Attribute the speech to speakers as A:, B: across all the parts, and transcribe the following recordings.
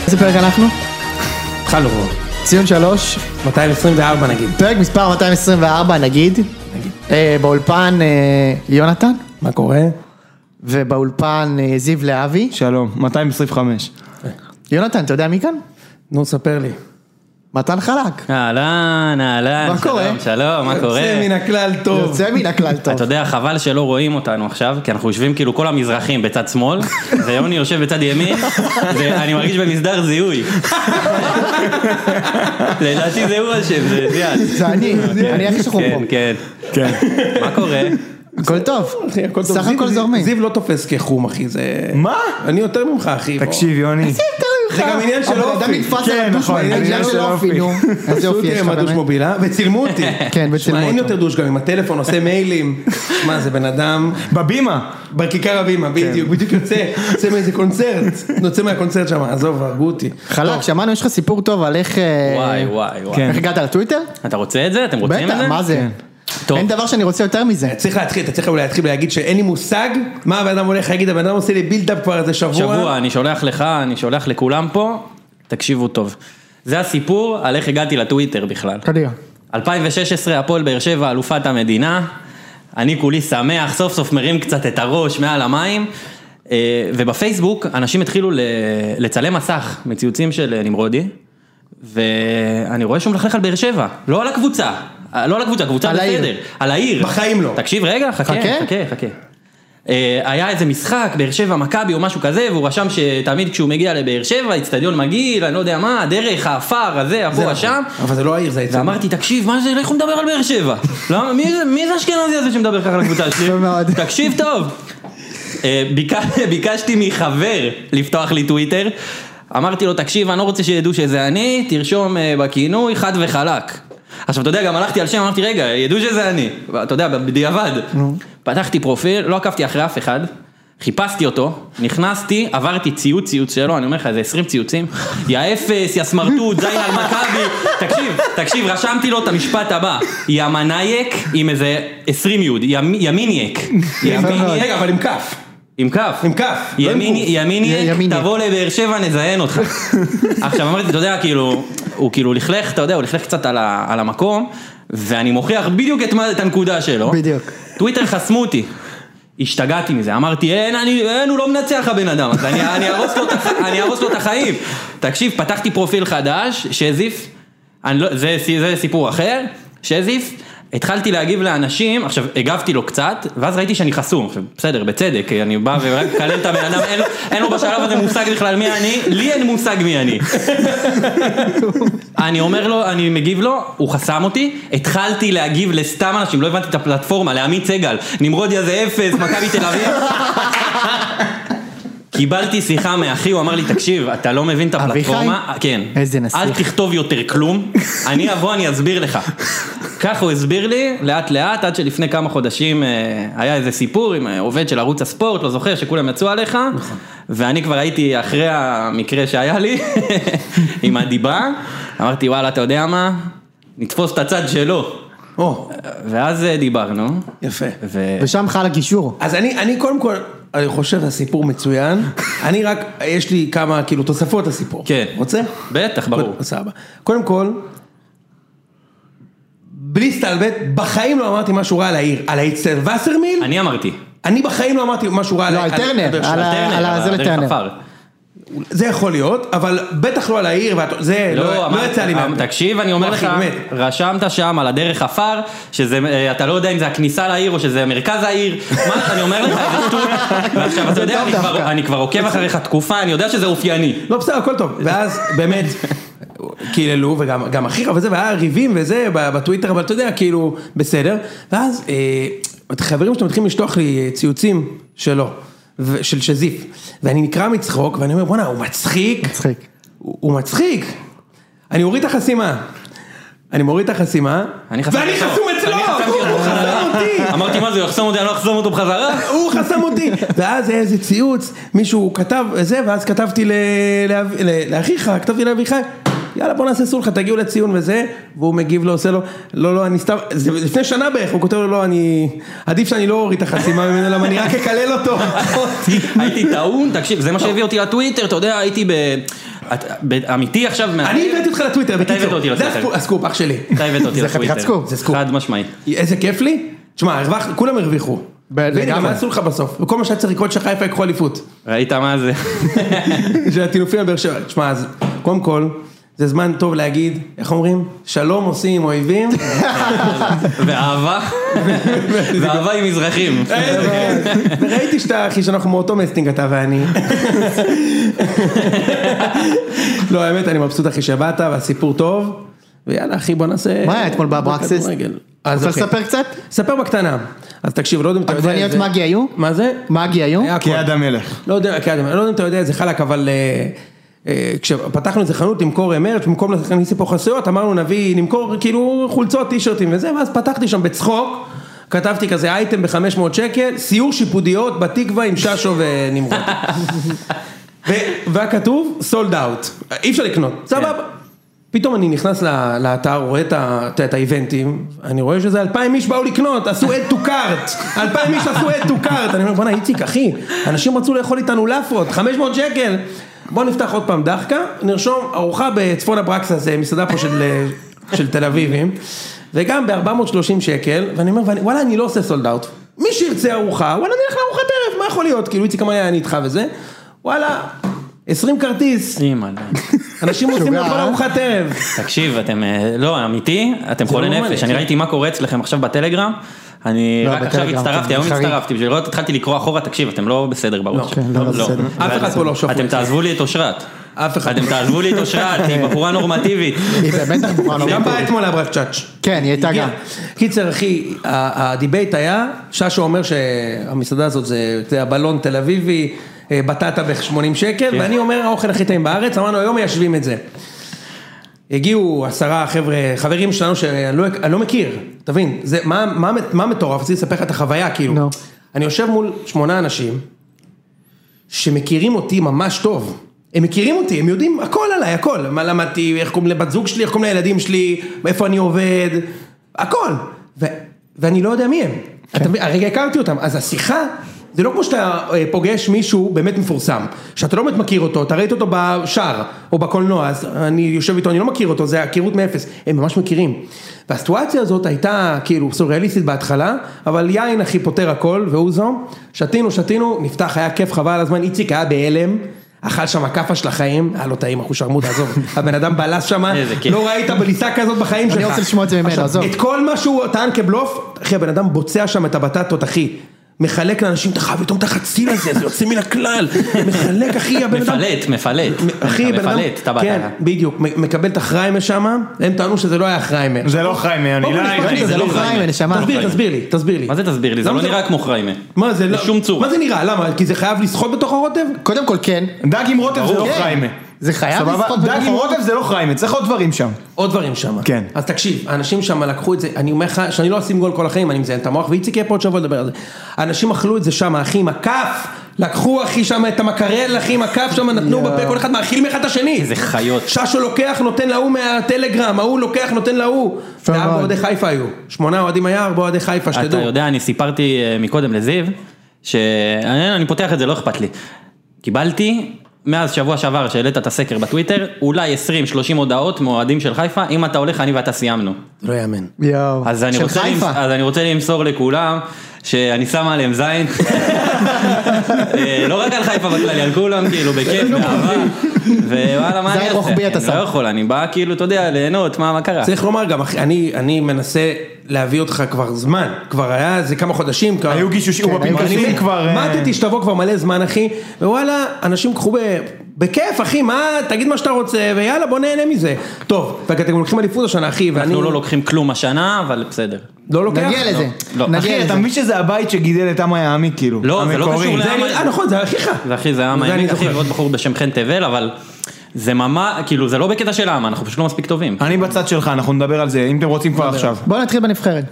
A: באיזה פרק אנחנו?
B: התחלנו כבר. ציון שלוש, 224 נגיד.
A: פרק מספר 224 נגיד. אה, באולפן אה, יונתן,
B: מה קורה?
A: ובאולפן אה, זיו להבי.
C: שלום, 225.
A: יונתן, אתה יודע מי כאן?
B: נו, ספר לי.
A: מתן חלק.
D: אהלן, אהלן,
A: מה
D: שלום,
A: קורה?
D: שלום, מה קורה?
B: יוצא מן הכלל טוב.
A: יוצא מן הכלל טוב.
D: אתה יודע, חבל שלא רואים אותנו עכשיו, כי אנחנו יושבים כאילו כל המזרחים בצד שמאל, ויוני יושב בצד ימין, ואני מרגיש במסדר זיהוי. לדעתי זה הוא אשם, זה זיאת.
A: זה אני, אני הכי שחור
D: כן,
A: פה. אה,
D: כן.
C: כן.
D: מה קורה?
A: הכל טוב.
B: אחי, הכל טוב.
A: סך
B: זיו-
A: הכל
B: זיו-
A: זורמים.
B: זיו לא תופס כחום, אחי, זה...
C: מה?
B: אני יותר ממך, אחי. בוא.
C: תקשיב, יוני.
B: זה גם עניין של
A: הבן אדם
B: אופי.
A: נתפס
C: כן,
A: על הדוש,
C: נכון,
A: העניין
C: עניין
A: של
C: של
A: אופי,
C: אופי.
A: נו. איזה
B: עשו
A: אופי
B: אותי
A: יש לך
B: עם הדוש
A: באמת.
B: אה, מובילה, וצילמו אותי.
A: כן,
B: שמע,
A: וצילמו אותו.
B: אין יותר דוש גם עם הטלפון, עושה מיילים. שמע, זה בן אדם...
C: בבימה.
B: בכיכר
A: כן.
B: הבימה, בדיוק, בדיוק יוצא, יוצא מאיזה קונצרט, יוצא מהקונצרט שם, עזוב, הרגו אותי.
A: חלק, שמענו, יש לך סיפור טוב על איך... אה,
D: וואי, וואי, וואי.
C: כן.
A: איך הגעת לטוויטר?
D: אתה רוצה את זה? אתם רוצים את
A: בטח,
D: זה?
A: מה זה?
D: טוב.
A: אין דבר שאני רוצה יותר מזה.
B: צריך להתחיל, אתה צריך אולי להתחיל ולהגיד שאין לי מושג מה הבן אדם הולך להגיד, הבן אדם עושה לי בילדאפ כבר איזה שבוע.
D: שבוע, אני שולח לך, אני שולח לכולם פה, תקשיבו טוב. זה הסיפור על איך הגעתי לטוויטר בכלל.
A: קדימה.
D: 2016, הפועל באר שבע, אלופת המדינה. אני כולי שמח, סוף סוף מרים קצת את הראש מעל המים. אה, ובפייסבוק אנשים התחילו ל- לצלם מסך מציוצים של אה, נמרודי. ואני רואה שהוא מלכלך על באר שבע, לא על הקבוצה, אה, לא על הקבוצה, הקבוצה
A: על העיר.
D: בסדר, על העיר.
B: בחיים לא.
D: תקשיב רגע, חכה,
A: חכה?
D: חכה, חכה. אה, היה איזה משחק, באר שבע, מכבי או משהו כזה, והוא רשם שתמיד כשהוא מגיע לבאר שבע, אצטדיון מגעיל, אני לא יודע מה, הדרך, האפר, הזה,
B: זה
D: הפה,
B: נכון.
D: השם.
B: אבל זה לא העיר, זה העצם.
D: ואמרתי, תקשיב, מה זה, לכו נדבר על באר שבע. למה, מי זה, מי זה האשכנזי הזה שמדבר ככה על הקבוצה שלי?
A: יפה מאוד.
D: תקשיב טוב. אה, ביקש- ביקשתי מחבר לפתוח לי טוויטר. אמרתי לו, תקשיב, אני לא רוצה שידעו שזה אני, תרשום אה, בכינוי חד וחלק. עכשיו, אתה יודע, גם הלכתי על שם, אמרתי, רגע, ידעו שזה אני. אתה יודע, בדיעבד. פתחתי פרופיל, לא עקבתי אחרי אף אחד. חיפשתי אותו, נכנסתי, עברתי ציוץ ציוץ שלו, אני אומר לך, איזה 20 ציוצים, יא אפס, יא סמרטוט, זין על מכבי, תקשיב, תקשיב, רשמתי לו את המשפט הבא, יא מנייק עם איזה 20 יוד, יא מי- ימינייק, ימינייק,
B: רגע, אבל עם כף.
D: עם כף.
B: עם כף, לא עם
D: ימיני,
B: גוף.
A: י-
D: ימיני,
A: ימיני.
D: תבוא לבאר שבע, נזיין אותך. עכשיו אמרתי, אתה יודע, כאילו, הוא כאילו לכלך, אתה יודע, הוא לכלך קצת על, ה, על המקום, ואני מוכיח בדיוק את, מה, את הנקודה שלו.
A: בדיוק.
D: טוויטר חסמו אותי. השתגעתי מזה, אמרתי, אין, אני, אין, הוא לא מנצח הבן אדם, אז אני, אני, ארוס לו, את הח- אני ארוס לו את החיים. תקשיב, פתחתי פרופיל חדש, שזיף, אני לא, זה, זה סיפור אחר, שזיף, התחלתי להגיב לאנשים, עכשיו הגבתי לו קצת, ואז ראיתי שאני חסום, עכשיו בסדר, בצדק, כי אני בא ורק מקלל את הבן אדם, אין, לו- אין לו בשלב הזה מושג בכלל מי אני, לי אין מושג מי אני. אני אומר לו, אני מגיב לו, הוא חסם אותי, התחלתי להגיב לסתם אנשים, לא הבנתי את הפלטפורמה, לעמית סגל, נמרודי הזה אפס, מכבי תל אביב. קיבלתי שיחה מאחי, הוא אמר לי, תקשיב, אתה לא מבין את
A: אביחי?
D: הפלטפורמה, כן,
A: איזה נסיך.
D: אל תכתוב יותר כלום, אני אבוא, אני אסביר לך. כך הוא הסביר לי, לאט לאט, עד שלפני כמה חודשים אה, היה איזה סיפור עם אה, עובד של ערוץ הספורט, לא זוכר, שכולם יצאו עליך,
A: נכון.
D: ואני כבר הייתי אחרי המקרה שהיה לי, עם הדיבה, אמרתי, וואלה, אתה יודע מה, נתפוס את הצד שלו.
B: או,
D: ואז אה, דיברנו,
B: יפה.
D: ו...
A: ושם חל הגישור.
B: אז אני, אני קודם כל, אני חושב הסיפור מצוין, אני רק, יש לי כמה כאילו תוספות לסיפור.
D: כן.
B: רוצה?
D: בטח, ברור.
B: קודם- סבבה. קודם כל, בלי סטלבט, בחיים לא אמרתי משהו רע על העיר, על האצטל וסרמיל, אני,
D: אני אמרתי.
B: בחיים לא אמרתי משהו רע
A: לא, על טרנר,
B: באר שבע.
A: על ה-
D: הטרנר,
A: על ה- זה
D: הדרך
A: לטרנר.
D: עפר.
B: זה יכול להיות, אבל בטח לא על העיר, ואת- זה לא, לא
D: אמרתי-
B: יצא לי
D: אמ-
B: מהפה.
D: תקשיב, אני אומר
B: אחי,
D: לך,
B: באמת.
D: רשמת שם על הדרך עפר, שזה, אה, אתה לא יודע אם זה הכניסה לעיר או שזה מרכז העיר, מה, אני אומר לך, זה שטות. ועכשיו, אתה יודע,
A: טוב
D: אני כבר-
A: דווקא.
D: אני כבר עוקב אחריך תקופה, אני יודע שזה אופייני.
B: לא בסדר, הכל טוב. ואז באמת, קיללו, וגם גם אחיך וזה, והיה ריבים וזה ב- בטוויטר, אבל אתה יודע, כאילו, בסדר. ואז אה, חברים שאתם מתחילים לשלוח לי אה, ציוצים שלו, ו- של שזיף, ואני נקרע מצחוק, ואני אומר, בואנה, הוא מצחיק,
A: מצחיק.
B: הוא הוא מצחיק. אני מוריד את החסימה. אני מוריד את החסימה,
D: אני חסמתי
B: ואני
D: אותו.
B: חסום אצלו,
D: אני חסמתי אותו
B: הוא חסם
D: בחזרה.
B: אותי.
D: אמרתי, מה זה, הוא יחסום אותי, אני לא אחסום אותו בחזרה?
B: הוא חסם אותי, ואז היה איזה ציוץ, מישהו כתב זה, ואז כתבתי ל- לאב- ל- לאחיך, כתבתי לאביחי, יאללה בוא נעשה סולחה, תגיעו לציון וזה, והוא מגיב לו, עושה לו, לא לא אני סתם, זה לפני שנה בערך, הוא כותב לו לא אני, עדיף שאני לא אוריד את החסימה ממנו, למה אני רק אקלל אותו,
D: הייתי טעון, תקשיב, זה מה שהביא אותי לטוויטר, אתה יודע, הייתי ב... את- ב- אמיתי עכשיו מה...
B: אני הבאתי אותך לטוויטר,
D: אתה הבאת
B: בקיצור.
D: אותי
B: זה
D: לטוויטר.
B: הסקו- הסקופ, אח שלי.
D: אתה הבאת אותי
A: זה חתיכת
D: לטוויטר.
A: סקופ.
B: זה סקופ.
D: חד משמעי.
B: איזה כיף לי. תשמע, הרווח- כולם הרוויחו.
A: ב-
B: והנה, גם
A: לגמרי.
B: עשו לך בסוף. וכל מה שהיה צריך לקרות שחיפה יקחו אליפות.
D: ראית מה זה?
B: של הטינופים בבאר שבע. תשמע, אז קודם כל, זה זמן טוב להגיד, איך אומרים? שלום עושים עם אויבים.
D: ואהבה? ואהבה עם מזרחים.
B: וראיתי שאתה, אחי, שאנחנו מאותו מסטינג, אתה ואני. לא, האמת, אני מבסוט, אחי, שבאת, והסיפור טוב. ויאללה, אחי, בוא
D: אה,
B: נעשה...
A: מה היה אתמול באברקסיס?
B: כדורגל. אז
A: רוצה
B: אוקיי.
A: לספר קצת?
B: ספר בקטנה. אז תקשיב, לא יודע אם אתה יודע...
A: עגבניות כן,
B: את זה.
A: מגי היו?
B: מה זה?
A: מגי היו?
B: היה הכל.
C: כיד המלך.
B: לא יודע, כן, אני לא יודע אם אתה יודע את זה חלק, אבל אה, אה, כשפתחנו איזה חנות למכור אה, מרץ, במקום להכניס לפה חסויות, אמרנו נביא, נמכור כאילו חולצות, טישרטים וזה, ואז פתחתי שם בצחוק, כתבתי כזה אייטם ב-500 שקל, סיור שיפודיות בתקווה עם ששו ונמרוד. ו- והיה כתוב סולד אאוט, אי אפשר לקנות, סבבה. פתאום אני נכנס ל- לאתר, רואה את ה- את ה- את האיבנטים, אני רואה שזה אלפיים איש באו לקנות, עשו add to cart, אלפיים איש עשו add to cart, אני אומר בואנה איציק אחי, אנשים רצו לאכול איתנו לאפות, 500 שקל, בוא נפתח עוד פעם דחקה, נרשום ארוחה בצפון הברקסה, זה מסעדה פה של, אה, של תל אביבים, וגם ב-430 שקל, ואני אומר ואני- וואלה אני לא עושה סולד אאוט, מי שירצה ארוחה, וואלה נלך לארוחת ערב, מה יכול להיות, כאילו איציק אמר לי אני איתך וזה, וואלה, 20 כרטיס,
D: אימא'לה.
B: אנשים רוצים
A: משוגע,
B: לאכול
A: אה?
B: ארוחת ערב.
D: תקשיב, אתם, אה, לא, אמיתי, אתם חולי
B: לא נורמלי,
D: נפש, אני
B: כן.
D: ראיתי מה קורה אצלכם עכשיו בטלגרם, אני
A: לא,
D: רק עכשיו
A: בטלגרם,
D: הצטרפתי,
A: כן,
D: היום
A: חריג.
D: הצטרפתי, בשביל לראות התחלתי לקרוא אחורה, תקשיב, אתם לא בסדר בראש.
A: כן, לא, לא בסדר.
B: אף אחד פה לא שפוי.
D: אתם תעזבו לי את אושרת.
B: אף אחד.
D: אתם תעזבו לי את אושרת, היא בחורה נורמטיבית.
A: היא בטח מוכנה
B: גם
A: לומר.
B: באה אתמול אברהם צ'אץ'.
A: כן, היא הייתה גם.
B: קיצר אחי, ה- הדיבייט היה, ששו אומר שהמסעדה הזאת זה זה הבלון תל אביבי, אה, בטטה ב-80 שקל, ואני אומר האוכל הכי טעים בארץ, אמרנו היום מיישבים את זה. הגיעו עשרה חבר'ה, חברים שלנו שאני לא, אני לא מכיר, תבין, זה, מה, מה, מה מטורף, רציתי לספר לך את החוויה, כאילו,
A: נו.
B: אני יושב מול שמונה אנשים, שמכירים אותי ממש טוב. הם מכירים אותי, הם יודעים הכל עליי, הכל. מה למדתי, איך קוראים לבת זוג שלי, איך קוראים לילדים שלי, איפה אני עובד, הכל. ו- ואני לא יודע מי הם. אתה מבין, הרגע הכרתי אותם, אז השיחה, זה לא כמו שאתה אה, פוגש מישהו באמת מפורסם, שאתה לא באמת מכיר אותו, אתה ראית אותו בשער או בקולנוע, אז אני יושב איתו, אני לא מכיר אותו, זה הכירות מאפס, הם ממש מכירים. והסיטואציה הזאת הייתה כאילו סוריאליסטית בהתחלה, אבל יין אחי פותר הכל, והוא זו, שתינו, שתינו, נפתח, היה כיף, חבל על הזמן, איציק היה בהלם. אכל שם כאפה של החיים, היה לו טעים אחושרמוט, עזוב, הבן אדם בלס שם,
D: איזה כיף.
B: לא ראית בליסה כזאת בחיים שלך.
A: אני לא רוצה לשמוע את זה ממנו,
B: עכשיו,
A: עזוב.
B: את כל מה שהוא טען כבלוף, אחי הבן אדם בוצע שם את הבטטות אחי. מחלק לאנשים את החב, פתאום את החציל הזה, זה יוצא מן הכלל. מחלק אחי הבן אדם.
D: מפלט, מפלט.
B: אחי
D: אתה
B: בן אדם.
D: מפלט, אתה
B: כן,
D: בעיה.
B: בדיוק, מ- מקבל את החריימה שם, הם טענו שזה לא היה חריימה.
C: זה לא חיים, אני
B: בואו
C: לא...
B: נשמע את
D: זה לא חריימה,
A: נשמה.
B: תסביר, תסביר לי, תסביר לי.
D: מה זה תסביר לי? זה
B: למה
D: לא נראה כמו חריימה.
B: מה זה לא...
D: בשום צורה.
B: מה זה נראה? למה? כי זה חייב לסחוט בתוך הרוטב?
A: קודם כל כן.
C: דג עם רוטב זה לא
A: כן.
C: חיים.
A: זה חייב
C: סבבה?
A: לסחוט
C: דג
A: בתוך
C: עם
A: הרוטב.
C: רוטב זה לא חיים, צריך עוד דברים שם.
B: עוד דברים שם.
C: כן.
B: אז תקשיב, האנשים שם לקחו את זה, אני אומר לך שאני לא אשים גול כל החיים, אני מזיין את המוח, ואיציק יהיה פה עוד שבוע לדבר על זה. אנשים אכלו את זה שם, אחי, עם הכף, לקחו אחי שם את המקרל, אחי, עם הכף שם, נתנו בפה, כל אחד מאכיל מאחד את השני.
D: איזה חיות.
B: ששו לוקח, נותן להוא מהטלגרם, ההוא לוקח, נותן להוא.
A: יפה
B: וארבע
A: מאוד.
B: אוהדי חיפה היו. שמונה אוהדים היה, ארבע אוהדי חיפה,
D: אתה
B: שתדעו.
D: יודע, אני סיפרתי אה, מקודם לזיו, שאני אני פותח את זה, לא אכפת לי. קיבלתי, מאז שבוע שעבר שהעלית את הסקר בטוויטר, אולי 20-30 הודעות מאוהדים של חיפה, אם אתה הולך, אני ואתה סיימנו.
B: לא יאמן.
A: יואו.
D: אז אני,
A: של
D: רוצה אה, למס...
A: חיפה.
D: אז אני רוצה למסור לכולם, שאני שם עליהם זין. אה, לא רק על חיפה בכללי, על כולם, כאילו, בכיף, באהבה. ווואלה, מה
A: לא
D: אני
A: זין
D: אעשה?
A: רוחבי אתה
D: אני
A: שם.
D: לא יכול, אני בא כאילו, אתה יודע, ליהנות, מה מה קרה?
B: צריך לומר גם, אחי, אני- אני מנסה להביא אותך כבר זמן, כבר היה איזה כמה חודשים. כבר-
C: היו גישושים
A: כן, היו
C: ובפנקסים
B: אני
C: כבר... אה,
B: מתתי שתבוא כבר מלא זמן אחי, ווואלה, אנשים קחו ב- בכיף אחי, מה, תגיד מה שאתה רוצה, ויאללה בוא נהנה מזה. טוב, ואתם גם לוקחים אליפות השנה אחי, ואני
D: אנחנו לא לוקחים כלום השנה, אבל בסדר.
B: לא לוקח.
A: נגיע לזה.
D: לא.
A: נגיע
C: אחי,
A: לזה.
C: אתה מבין שזה הבית שגידל את עם היעמי, כאילו.
D: לא, זה לא
C: המקורי.
D: קשור ל-
B: זה נראה, נכון, זה אחיך.
D: זה אחי, זה העם
B: זה אני
D: הימי, אחי,
B: זוכר.
D: ועוד בחור בשם חן תבל, אבל זה ממש, כאילו, זה לא בקטע של העם, אנחנו פשוט לא מספיק טובים.
C: אני בצד שלך, אנחנו נדבר על זה, אם אתם רוצים כבר עכשיו.
A: בוא נתחיל בנבחרת.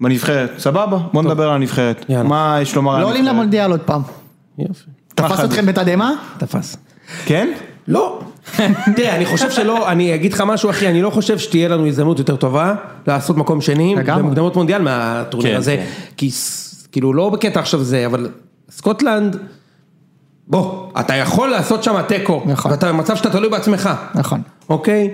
C: בנבחרת, סבבה? בוא נדבר על הנבחרת.
B: יאללה.
C: מה יש לומר על
A: לא עולים
C: הנבחרת?
A: למונדיאל עוד פעם.
B: יופי.
A: תפס
C: פחד.
A: אתכם בתדהמה?
B: תפס.
C: כן?
B: לא. תראה, אני חושב שלא, אני אגיד לך משהו אחי, אני לא חושב שתהיה לנו הזדמנות יותר טובה לעשות מקום שני
A: לגמרי.
B: במוקדמות מונדיאל מהטורניר
D: כן,
B: הזה,
D: כן.
B: כי ס- כאילו לא בקטע עכשיו זה, אבל סקוטלנד בוא, אתה יכול לעשות שם תיקו,
A: נכון.
B: ואתה במצב שאתה תלוי בעצמך,
A: נכון.
B: אוקיי?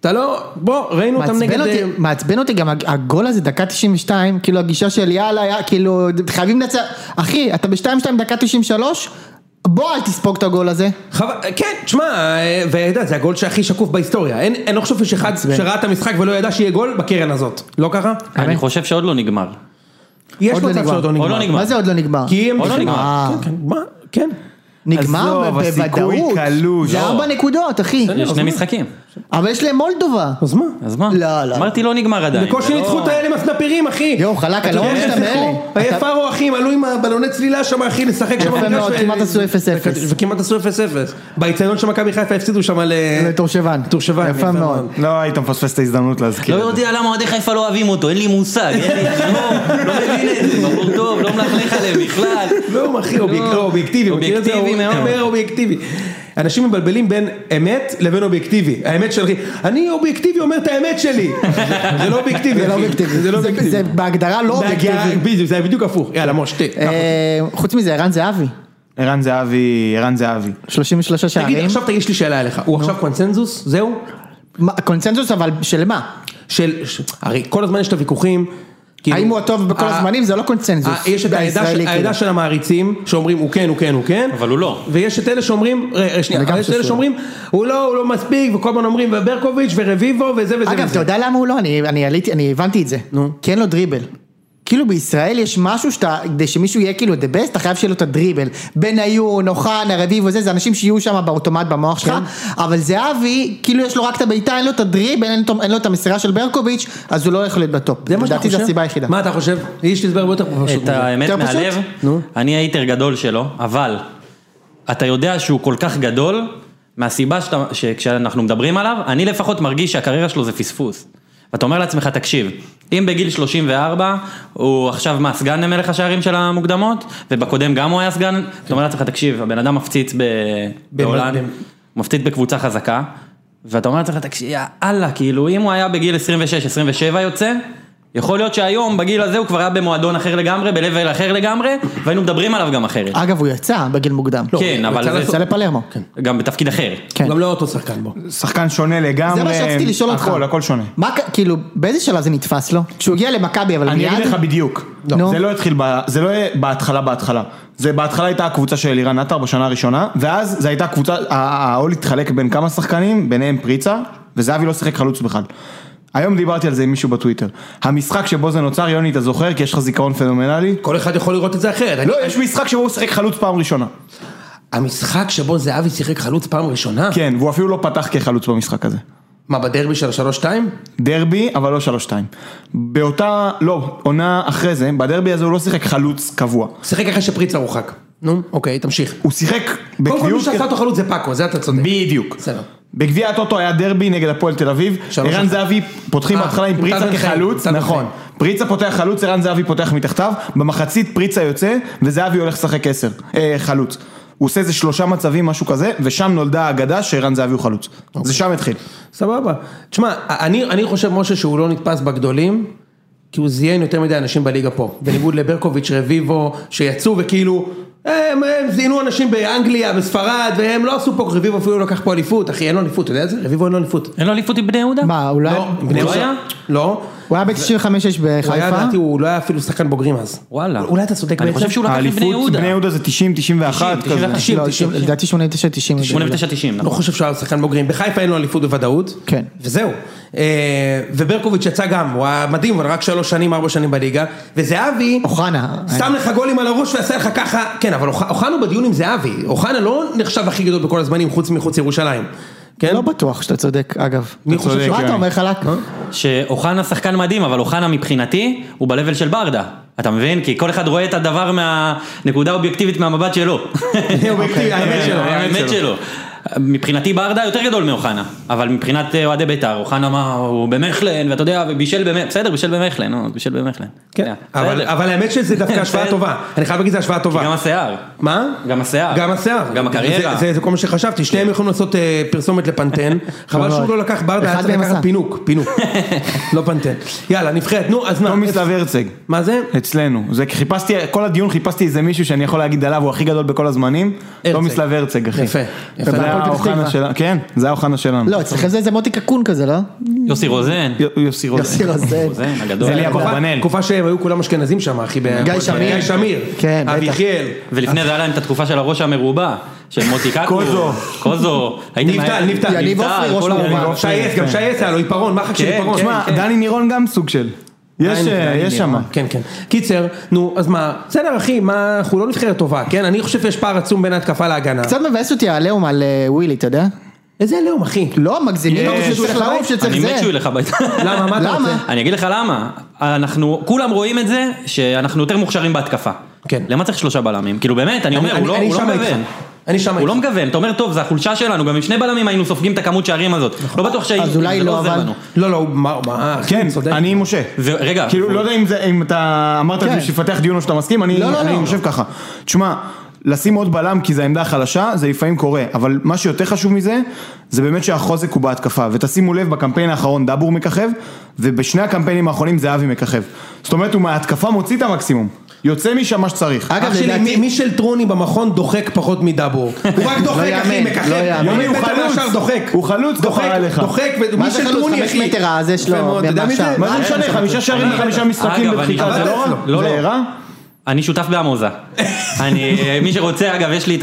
B: אתה לא, בוא, ראינו אותם נגד...
A: מעצבן אותי,
B: אה,
A: מעצבן אותי גם הג- הגול הזה, דקה 92, כאילו הגישה של יאללה, יא- כאילו, חייבים לנצח, אחי, אתה ב-2-2 דקה 93, בוא אל תספוג את הגול הזה.
B: חבל, כן, תשמע, אה, ואתה יודע, זה הגול שהכי שקוף בהיסטוריה. אין, אני לא חושב שיש אחד שראה את המשחק ולא ידע שיהיה גול בקרן הזאת. לא ככה?
D: אני חושב שעוד לא נגמר.
B: יש
A: עוד לא
B: מצב
A: נגמר.
B: שעוד לא נגמר.
D: עוד לא נגמר.
A: מה זה עוד לא נגמר?
B: כי הם...
D: עוד לא נגמר.
B: אה, כן, כן, מה? כן.
A: נגמר
C: עזוב,
A: ב-
C: הסיכוי
A: בוודאות.
C: קלוש.
A: זה
D: לא.
A: ארבע נקודות, אחי.
D: יש שני משחקים.
A: אבל יש להם מולדובה.
B: אז מה?
D: אז מה?
A: לא, לא.
D: אמרתי לא נגמר עדיין.
B: בקושי
D: זה לא-
B: ניצחו את האלה עם הסנפירים, אחי.
A: יואו, חלק,
B: אתה
A: אני לא
B: יודע,
A: מבין שאתה
B: הם שיחקו,
A: מאלה.
B: אה,
A: אתה-
B: פארו, אחי, הם עלו עם הבלוני צלילה שם, אחי, לשחק שם. אה,
A: יפה
B: במגרש
A: מאוד,
B: ו-
A: כמעט עשו 0-0.
B: וכמעט עשו 0-0. באיצטדיון של מכבי חיפה הפסידו שם אה, ל...
A: לתורשבן.
B: תורשבן.
A: יפה מאוד.
C: לא היית מפספס את ההזדמנות
D: לא
C: להזכיר. את זה.
D: יודע למה אוהדי חיפה לא אוהבים אותו, אין לי מושג, אין לי לא, לא מבין את זה, בחור טוב, לא מלכלך עליהם בכלל.
B: לא, אחי, אוביק- לא, אובייקטיבי, הוא מכיר את זה,
D: אובייקטיבי
B: הוא
D: מאוד.
B: אומר אובייקטיבי. אנשים מבלבלים בין אמת לבין אובייקטיבי. האמת של אחי, אני אובייקטיבי אומר את האמת שלי. זה לא אובייקטיבי.
A: זה לא
B: אחי.
A: אובייקטיבי.
B: זה לא
A: זה-
B: אובייקטיבי.
A: זה בהגדרה לא
B: בהגדרה-
A: אובייקטיבי.
B: בדיוק, זה בדיוק הפוך. יאללה, משה, תהיה.
A: אה, חוץ מזה, ערן זהבי,
C: ערן זהבי, ערן זהבי.
A: 33
B: תגיד,
A: שערים.
B: עכשיו יש לי שאלה אליך. הוא עכשיו קונצנזוס? זהו?
A: מה, קונצנזוס אבל של מה?
B: של... ש- הרי כל הזמן יש את הוויכוחים. כאילו-
A: האם הוא הטוב בכל
B: ה-
A: הזמנים? זה לא קונצנזוס.
B: אה, יש את העדה של-
A: הישראלי, כאילו.
B: העדה של המעריצים, שאומרים הוא כן, הוא כן, הוא כן.
D: אבל הוא לא.
B: ויש את אלה שאומרים, ר- שנייה,
A: אני גם
B: יש את
A: חושב
B: אלה
A: שהוא
B: שאומרים, הוא לא, הוא לא מספיק, וכל הזמן אומרים, וברקוביץ' ורביבו וזה וזה
A: אגב, אתה
B: וזה.
A: יודע למה הוא לא? אני, אני עליתי, אני הבנתי את זה. נו. כי אין לו דריבל. כאילו בישראל יש משהו שאתה, כדי שמישהו יהיה כאילו the best, אתה חייב שיהיה לו את הדריבל. בניון, אוחנה, רביב וזה, זה אנשים שיהיו שם באוטומט במוח שלך, אבל זהבי, כאילו יש לו רק את הבעיטה, אין לו את הדריבל, אין, לו- אין לו את המסירה של ברקוביץ', אז הוא לא יכול להיות בטופ.
B: זה מה שאתה
A: לדעתי
B: חושב?
A: זו הסיבה היחידה.
B: מה אתה חושב? יש לי הסבר הרבה יותר פשוט.
D: את
B: מזה.
D: האמת
A: יותר פשוט?
D: מהלב, אני האיטר גדול שלו, אבל אתה יודע שהוא כל כך גדול, מהסיבה שאתה- שכשאנחנו מדברים עליו, אני לפחות מרגיש שהקריירה שלו זה פספוס. ואתה אומר לעצמך, תקשיב, אם בגיל 34 הוא עכשיו מה, סגן מלך השערים של המוקדמות, ובקודם גם הוא היה סגן, אתה אומר לעצמך, תקשיב, הבן אדם מפציץ ב- בהולנד,
B: במ-
D: הוא מפציץ בקבוצה חזקה, ואתה אומר לעצמך, תקשיב, יא אללה, כאילו, אם הוא היה בגיל 26-27 יוצא, יכול להיות שהיום, בגיל הזה, הוא כבר היה במועדון אחר לגמרי, ב-level אחר לגמרי, והיינו מדברים עליו גם אחרת.
A: אגב, הוא יצא בגיל מוקדם.
D: לא, כן, אבל
A: הוא
D: זה-
A: יצא לפלרמו.
D: גם בתפקיד אחר.
A: כן.
B: הוא גם לא אותו שחקן בו.
C: שחקן שונה לגמרי.
A: זה מה שרציתי לשאול אותך.
C: אה, הכל, הכל שונה.
A: מה, ק- כאילו, באיזה שלב זה נתפס לו? כשהוא הגיע למכבי, אבל
C: אני
A: מיד?
C: אגיד לך בדיוק.
A: לא. נו.
C: זה לא התחיל, ב- זה לא היה בהתחלה בהתחלה. זה בהתחלה הייתה הקבוצה של אלירן עטר בשנה הראשונה, ואז זה הייתה קבוצה, ה- ה- העול התחלק בין כמה שחקנים, ביניהם פריצה, וזהבי לא שיחק חלוץ בכלל. היום דיברתי על זה עם מישהו בטוויטר. המשחק שבו זה נוצר, יוני, אתה זוכר? כי יש לך זיכרון פנומנלי.
B: כל אחד יכול לראות את זה אחרת. אני-
C: לא, יש משחק שבו הוא שיחק חלוץ פעם ראשונה.
B: המשחק שבו זהבי שיחק חלוץ פעם ראשונה?
C: כן, והוא אפילו לא פתח כחלוץ במשחק הזה.
B: מה, בדרבי של השלוש-שתיים?
C: דרבי, אבל לא 3-2. באותה, לא, עונה אחרי זה, בדרבי הזה הוא לא שיחק חלוץ קבוע.
B: שיחק אחרי שפריצה הורחק. נו, אוקיי, תמשיך.
C: הוא שיחק
B: קודם כל מי
C: בקביעות...
B: שעשה אותו חלוץ זה פאקו, זה אתה צודק.
C: בדיוק.
B: בסדר.
C: בגביע הטוטו היה דרבי נגד הפועל תל אביב,
B: שלוש
C: ערן
B: אחת.
C: זהבי פותחים
B: אה,
C: בהתחלה עם
B: עם
C: פריצה
B: טל בן חיים,
C: כחלוץ,
B: טל בן
C: נכון,
B: חיים.
C: פריצה פותח חלוץ, ערן זהבי פותח מתחתיו, במחצית פריצה יוצא וזהבי הולך לשחק עשר, אה, חלוץ. הוא עושה איזה שלושה מצבים, משהו כזה, ושם נולדה האגדה שערן זהבי הוא חלוץ.
B: אוקיי.
C: זה שם התחיל.
B: סבבה. תשמע, אני, אני חושב, משה, שהוא לא נתפס בגדולים, כי הוא זיין יותר מדי אנשים בליגה פה. בניגוד לברקוביץ', רביבו, שיצאו וכאילו, הם, הם זיינו אנשים באנגליה, בספרד, והם לא עשו פה, רביבו אפילו לא לקח פה אליפות, אחי, אין לו אליפות, אתה יודע את זה? רביבו אין לו אליפות.
D: אין לו אליפות עם בני יהודה?
A: מה, הוא לא
B: לא,
A: היה-
B: בני
D: לא, הוא לא
B: יהודה-
D: היה?
B: לא.
A: הוא היה ב-95
B: הוא היה,
A: בחיפה?
B: לדעתי, הוא לא היה אפילו שחקן בוגרים אז.
D: וואלה.
B: אולי אתה צודק
D: אני
B: בעצם.
D: חושב שהוא לקח מבני
C: האליפות,
D: יהודה.
C: בני יהודה זה 90, 91
D: 90,
C: כזה.
D: 91.
B: תשעים,
A: לא,
B: תשעים.
A: לדעתי 89-90.
D: 89-90,
B: לא
D: נכון.
B: חושב שהוא היה שחקן בוגרים, בחיפה אין לו אליפות בוודאות,
A: כן.
B: וזהו. אה, וברקוביץ' יצא גם, הוא היה מדהים, אבל רק שלוש שנים, ארבע שנים בליגה, וזהבי,
A: אוחנה.
B: שם לך גולים על הראש ועשה לך ככה, כן, אבל אוח- אוחנה הוא בדיון עם זהבי, אוחנה לא נחשב הכי גדול בכל הזמנים חוץ מחוץ ירושלים, כן?
A: לא בטוח שאתה צודק, לא, אגב.
B: מי חושב
C: צודק,
B: שהוא-
A: מה אתה
C: יוני.
A: אומר חלק?
D: שאוחנה שחקן מדהים, אבל אוחנה מבחינתי, הוא ב-level של ברדה. אתה מבין? כי כל אחד רואה את הדבר מהנקודה האובייקטיבית מהמבט שלו.
B: אובייקטיבי, אוקיי, אה, כן, האמת שלו.
D: האמת שלו. מבחינתי ברדה יותר גדול מאוחנה, אבל מבחינת אה, אוהדי בית"ר, אוחנה מה, הוא במכלן, ואתה יודע, ובישל במכלן, בסדר, בישל במכלן, נו, אז בישל במכלן.
B: כן,
D: אתה יודע,
B: אבל
D: בסדר.
B: אבל האמת שזה דווקא השוואה
D: בסדר.
B: טובה, אני חייב להגיד זה השוואה
D: גם
B: טובה.
D: השיער,
B: מה?
D: גם השיער,
B: גם השיער.
D: גם הקריירה. כן.
B: זה- זה- זה כל מה שחשבתי, שניהם יכולים לעשות אה, פרסומת לפנטן, חבל שהוא לא לקח ברדה, היה
A: אחד
B: צריך
A: מהם
B: לקחת
A: עשה.
B: פינוק, פינוק, לא פנטן. יאללה, נבחרת, נו, אז מה?
C: תומי סלו לא הרצג.
B: מה זה?
C: אצלנו, זה כי חיפשתי, כל הדיון חיפשתי איזה מישהו שאני יכול להגיד עליו, הוא הכי גדול בכל הזמנים, תומיסלב הרצג אחי.
B: יפה, יפה.
C: זה היה
A: בהפועל פתח
C: האוחנה
A: תקווה.
C: שלנו, כן, זה היה האוחנה שלנו.
A: לא, אצלכם זה איזה מוטי קקון כזה, לא?
D: יוסי רוזן,
C: י- יוסי רוזן.
A: יוסי רוזן.
D: רוזן הגדול,
C: לא, זה לי
B: תקופה-
C: אברבנאל.
B: תקופה שהם היו כולם אשכנזים שם, אחי. בהפועל
A: גיא
B: פתח-
A: שמיר.
B: גיא שמיר.
A: כן, בטח.
B: אביחיאל.
D: ולפני זה היה להם את התקופה של הראש המרובע, של מוטי קקו,
C: קוזו.
D: קוזו, הייתם-
B: נבדל, נבדל.
A: יניב
D: נבדל,
A: עופרי, ראש
D: כל ה-
A: מרובע.
B: גם שייס, גם שייס היה לו עיפרון, מחק של
D: כן,
B: עיפרון.
D: כן,
C: תשמע,
D: כן.
C: דני נירון גם סוג של. יש,
B: עין,
C: אה,
B: עין,
C: יש
B: עין.
C: שם.
B: כן, כן. קיצר, נו, אז מה, בסדר אחי, מה, אנחנו לא נבחרת טובה, כן? אני חושב שיש פער עצום בין ההתקפה להגנה.
A: קצת מבאס אותי העליהום על אה, ווילי, אתה יודע?
B: איזה לאום, אחי?
A: לא, מגזימים,
B: יש.
A: אבל שצריך לעוף, שצריך
D: אני מת שהוא
A: זה.
D: ילך הביתה.
B: למה, מה אתה
A: למה?
B: רוצה?
D: אני אגיד לך למה, אנחנו, כולם רואים את זה, שאנחנו יותר מוכשרים בהתקפה.
B: כן.
D: למה צריך שלושה בלמים? כאילו באמת, אני אומר,
B: אני-
D: הוא לא
B: אני
D: הוא לא
B: שם איתך.
D: מגוון.
B: אני שם
D: הוא
B: איתך.
D: לא מגוון, אתה אומר טוב, זה החולשה שלנו, גם עם שני בלמים היינו סופגים את הכמות שערים הזאת. לא בטוח שהיינו,
A: אז אולי
D: זה
A: לא,
D: עוזר
A: אבל-
D: לנו.
B: לא, לא, הוא- מה, מה, אחי,
C: כן,
B: הוא צודק.
C: אני עם משה.
D: ורגע,
C: כאילו, לא יודע אם זה- אם אתה אמרת את זה
A: כן.
C: בשביל לפתח דיון או שאתה מסכים, אני
A: לא, לא,
C: אני
A: לא.
C: חושב ככה. תשמע, לשים עוד בלם כי זו העמדה החלשה, זה לפעמים קורה, אבל מה שיותר חשוב מזה, זה באמת שהחוזק הוא בהתקפה, ותשימו לב, בקמפיין האחרון דאבור מככב, ובשני הקמפיינים האחרונים זהבי מככב. זאת אומרת, הוא מההתקפה מוציא את המקסימום, יוצא משם מה שצריך.
A: אגב,
B: אח שלי,
A: לדעתי-
B: מי- מישל טרוני במכון דוחק פחות מדבור. הוא רק דוחק, אחי,
A: יאמן,
B: מככב.
A: לא יאמן.
B: יוני, הוא
C: הוא
B: חלוץ.
C: חלוץ.
B: דוחק.
C: הוא חלוץ,
B: דוחק,
C: כפרה עליך.
B: דוחק,
A: מה זה
B: ומישל
A: חלוץ?
B: טרוני,
A: חמש
B: אחי.
A: מטר הזה
B: יפה
A: שלו,
B: מאוד, אתה אה, יודע מי זה?
A: מהשער.
C: מה זה משנה, חמישה שערים בחמישה משחקים
D: אגב, אני-
C: בבחירה, זה לא
D: אבל-
C: רע?
D: לא,
C: זה
D: לא.
C: רע?
D: אני שותף בעמוזה. אני, מי שרוצה, אגב, יש לי את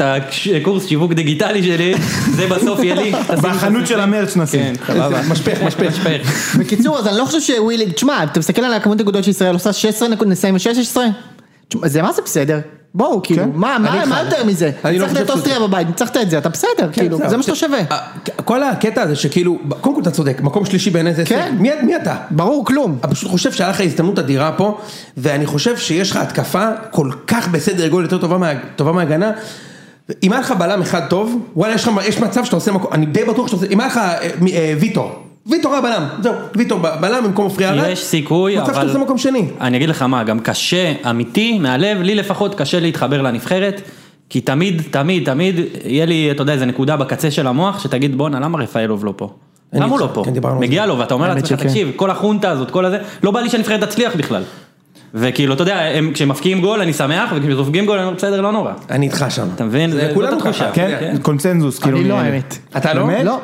D: הקורס שיווק דיגיטלי שלי, זה בסוף יהיה לי. תשימו-
C: בחנות של המרץ נשים.
D: כן, סבבה.
B: אה,
D: משפך, משפך.
A: בקיצור, אז אני לא חושב שווילי, תשמע, אתה מסתכל על הכמות הנקודות שישראל עושה 16 נקודות, נסיים עם 16? תשמע, זה מה זה בסדר? בואו, כאילו, מה, מה מה יותר מזה?
B: אני לא
A: ניצחת
B: חושב
A: את אוסטריה בבית, ניצחת את זה, אתה בסדר, כאילו,
B: בסדר.
A: זה מה שאתה שווה.
B: אה, כל הקטע הזה שכאילו, קודם כל אתה צודק, מקום שלישי בעיניי זה
A: כן.
B: הישג. מי, מי אתה?
A: ברור, כלום.
B: אני פשוט חושב שהיה לך הזדמנות אדירה פה, ואני חושב שיש לך התקפה כל כך בסדר גודל יותר טובה, מה, טובה מהגנה. אם היה לך בלם אחד טוב, וואלה יש, לך, יש מצב שאתה עושה מקום, אני די בטוח שאתה עושה, אם היה לך אה, מ- אה, ויטור, ויטור היה בלם, זהו, ויטור ב- בלם במקום פריארה,
D: יש סיכוי, אבל...
B: מצב שאתה עושה מקום שני.
D: אני אגיד לך מה, גם קשה, אמיתי, מהלב, לי לפחות קשה להתחבר לנבחרת, כי תמיד, תמיד, תמיד, יהיה לי, אתה יודע, איזה נקודה בקצה של המוח, שתגיד, בואנה, למה רפאלוב לא פה?
B: אני
D: למה הוא לא
B: איתך,
D: פה?
B: כן, דיברנו על
D: מגיע
B: זה.
D: לו, ואתה אומר
A: האמת
D: לעצמך,
A: שכן.
D: תקשיב, כל החונטה הזאת, כל הזה, לא בא לי שהנבחרת תצליח בכלל. וכאילו, אתה יודע, הם- כשהם מפקיעים גול, אני שמח, וכשסופגים גול, אני אומר, בסדר, לא נורא.
B: אני איתך שם.
D: אתה מבין?
B: זה
D: זה- זאת
B: כולנו
D: התחושה.
B: ככה.
C: כן, קונסנזוס, כאילו.
A: אני לא
C: נראה לי.
A: האמת.
B: אתה לא?
C: באמת?
A: לא.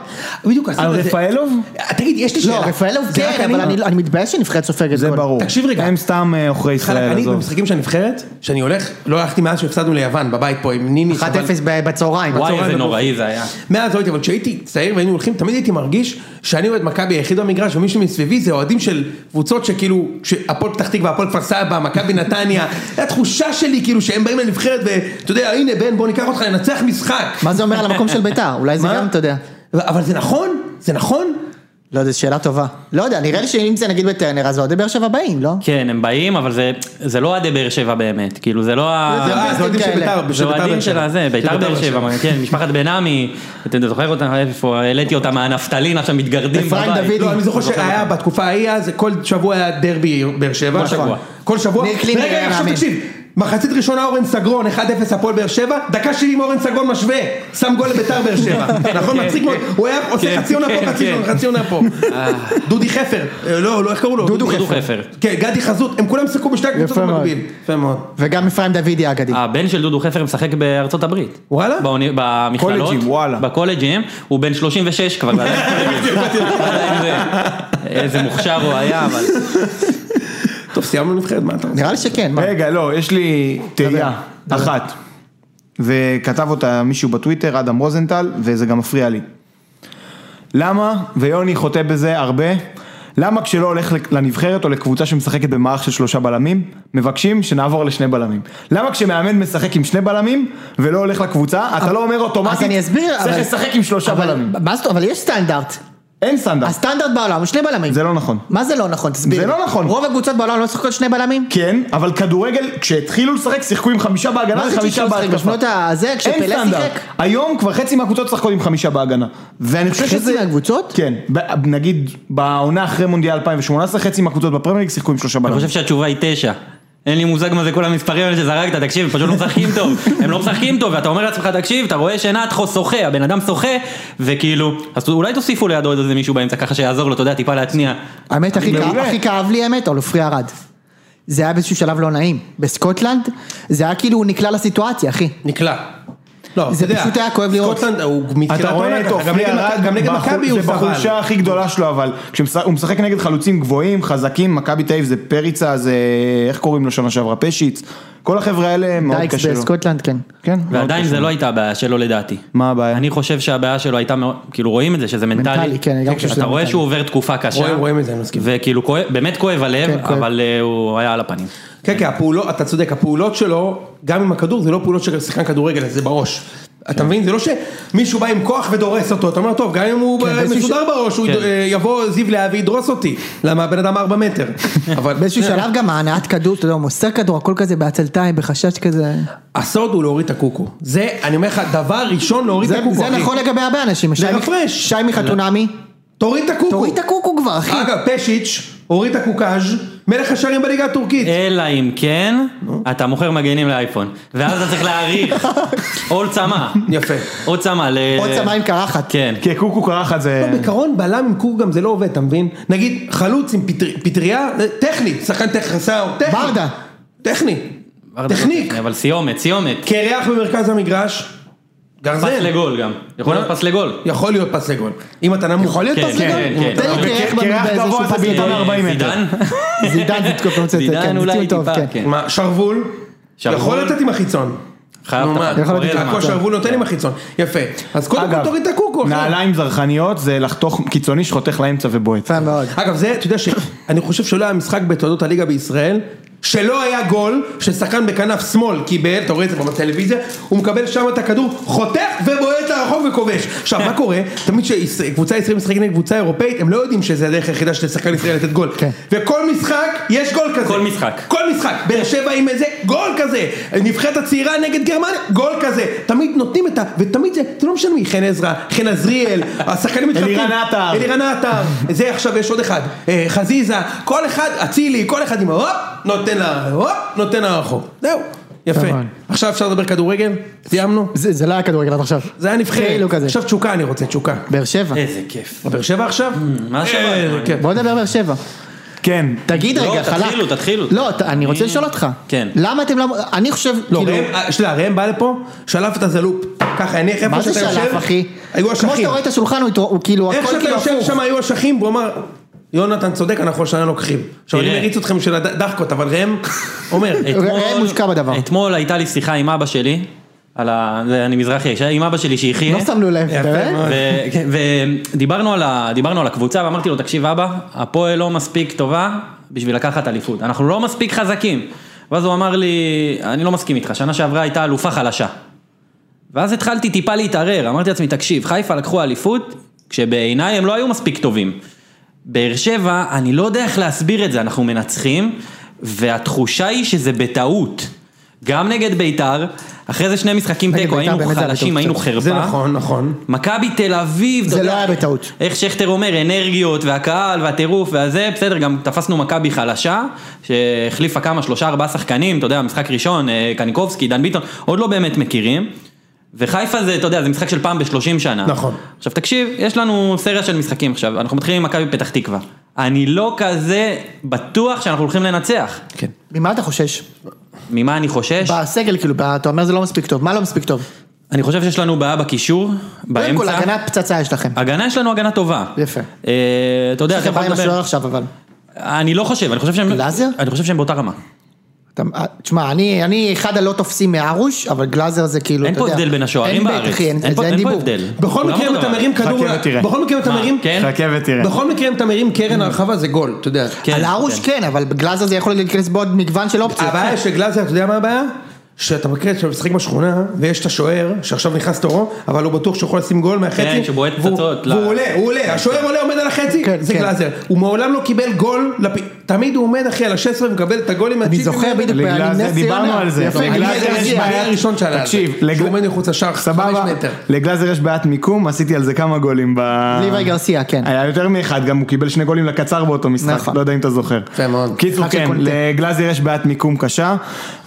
B: בדיוק, עשינו
C: על
B: את זה. אה,
C: רפאלוב?
B: תגיד, יש לי
A: לא,
B: שאלה.
A: רפאלוב
B: זה רק
A: כן, אבל אני לא- אני מתבאס שנבחרת סופגת גול.
C: זה ברור.
B: תקשיב רגע.
C: הם סתם אה, עוכרי
B: חלק,
C: ישראל,
B: אני
C: עזוב.
B: במשחקים של הנבחרת, שאני הולך, לא הלכתי מאז שהפסדנו ליוון בבית פה עם ניניס.
A: 1-0
B: אבל-
A: ב- בצהריים.
D: וואי,
B: בצהריים
D: איזה
B: בבוקר.
D: נוראי זה היה.
B: מאז לא הייתי, אבל כשהייתי צעיר והיינו הולכים, תמיד הייתי מרגיש שאני אוהד מכבי היחיד במגרש ומישהו מסביבי זה אוהדים של קבוצות שכאילו, הפועל פתח תקווה, הפועל כפר סבא, מכבי נתניה, התחושה שלי כאילו שהם באים לנבחרת ואתה יודע, הנה בן בוא ניקח אותך לנצח משחק.
A: מה זה אומר על המקום של ביתר? אולי זה
B: מה?
A: גם, אתה יודע.
B: אבל זה נכון? זה נכון?
A: לא, זו שאלה טובה. לא יודע, נראה לי שאם זה נגיד בטרנר, אז אוהדי באר שבע באים, לא?
D: כן, הם באים, אבל זה- זה לא אוהדי באר שבע באמת, כאילו, זה לא ה...
A: זה-
B: אה, זה אוהדים של
A: כאלה.
B: בית"ר, של
D: זה
B: בית"ר באר
D: אוהדים של
B: שבע.
D: הזה,
B: של
D: ביתר באר
B: באר
D: שבע, כן, משפחת בן עמי, אתה זוכר אותה, איפה העליתי אותה מהנפטלין, עכשיו מתגרדים בבית.
A: אפרים דוד.
B: לא, אני זוכר
D: אתה זוכר
B: שהיה בתקופה ההיא, אז כל שבוע היה דרבי באר שבע.
D: כל שבוע.
B: כל שבוע.
A: ניר קלינר
B: רגע,
A: היה
B: עכשיו
A: מאמן.
B: תקשיב. מחצית ראשונה אורן סגרון, 1-0 הפועל באר שבע, דקה 70 אורן סגרון משווה, שם גול לביתר באר שבע, נכון?
D: כן,
B: מצחיק מאוד,
D: כן.
B: הוא היה עושה
D: כן,
B: חצי עונה פה,
D: כן,
B: חצי
D: כן.
B: עונה- חצי עונה פה. דודי חפר, אה, לא, לא, איך קראו לו?
D: דודו חפר.
B: כן, גדי חזות, הם כולם שיחקו בשתי הקבוצות
A: יפה מאוד.
B: במקביל. יפה מאוד.
A: וגם אפרים דודי האגדי.
D: הבן של דודו חפר משחק בארצות הברית.
B: וואלה?
D: באוני- במכללות.
C: קולג'ים, וואלה.
D: בקולג'ים, הוא בן 36 כבר. ועדיין- ועדיין זה- איזה מוכשר הוא היה, אבל...
B: טוב, סיימנו נבחרת, מה אתה רוצה?
A: נראה לי שכן, מה?
C: רגע, לא, יש לי תהייה אחת. וכתב אותה מישהו בטוויטר, אדם רוזנטל, וזה גם מפריע לי. למה, ויוני חוטא בזה הרבה, למה כשלא הולך לנבחרת או לקבוצה שמשחקת במערך של שלושה בלמים, מבקשים שנעבור לשני בלמים? למה כשמאמן משחק עם שני בלמים ולא הולך לקבוצה, אתה לא אומר אוטומטית,
A: אז אני אסביר,
C: צריך
A: אבל-
C: לשחק עם שלושה
A: אבל-
C: בלמים.
A: מה זאת- אבל יש סטנדרט.
C: אין סטנדרט.
A: הסטנדרט בעולם הוא שני בלמים.
C: זה לא נכון.
A: מה זה לא נכון? תסביר.
C: זה
A: לי.
C: לא נכון.
A: רוב הקבוצות בעולם לא משחקות שני בלמים?
C: כן, אבל כדורגל, כשהתחילו לשחק, שיחקו עם לא, חמישה בהגנה
A: מה זה
C: וחמישה
A: כשהתחילו לשחק?
C: בהתקפה.
A: בשנות ה- זה, כשפלא
C: אין סטנדרט.
A: שיחק?
C: היום כבר חצי מהקבוצות משחקות עם חמישה בהגנה. ואני חושב
A: חצי
C: שזה...
A: מהקבוצות?
C: כן. ב- נגיד, בעונה אחרי מונדיאל 2018, חצי מהקבוצות בפרמייר ליג שיחקו עם שלושה
D: אני
C: בלמים.
D: חושב שהתשובה היא תשע. אין לי מושג מה זה כל המספרים האלה שזרקת, תקשיב, הם פשוט לא משחקים טוב. הם לא משחקים טוב, ואתה אומר לעצמך, תקשיב, אתה רואה שנתחו שוחה, הבן אדם שוחה, וכאילו, אז אולי תוסיפו לידו עוד איזה מישהו באמצע ככה שיעזור לו, אתה יודע, טיפה להתניע.
A: האמת, הכי כאב-
C: מעולה.
A: הכי כאב לי האמת, על עופרי ארד. זה היה באיזשהו שלב לא נעים. בסקוטלנד, זה היה כאילו הוא נקלע לסיטואציה, אחי.
B: נקלע. לא,
A: זה
B: אתה יודע,
A: פשוט היה כואב לראות.
B: סקוטלנד, הוא מתחילת
C: אתה רואה
B: העונה
C: את
B: ככה, גם
C: עופרי
B: נגד מכ-
C: ארד,
B: גם נגד
C: בחו-
B: מכבי הוא
C: זה
B: סבל.
C: בחולשה הכי גדולה שלו, אבל כשהוא משחק נגד חלוצים גבוהים, חזקים, מכבי תל אביב זה פריצה, זה איך קוראים לו שנה שעברה? פשיץ. כל החבר'ה האלה מאוד
A: דייקס
C: קשה לו.
A: בסקוטלנד, כן.
C: כן.
D: ועדיין זה לא הייתה הבעיה שלו לדעתי.
C: מה הבעיה?
D: אני חושב שהבעיה שלו הייתה מאוד, כאילו רואים את זה שזה מנטלי.
A: מנטלי, כן, אני גם חושב שזה
D: אתה רואה
A: מנטלי.
D: שהוא עובר תקופה קשה.
B: רואים- רואים את זה, אני מסכים.
D: וכאילו כואב- באמת כואב הלב,
A: כן, כואב.
D: אבל אה, הוא היה על הפנים.
B: כן, כן, הפעולות, אתה צודק, הפעולות שלו, גם עם הכדור, זה לא פעולות של שחקן כדורגל, זה בראש.
A: כן.
B: אתה מבין? זה לא שמישהו בא עם כוח ודורס אותו, אתה אומר, טוב, גם אם הוא
A: באיזשהו
B: מסודר בראש, הוא
D: כן.
B: יד- אה, יבוא זיו לאה וידרוס אותי. למה הבן אדם ארבע מטר. אבל
A: באיזשהו שלב גם ההנעת כדור, אתה יודע, הוא מוסר כדור, הכל כזה בעצלתיים, בחשש כזה.
B: הסוד הוא להוריד את הקוקו. זה, אני אומר לך, דבר ראשון להוריד את
A: זה
B: הקוקו,
A: זה
B: אחי.
A: נכון לגבי הרבה אנשים. שי מח-
B: הפרש.
A: שי מחתונמי,
B: תוריד את הקוקו.
A: תוריד את הקוקו כבר, אחי.
B: אגב, פשיץ', הוריד את הקוקאז', מלך השערים בליגה הטורקית.
A: אה.
D: אלא אם כן, אתה מוכר מגנים לאייפון. ואז אתה צריך להעריך. או צמא.
B: יפה.
D: או צמא. ל-
A: עוד צמא עם קרחת.
D: אה, כן.
C: כי קוקו קרחת
A: לא,
C: זה...
B: בעיקרון בלם עם קור גם זה לא עובד, אתה מבין? נגיד חלוץ עם פטר- פטריה, זה טכני, שחקן טכני, שר- טכני.
A: ברדה.
B: טכני.
D: ברדה לא
B: טכניק.
D: טכני, אבל סיומת, סיומת.
A: כן.
B: קרח במרכז המגרש.
D: פס
B: גרזן.
D: לגול גם. יכול להיות פס לגול.
B: יכול להיות פס לגול. אם אתה נמוך. יכול להיות
D: כן,
B: פס
D: כן,
B: לגול?
D: כן,
A: תן לי
D: אבל
A: קרח
C: קרח
A: בנו באיזשהו
C: גבוה זה
A: פס
C: בעיטה
A: לגול.
C: מ- 40 מטר.
D: אה, זידן?
A: זידן זה תקופצת,
D: זידן
A: כן, זה
D: אולי
A: ציון טוב, כן.
D: טיפה, כן.
B: מה, שרוול?
D: שרוול.
B: יכול לתת עם החיצון.
D: חייב
B: נו,
D: אתה-
B: מה,
D: אתה
A: יכול
D: קורא
A: לתת
D: לה.
A: לך
B: כמו שרוול נותן עם כן. החיצון. יפה. אז קודם כל
C: אגב,
B: תוריד את הקוקו. אחי.
C: נעליים זרחניות זה לחתוך קיצוני שחותך לאמצע ובועט.
A: יפה מאוד.
B: אגב זה, אתה יודע שאני חושב שלא היה משחק בתולדות הליגה בישראל, שלא היה גול, ששחקן בכנף שמאל קיבל, אתה רואה את זה כבר בטלוויזיה, הוא מקבל שם את הכדור, חותך ובועט לרחוב וכובש. עכשיו מה קורה, תמיד כשקבוצה ישראלית משחקת נגד קבוצה אירופאית, הם לא יודעים שזה הדרך היחידה של שחקן ישראלי לתת גול.
A: כן.
B: וכל משחק, יש גול כזה.
D: כל משחק.
B: כל משחק, באר שבע עם איזה גול כזה, נבחרת הצעירה נגד גרמניה, גול כזה, תמיד נותנים את ה... ותמיד זה, זה לא משנה מי, חן עזרא, חן עזריאל, השחקנים מתחלפים.
C: אלירן עטר.
B: אלירן עטר, זה עכשיו יש עוד אחד, אה, חזיזה, כל אחד, אצילי, כל אחד עם ההופ, נותן לה, הופ, נותן לה רחוב, זהו, יפה.
A: נכון.
B: עכשיו אפשר לדבר כדורגל, סיימנו,
A: זה זה לא היה כדורגל עד עכשיו.
B: זה היה נבחרת,
A: כאילו כזה.
B: עכשיו תשוקה אני רוצה, תשוקה.
A: באר שבע.
D: איזה כיף.
B: באר שבע עכשיו? אה,
D: מה השבוע?
B: איזה כיף.
A: בוא נדבר באר שבע.
C: כן.
A: תגיד
D: לא,
A: רגע, חלק.
D: תתחילו, תתחילו.
A: לא, ת- אני רוצה לשאול אותך.
D: כן.
A: למה אתם לא... אני חושב,
B: לא,
A: כאילו...
B: ראם, אה, שנייה, ראם בא לפה, שלף את הזלופ, ככה הניח איפה
A: מה זה
B: שאתה יושב,
A: שלף, אחי?
B: היו
A: כמו
B: אשכים,
A: שאתה רואה את השולחן, הוא התרו- הוא כאילו...
B: איך
A: הכל
B: שאתה
A: כאילו
B: יושב
A: הפוך.
B: שם היו אשכים, והוא אמר, יונתן צודק, אנחנו השנה לוקחים. עכשיו אני
D: תראה.
B: מריץ אתכם של הדחקות, אבל ראם אומר,
A: ראם מושקע בדבר.
D: אתמול הייתה לי שיחה עם אבא שלי, על ה... זה- אני מזרחי, ש- עם אבא שלי שיחיה.
A: לא שמנו לב,
B: יפה
A: באמת?
B: מאוד.
D: ו- כן, ודיברנו על, ה- דיברנו על הקבוצה ואמרתי לו, תקשיב אבא, הפועל לא מספיק טובה בשביל לקחת אליפות, אנחנו לא מספיק חזקים. ואז הוא אמר לי, אני לא מסכים איתך, שנה שעברה הייתה אלופה חלשה. ואז התחלתי טיפה להתערער, אמרתי לעצמי, תקשיב, חיפה לקחו אליפות, כשבעיניי הם לא היו מספיק טובים. באר שבע, אני לא יודע איך להסביר את זה, אנחנו מנצחים, והתחושה היא שזה בטעות. גם נגד ביתר, אחרי זה שני משחקים
A: נגד
D: תיקו,
A: ביתר
D: היינו
A: באמת זה היה
D: חלשים,
A: בטעות
D: היינו
A: קצת.
D: חרפה.
B: זה נכון, נכון.
D: מכבי תל אביב, אתה
A: זה
D: יודע,
A: לא היה בטעות.
D: איך שכטר אומר, אנרגיות והקהל והטירוף והזה, בסדר, גם תפסנו מכבי חלשה, שהחליפה כמה, שלושה, ארבעה שחקנים, אתה יודע, משחק ראשון, אה, קניקובסקי, דן ביטון, עוד לא באמת מכירים. וחיפה זה, אתה יודע, זה משחק של פעם בשלושים שנה.
B: נכון.
D: עכשיו תקשיב, יש לנו סריה של משחקים עכשיו, אנחנו מתחילים עם מכבי פתח תקווה. אני לא כזה בטוח שאנחנו הולכים לנצח.
B: כן.
A: ממה אתה חושש?
D: ממה אני חושש?
A: בסגל, כאילו, ב- אתה אומר זה לא מספיק טוב. מה לא מספיק טוב?
D: אני חושב שיש לנו בעיה בקישור,
A: קודם כל,
D: באמצע.
A: הגנה פצצה יש לכם.
D: הגנה יש לנו הגנה טובה.
A: יפה.
D: אה, אתה יודע,
A: יש
D: אתה
A: לכם
D: יכול
A: בעיה עם השוער
D: לדבר.
A: עכשיו, אבל.
D: אני לא חושב, אני חושב שהם...
A: גלאזר?
D: אני חושב שהם באותה ררמה.
A: אתה- אה, תשמע, אני אני אחד הלא תופסים מהרוש, אבל גלאזר זה כאילו,
D: אין
A: אתה
D: פה
A: יודע.
D: הבדל בין השוערים
A: אין בית,
D: בארץ.
A: אחי, אין-
D: אין פה-
A: זה אין
D: אין פה
A: דיבור.
D: הבדל.
B: בכל
D: כולם
B: מקרה אם
D: אותו
B: אתה
D: דבר.
B: מרים כדור,
C: חכה ותראה.
B: בכל מקרה אם אתה
D: מה,
B: מרים,
D: כן?
C: חכה ותראה.
B: בכל מקרה אם אתה מרים קרן הרחבה זה גול, אתה יודע.
D: כן,
A: על הרוש
D: כן.
A: כן, אבל בגלאזר זה יכול להיכנס בעוד מגוון של אופציות.
B: הבעיה שגלאזר, אתה יודע מה הבעיה? שאתה מכיר שאתה משחק בשכונה, ויש את השוער, שעכשיו נכנס תורו, אבל הוא בטוח שהוא יכול לשים גול מהחצי.
D: כן, שבועט
B: והוא-
D: פצצות, לא.
B: והוא עולה, הוא עולה, השוער עולה, עומד על החצי,
A: כן,
B: זה
A: כן.
B: גלאזר. הוא מעולם לא קיבל גול, לפ- תמיד הוא עומד אחי על ה-16 ומקבל את הגולים
A: אני
B: מהצ'יפים.
A: זוכר בדיוק,
C: לגלאזר,
A: אני נס
C: דיברנו
A: ציונה.
C: על זה.
A: יפה,
C: לגלאזר
A: גלאזר
C: יש
A: מגיע.
C: בעיה.
B: היה הראשון שעלה. על זה.
C: תקשיב, לגל-
B: שהוא עומד מחוץ לשער, חמש
C: סבבה,
B: מטר.
C: לגלאזר יש בעיית מיקום, עשיתי על זה כמה גולים ב...
A: ליוואי גרסיה, כן.
D: אה,
C: היה יותר מאחד, גם הוא קיבל שני גולים לקצר באותו משחק,
A: נכון.
C: לא יודע אם אתה זוכר.
B: יפה מאוד.
C: קיצור,
A: משחק של
C: כן,
A: קונטה.
C: לגלאזר יש בעיית מיקום קשה.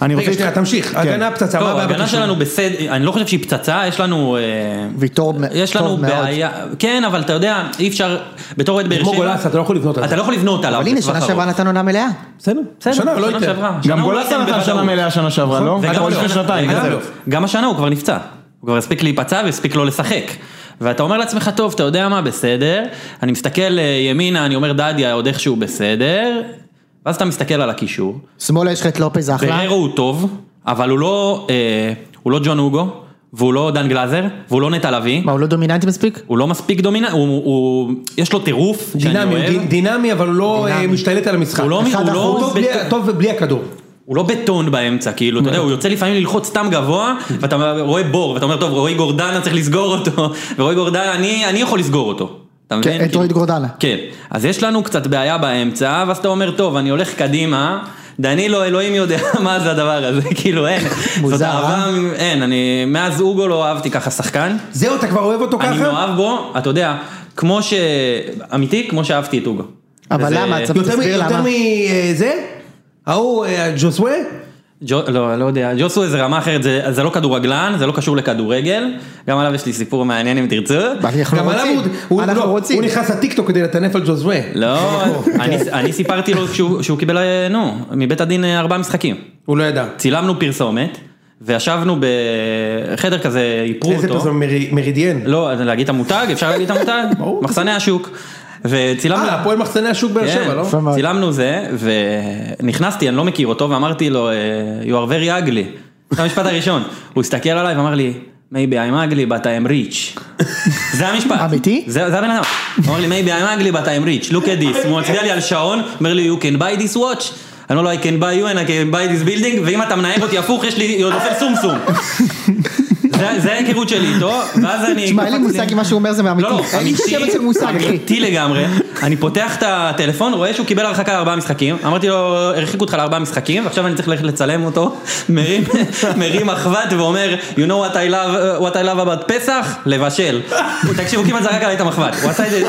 C: אני רוצה...
B: רגע, שנייה, תמשיך.
C: כן.
B: הגנה פצצה,
D: טוב,
B: מה הבעיה
D: ההגנה
B: בקישור?
D: לא, שלנו בסדר, אני לא חושב שהיא פצצה, יש לנו... אה,
A: ויטור מ-
D: יש לנו
A: טוב מאוד.
D: בעיה, כן, אבל אתה יודע, אי אפשר, בתור אוהד באר
B: כמו
D: שבע,
B: גולאסה, אתה לא יכול לבנות על זה.
D: אתה לא יכול לבנות עליו.
A: אבל הנה,
D: בטווח
A: שנה
D: ארוך.
A: שעברה נתן עונה מלאה.
B: בסדר,
D: בסדר,
B: שנה לא
D: שנה
B: ייתן.
D: שעברה. שנה
C: גם
D: הוא לא
C: גולסה
D: ייתן
C: נתן שנה
D: בוודאות.
C: מלאה שנה שעברה, לא?
D: וגם
C: או
D: לא.
C: לפני שנתיים,
D: וגם
C: בסדר.
D: לא. גם השנה הוא כבר נפצע, הוא כבר הספיק להיפצע והספיק לא לשחק. ואתה אומר לעצמך, טוב, אתה יודע מה, בסדר, אני מסתכל אה, ימינה, אני אומר דדיה עוד איכשהו בסדר, ואז אתה מסתכל על הקישור,
A: שמאלה יש לך את לופז אחלה.
D: בררו הוא טוב, אבל הוא לא, אה, הוא לא ג'ון הוגו, והוא לא דן גלאזר, והוא לא נטע לביא,
A: מה, הוא לא דומיננטי מספיק?
D: הוא לא מספיק דומיננט, הוא, הוא, יש לו טירוף, שאני
B: דינמי,
D: אוהב.
B: הוא דינ- דינמי, אבל הוא לא אה, משתלט על המשחק.
D: הוא לא-
A: אחד
D: הוא לא-
A: אחוז.
B: טוב בלי-
D: בטוח.
B: טוב בלי הכדור.
D: הוא לא בטון באמצע, כאילו, אתה יודע, הוא יוצא לפעמים ללחוץ סתם גבוה, ואתה רואה בור, ואתה אומר, טוב, רועי גורדנה צריך לסגור אותו, ורועי גורדנה, אני, אני יכול לסגור אותו. אתה מבין?
A: כן, את
D: כאילו.
A: רועי גורדנה.
D: כן. אז יש לנו קצת בעיה באמצע, ואז אתה אומר, טוב, אני הולך קדימה. דנילו, אלוהים יודע מה זה הדבר הזה, כאילו אין, זאת
A: מוזר, אה?
D: אהבה, אין, אני, מאז אוגו לא אהבתי ככה שחקן,
B: זהו, אתה כבר אוהב אותו
A: לא
D: אני לא
B: ככה?
D: מאוהב בו, אתה יודע, כמו ש... אמיתי, כמו שאהבתי את אוגו.
A: אבל
D: וזה-
A: למה? אתה-
B: יותר מ-
A: תסביר
B: יותר
A: למה.
B: מזה? ההוא, אה, ג'וסווה?
D: ג'ו, לא, לא יודע, ג'וסווה זה רמה אחרת, זה, זה לא כדורגלן, זה לא קשור לכדורגל, גם עליו יש לי סיפור מעניין אם תרצו.
A: אנחנו
B: גם עליו
A: רוצים.
B: הוא- הוא-
A: אנחנו
B: לא,
A: רוצים.
B: הוא נכנס לטיקטוק כדי לטנף על ג'וסווה.
D: לא,
A: כן.
D: אני, אני סיפרתי לו שהוא, שהוא קיבל, אה, נו, מבית הדין אה, ארבעה משחקים.
B: הוא לא ידע.
D: צילמנו פרסומת, וישבנו בחדר כזה, איפרו אותו.
B: איזה פרסום מרי- מרידיאן?
D: לא, אז להגיד את המותג, אפשר להגיד את המותג?
B: ברור.
D: מחסני השוק. וצילמנו...
B: אה, הפועל מחסני השוק באר
D: כן.
B: שבע, לא?
A: כן, יפה מאוד.
D: צילמנו זה, ונכנסתי, אני לא מכיר אותו, ואמרתי לו, אה, you are very ugly. זה המשפט הראשון. הוא הסתכל עליי ואמר לי, maybe I'm ugly but I'm rich. זה המשפט.
A: אמיתי?
D: זה זה הבן אדם. הוא אמר לי, maybe I'm ugly but I'm rich, look at this. הוא מצביע לי על שעון, אומר לי, you can buy this watch. אני אומר לו, I can buy you and I can buy this building, ואם אתה מנהג אותי הפוך, יש לי, עוד עושה סומסום. זה- זה ההיכרות שלי איתו, ואז אני...
A: תשמע, אין לי
D: קפצתי-
A: מושג אם מה שהוא אומר זה מאמיתי.
D: לא, לא,
A: אין לי שמץ של מושג, אחי.
D: אמיתי לגמרי. אני פותח את הטלפון, רואה שהוא קיבל הרחקה לארבעה משחקים. אמרתי לו, הרחיקו אותך לארבעה משחקים, ועכשיו אני צריך ללכת לצלם אותו. מרים- מרים אחוות ואומר, you know what I love, what I love about פסח? לבשל. הוא- תקשיב, הוא כמעט זרק עליי את המחבת. הוא עשה את זה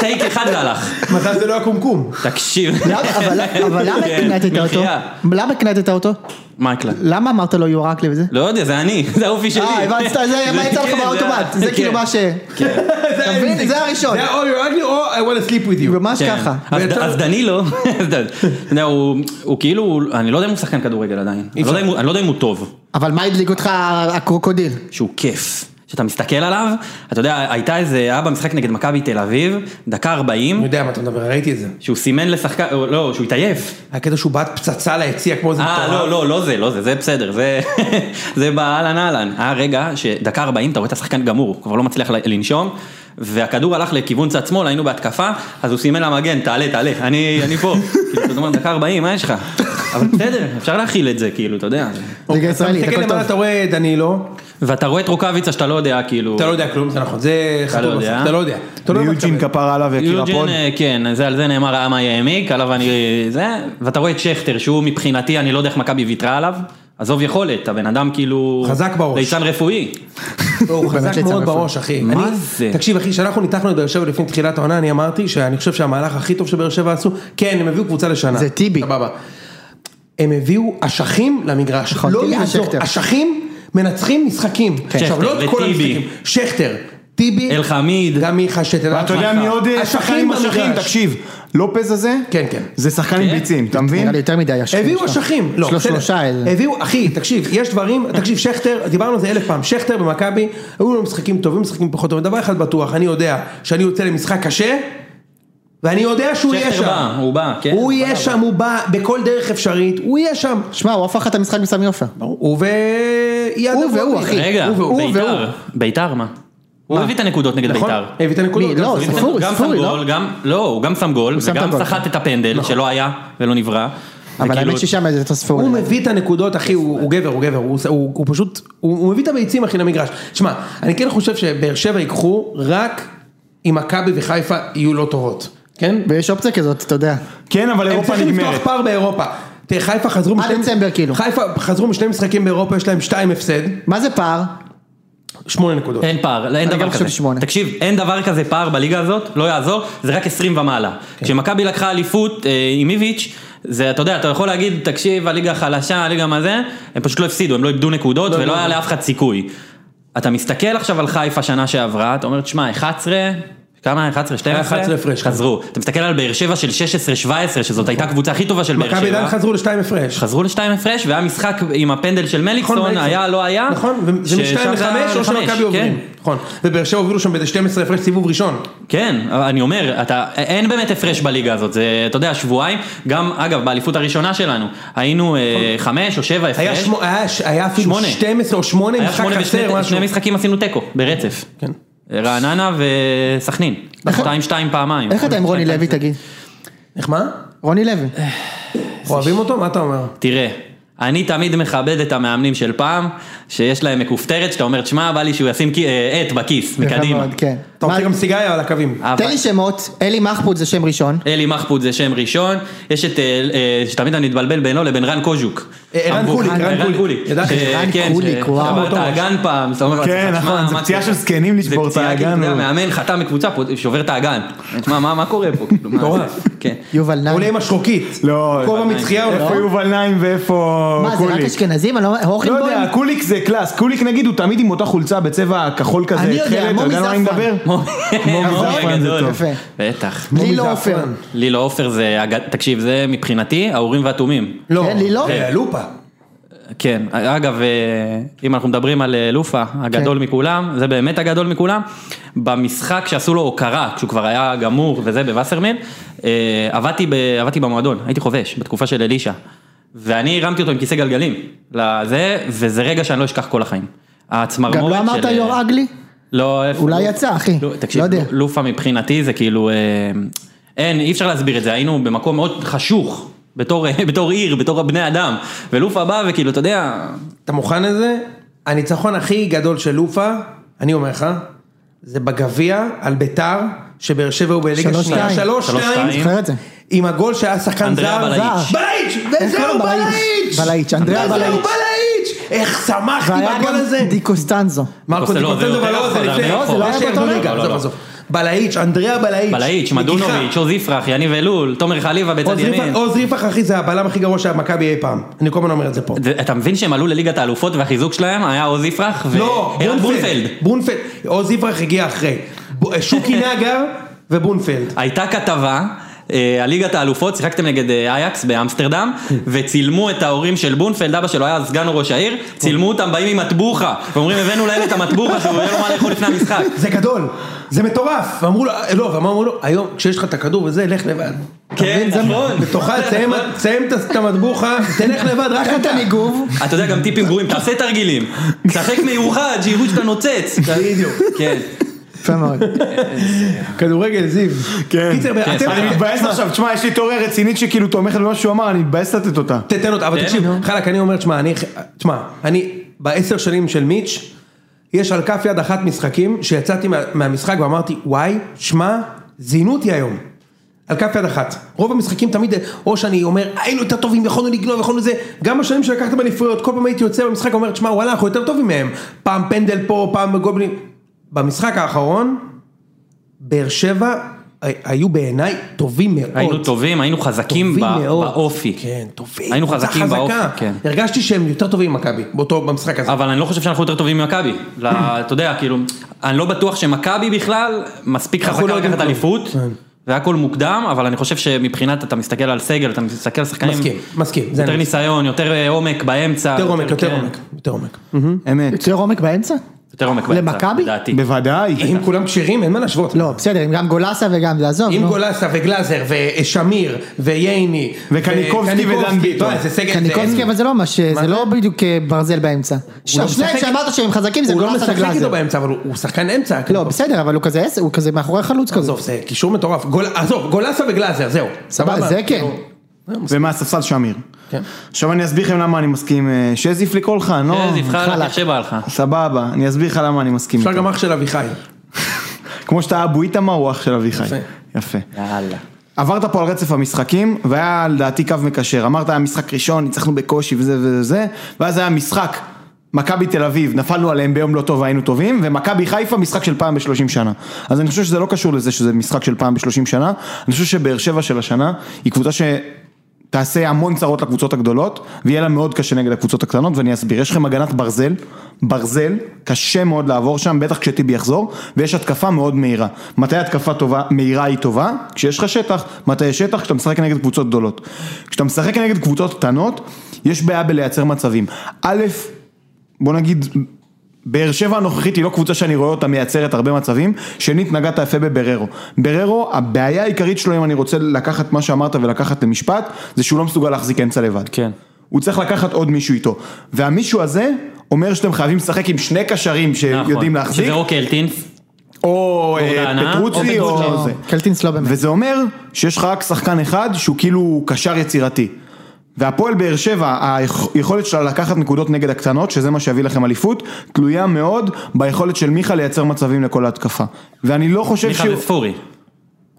D: טייק אחד והלך.
B: מזל זה לא הקומקום.
D: תקשיב.
A: למה- אבל- אבל למה
D: כן,
A: הקנטת אותו?
D: במחייה.
A: למה הקנטת אותו?
D: מה הקלט?
A: למה אמרת לו יורק לי וזה?
D: לא יודע, זה אני, זה האופי שלי.
A: אה, הבנת, זה מה יצא לך
D: כן,
A: באוטומט, זה
D: כן.
A: כאילו מה ש...
D: כן.
A: אתה מבין? זה הראשון.
B: זה היה או you're ugly או I want to sleep with you.
A: כאילו, ממש
D: כן.
A: ככה.
D: אז-
B: ואתה-
D: אז דנילו, אתה יודע, הוא הוא כאילו, הוא- אני לא יודע אם הוא שחקן כדורגל עדיין. אני לא יודע אם הוא- אני לא יודע אם הוא טוב,
A: אבל מה הדליק אותך הקרוקודיל?
D: שהוא כיף. כשאתה מסתכל עליו, אתה יודע, הייתה איזה, היה במשחק נגד מכבי תל אביב, דקה
B: אני
D: 40,
B: יודע מה אתה מדבר, ראיתי את זה.
D: שהוא סימן לשחקן, או לא, שהוא התעייף.
B: הקטע שהוא בעט פצצה ליציע כמו איזה
D: אה,
B: מטורף.
D: לא, לא, לא זה, לא זה, זה בסדר, זה זה באהלן אהלן. היה רגע שדקה 40, אתה רואה את השחקן גמור, הוא כבר לא מצליח ל- לנשום, והכדור הלך לכיוון צד שמאל, היינו בהתקפה, אז הוא סימן למגן, תעלה, תעלה, אני אני פה. כאילו, אתה אומר, דקה 40, מה יש לך? אבל בסדר, אפשר להכיל את זה, כאילו, אתה יודע.
A: ליגה
B: אוקיי, אתה
A: ישראלית,
B: מסתכל
A: הכל
B: למעלה, אתה
A: טוב.
B: רואה דנילו,
D: ואתה רואה את רוקאביצה שאתה לא יודע, כאילו...
B: אתה לא יודע כלום, זה נכון, זה
D: לא
B: חתום,
D: יודע.
B: אתה לא יודע. אתה לא יודע מה
C: ויוג'ין
B: אתה
C: כפר עליו יקיר
D: יוג'ין,
C: הפוד.
D: אה, כן, זה, על זה נאמר העם העמיק, עליו אני... זה, ואתה רואה את שכטר, שהוא מבחינתי, אני לא יודע איך מכבי ויתרה עליו, עזוב יכולת, הבן אדם כאילו...
B: חזק בראש.
D: ליצן רפואי.
B: מדבר. הוא
A: באמת
B: חזק
A: יצא
B: מאוד
A: יפה.
B: בראש, אחי.
D: מה
B: אני-
D: זה?
B: תקשיב, אחי, כשאנחנו ניתחנו את באר שבע לפני תחילת העונה, אני אמרתי שאני חושב שהמהלך הכי טוב שבאר שבע עשו, כן, הם הביאו קבוצה לשנה.
A: זה טיבי.
B: סבבה. הם הביאו אשכים למגרש,
A: נכון,
B: לא
A: טיבי
B: יעזור,
A: ושכטר.
B: אשכים מנצחים משחקים. עכשיו,
D: שכטר
B: לא את כל
D: וטיבי.
B: המשחקים. שכטר, טיבי,
D: אלחמיד.
B: גם מיכה שתדע.
C: ואתה יודע
B: לך.
C: מי עוד אה, שחקן עם אשכים?
B: במגרש.
C: תקשיב, לופז הזה?
B: כן, כן.
C: זה שחקן עם
D: כן.
C: ביצים, אתה
A: נראה
C: מבין?
A: לי יותר מדי יש.
B: הביאו אשכים, לא,
A: יש לו
B: בסדר.
A: שלושה אלה.
B: הביאו, אחי, תקשיב, יש דברים, תקשיב, שכטר, דיברנו על זה אלף פעם, שכטר במכבי, היו לו משחקים טובים, משחקים פחות טובים, דבר אחד בטוח, אני יודע שאני יוצא למשחק קשה, ואני יודע שהוא יהיה
D: שכטר
B: שם.
D: בא, הוא בא, כן.
B: הוא יהיה שם, הוא בא בכל דרך אפשרית, הוא יהיה שם.
A: שמע, הוא הפך את המשחק בסמי עופר.
B: הוא ו... אייד
A: הוא והוא,
B: אבו-עביד.
A: אחי.
D: רגע,
B: הוא והוא.
D: ביתר, ביתר מה? הוא הביא את הנקודות נגד
B: נכון?
D: ביתר.
B: הביא את הנקודות.
A: מי? לא,
B: גם
A: ספורי,
D: גם
A: ספורי,
D: שם
A: לא?
D: גול, גם, לא, הוא גם שם גול,
A: שם את
D: וגם
A: הגול. נכון.
D: סחט את הפנדל שלא היה ולא נברא,
A: אבל האמת ששם זה
B: כאילו- הוא
A: תוספורי.
B: מביא את הנקודות, אחי, הוא הוא גבר, הוא גבר, הוא עושה- הוא הוא פשוט, הוא הוא מביא את הביצים, אחי, למגרש. שמע, אני כן חושב שבאר שבע ייקחו רק אם מכבי וחיפה יהיו לא טובות, כן?
A: ויש אופציה כזאת, אתה יודע.
C: כן, אבל
B: הם
C: אירופה
B: צריכים לפתוח
C: נגמרת.
B: פער באירופה. תראה, חיפה חזרו
A: עד דצמבר, כאילו.
B: חיפה חזרו משני משחקים באירופה, יש להם שתיים הפסד,
A: מה זה פער?
B: שמונה נקודות.
D: אין פער, לא, אין
A: אני
D: דבר
A: גם חושב
D: כזה.
A: שמונה.
D: תקשיב, אין דבר כזה פער בליגה הזאת, לא יעזור, זה רק 20 ומעלה.
B: כן.
D: כשמכבי לקחה אליפות אה, עם איביץ', זה, אתה יודע, אתה יכול להגיד, תקשיב, הליגה חלשה, הליגה מה זה, הם פשוט לא הפסידו, הם לא איבדו נקודות ולא
B: לא.
D: היה לאף אחד סיכוי. אתה מסתכל עכשיו על חיפה שנה שעברה, אתה אומר, תשמע, 11... כמה? 11, 12?
B: 11 הפרש, כן. נכון.
D: חזרו. אתה מסתכל על באר שבע של 16-17, שזאת הייתה הקבוצה הכי טובה של באר
B: מכבי
D: שבע.
B: עדיין חזרו לשתיים הפרש.
D: חזרו לשתיים הפרש, והיה משחק עם הפנדל של מליקסון,
B: מליקסון.
D: היה, לא היה.
B: נכון, וזה
D: ששם
B: משתיים
D: זה היה
B: לחמש או
D: לחמש,
B: שמכבי
D: כן.
B: עוברים. נכון, ובאר שבע הובילו שם באיזה 12 הפרש סיבוב ראשון.
D: כן, אבל אני אומר, אתה, אין באמת הפרש בליגה הזאת, זה, אתה יודע, שבועיים, גם, אגב, באליפות הראשונה שלנו, היינו אה,
A: נכון.
D: חמש או שבע
B: היה
D: הפרש,
B: שמו- היה ש- היה אפילו
D: כן? שמונה.
B: 12 או 8
D: היה
B: משחק
D: שמונה
B: חסר,
D: ושני
B: משהו.
D: שני משחקים עשינו תיקו, ברצף.
B: כן.
D: רעננה וסכנין,
A: איך-
D: שתיים שתיים פעמיים.
A: נכון. איך אתה עם רוני לוי, תגיד?
B: איך מה?
A: רוני לוי.
B: אוהבים אותו? מה אתה אומר?
D: תראה, אני תמיד מכבד את המאמנים של פעם, שיש להם מכופתרת, שאתה אומר, תשמע, בא לי שהוא ישים כי- אה, עט בכיס,
A: יפה
D: מקדימה.
A: מאוד, כן.
B: אתה
A: מה-
B: רוצה גם סיגריה על הקווים.
D: אבל-
A: תן לי שמות, אלי מחפוד זה שם ראשון.
D: אלי מחפוד זה שם ראשון, יש את, אה, אה, שתמיד אני מתבלבל בינו לבין רן קוז'וק.
B: אה, ערן
D: אמרו-
B: קוליק, ערן קוליק. ידעתי.
D: אה,
A: ערן
D: כן,
A: קוליק, וואו.
D: ששבר את
A: אותו ראש.
D: האגן פעם, זאת אומרת,
C: כן,
D: תשמע,
C: נכון, זה
D: מה
C: פציעה
D: זה?
C: של זקנים לשבור
D: זה
C: את
D: פציעה, כאילו,
C: האגן.
D: אתה יודע,
C: הוא-
D: מאמן חתם מקבוצה, פה, שובר את האגן. תשמע, מה מה קורה פה? כאילו, מה זה?
B: מטורף.
D: כן.
A: יובל
B: הוא עולה
A: נעים.
B: עם השרוקית.
C: לא,
B: כובע מצחייה. הוא
C: איפה
B: לא?
C: יובל נעים ואיפה
A: מה, זה רק
C: קוליק?
A: אשכנזים? אני לא
C: לא
A: הוכנבוים?
C: יודע, קוליק זה קלאס, קוליק נגיד הוא תמיד עם אותה חולצה בצבע כחול כזה,
A: אני יודע,
C: תכלת, אתה
A: מומי
C: יודע על מה אני
A: זעפרן.
C: מדבר?
D: מומי
C: זעפרן זה
D: גדול.
C: טוב.
A: יפה.
D: בטח.
A: לילו
B: מומי
A: לא עופר.
B: זעפרן.
D: לילה עופר זה, אג- תקשיב, זה מבחינתי האורים והתומים.
B: לא.
A: כן, לי לא?
B: זה לופה.
D: כן, אגב, אה, אם אנחנו מדברים על אה, לופה, הגדול כן. מכולם, זה באמת הגדול מכולם, במשחק שעשו לו הוקרה, כשהוא כבר היה גמור וזה בווסרמיל, אה, עבדתי, ב, עבדתי במועדון, הייתי חובש, בתקופה של אלישע, ואני הרמתי אותו עם כיסא גלגלים, לזה, וזה רגע שאני לא אשכח כל החיים. הצמרמורת
A: גם לא
D: של...
A: אמרת
D: אה,
A: יור אגלי?
D: לא, איפה?
A: אולי
D: לופ-
A: יצא, אחי.
D: לא, תקשיב,
A: לא יודע.
D: ל- לופה מבחינתי זה כאילו, אה, אין, אי אפשר להסביר את זה, היינו במקום מאוד חשוך. בתור, אה, בתור עיר, בתור הבני אדם, ולופה בא וכאילו, אתה יודע,
B: אתה מוכן לזה? הניצחון הכי גדול של לופה, אני אומר לך, זה בגביע על ביתר, שבאר שבע הוא בליגה
A: שלוש
B: שנייה.
A: שתיים.
B: שלוש
D: שלוש
B: שתיים.
D: שתיים.
A: זוכר את זה.
B: עם הגול שהיה שחקן
D: אנדריה
B: זר.
D: בלאיץ'.
B: בלאיץ'!
A: איך קוראים
B: וזהו
A: לו? בלאיץ'.
B: בלאיץ'!
A: בלאיץ', אנדריה
B: וזהו
A: בלאיץ'.
B: בלאיץ'! איך שמחתי
A: והיה
B: בגול
A: גם
B: הזה!
A: דיקוסטנזו.
B: מרקו
D: קוסטלו,
B: דיקוסטלו,
D: זה
B: אבל לא,
D: יותר
B: זה לפני,
D: אחורה, זה
A: לא, זה לא היה
B: לפני
A: באותו
B: שירדו
A: רגע.
B: ליגה,
D: לא, לא,
B: עזוב,
D: לא.
B: עזוב. בלאיץ', אנדריה בלאיץ'.
D: בלאיץ', מדונוביץ', עוז יפרח, יניב אלול, תומר חליבה בצד
B: עוז
D: ימין.
B: ריפח- עוז ריפח אחי זה הבלם הכי גרוע שהיה במכבי אי פעם, אני כל הזמן אומר את זה פה.
D: זה- אתה מבין שהם עלו לליגת האלופות והחיזוק שלהם היה עוז יפרח ו-
B: לא,
D: ערן
B: ברונפלד, ברונפלד, עוז יפרח הגיע אחרי, ב- שוקי נגר וברונפלד.
D: הייתה כתבה. אה, הליגת האלופות, שיחקתם נגד אה, אייקס באמסטרדם, וצילמו את ההורים של בונפלד, אבא שלו היה אז סגן ראש העיר, צילמו אותם באים עם מטבוחה, ואומרים הבאנו להם את המטבוחה, שהוא היה לו מה לאכול לפני המשחק.
B: זה גדול, זה מטורף, ואמרו לו, לא, ומה אמרו לו, היום כשיש לך את הכדור וזה, לך לבד.
D: כן, נכון.
B: בתוכה, תסיים- תסיים את- את המטבוחה, תלך לבד, רק
A: קטע
B: אתה.
D: כן.
A: ניגוב.
D: אתה יודע, גם טיפים גרועים, תעשה תרגילים, תשחק מיוחד, שיראו שאתה נוצץ.
B: בדיוק.
D: כן.
A: יפה מאוד.
B: כדורגל זיו.
C: כן.
B: קיצר,
D: כן,
B: אתם-
D: סליחה.
C: אני מתבאס עכשיו, תשמע, יש לי תיאוריה רצינית שכאילו תומכת במה שהוא אמר, אני מתבאס לתת אותה.
B: תתן אותה, אבל
D: תן,
B: תקשיב,
D: כן, נו.
B: חלק, אני אומר, תשמע, אני, תשמע, אני, בעשר שנים של מיץ', יש על כף יד אחת משחקים, שיצאתי מה- מהמשחק ואמרתי, וואי, שמע, זיינו אותי היום. על כף יד אחת. רוב המשחקים תמיד, או שאני אומר, היינו יותר טובים, יכולנו לגנוב, יכולנו זה, גם בשנים שלקחתם אליפויות, כל פעם הייתי יוצא במשחק ואומר, תשמע, וואלה, אנחנו יותר טובים מהם. פעם פנדל פה, פעם גובלין. במשחק האחרון, באר שבע ה- היו בעיניי טובים מאוד.
D: היינו טובים, היינו חזקים
B: טובים
D: ב-
B: מאוד.
D: באופי.
B: כן, טובים.
D: היינו
B: קבוצה
D: חזקים
B: חזקה.
D: באופי, כן.
B: הרגשתי שהם יותר טובים ממכבי, באותו, במשחק הזה.
D: אבל אני לא חושב שאנחנו יותר טובים ממכבי. ל- אתה יודע, כאילו, אני לא בטוח שמכבי בכלל מספיק
B: אנחנו לא
D: חזקה
B: יודעים
D: לקחת
B: כלום.
D: אליפות. זה הכל מוקדם, אבל אני חושב שמבחינת, אתה מסתכל על סגל, אתה מסתכל על שחקנים.
B: מסכים, מסכים, זה
D: יותר
B: אני-
D: ניסיון, יותר אה, עומק באמצע.
B: יותר עומק, יותר
D: כן,
B: עומק, יותר עומק.
C: אמת.
A: אה? יוצא עומק באמצע?
D: יותר עומק באמצע.
A: למכבי?
D: לדעתי.
C: בוודאי.
B: אם כולם כשירים, אין מה להשוות.
A: לא, בסדר, גם גולסה וגם זה, עזוב.
B: אם
A: נו.
B: גולסה וגלאזר ושמיר וייני
C: וקניקובסקי ודן ביטון.
B: לא, זה סגל-
A: קניקובסקי
B: זה-
A: כן, אבל זה לא ממש, זה לא בדיוק אה, ברזל באמצע.
B: הוא לא
A: השניים
B: משחק-
A: שאמרת שהם חזקים זה
B: הוא לא
A: גולסה
B: משחק איתו
A: וגלאזר.
B: באמצע, אבל הוא- הוא שחקן אמצע.
A: לא,
B: קניקובסקי.
A: בסדר, אבל הוא כזה עשר, הוא כזה מאחורי חלוץ כזה.
B: עזוב, זה קישור מטורף. גול- עזוב, גולסה וגלאזר, זהו.
A: סבבה, זה כן.
C: ומהספסל שמיר.
B: כן.
C: עכשיו אני אסביר לכם למה אני מסכים, אה, שזיף לקרוא לך, נו.
D: אה, זיפך לך
C: חלק.
D: איך שבא לך.
C: סבבה, אני אסביר לך למה אני מסכים
B: אפשר
C: איתו.
B: גם אח של אביחי.
C: כמו שאתה אבו איתמר, הוא אח של אביחי.
B: יפה.
C: יפה.
D: יאללה.
C: עברת פה על רצף המשחקים, והיה לדעתי קו מקשר. אמרת, היה משחק ראשון, ניצחנו בקושי וזה וזה וזה, ואז היה משחק, מכבי תל אביב, נפלנו עליהם ביום לא טוב והיינו טובים, ומכבי חיפה, משחק של פעם בשלושים שנה. אז אני חושב שזה לא קשור לזה שזה משחק של פעם בשלושים שנה, אני חושב שבאר שבע של השנה, היא קבוצה ש... תעשה המון צרות לקבוצות הגדולות, ויהיה לה מאוד קשה נגד הקבוצות הקטנות, ואני אסביר. יש לכם הגנת ברזל, ברזל, קשה מאוד לעבור שם, בטח כשטיבי יחזור, ויש התקפה מאוד מהירה. מתי התקפה טובה, מהירה היא טובה? כשיש לך שטח. מתי יש שטח? כשאתה משחק נגד קבוצות גדולות. כשאתה משחק נגד קבוצות קטנות, יש בעיה בלייצר מצבים. א', בוא נגיד, באר שבע הנוכחית היא לא קבוצה שאני רואה אותה מייצרת הרבה מצבים, שנית נגעת יפה בבררו. בררו, הבעיה העיקרית שלו אם אני רוצה לקחת מה שאמרת ולקחת למשפט, זה שהוא לא מסוגל להחזיק אמצע לבד.
D: כן.
C: הוא צריך לקחת עוד מישהו איתו, והמישהו הזה אומר שאתם חייבים לשחק עם שני קשרים שיודעים
D: נכון.
C: להחזיק,
D: שזה או קלטינס,
C: או אה,
D: אורדנה,
C: פטרוצי
D: או
C: או,
A: לא,
C: זה.
A: קלטינס לא באמת.
C: וזה אומר שיש לך רק שחקן אחד שהוא כאילו קשר יצירתי. והפועל באר שבע, היכולת שלה לקחת נקודות נגד הקטנות, שזה מה שיביא לכם אליפות, תלויה מאוד ביכולת של מיכה לייצר מצבים לכל ההתקפה. ואני לא חושב
D: מיכה וספורי.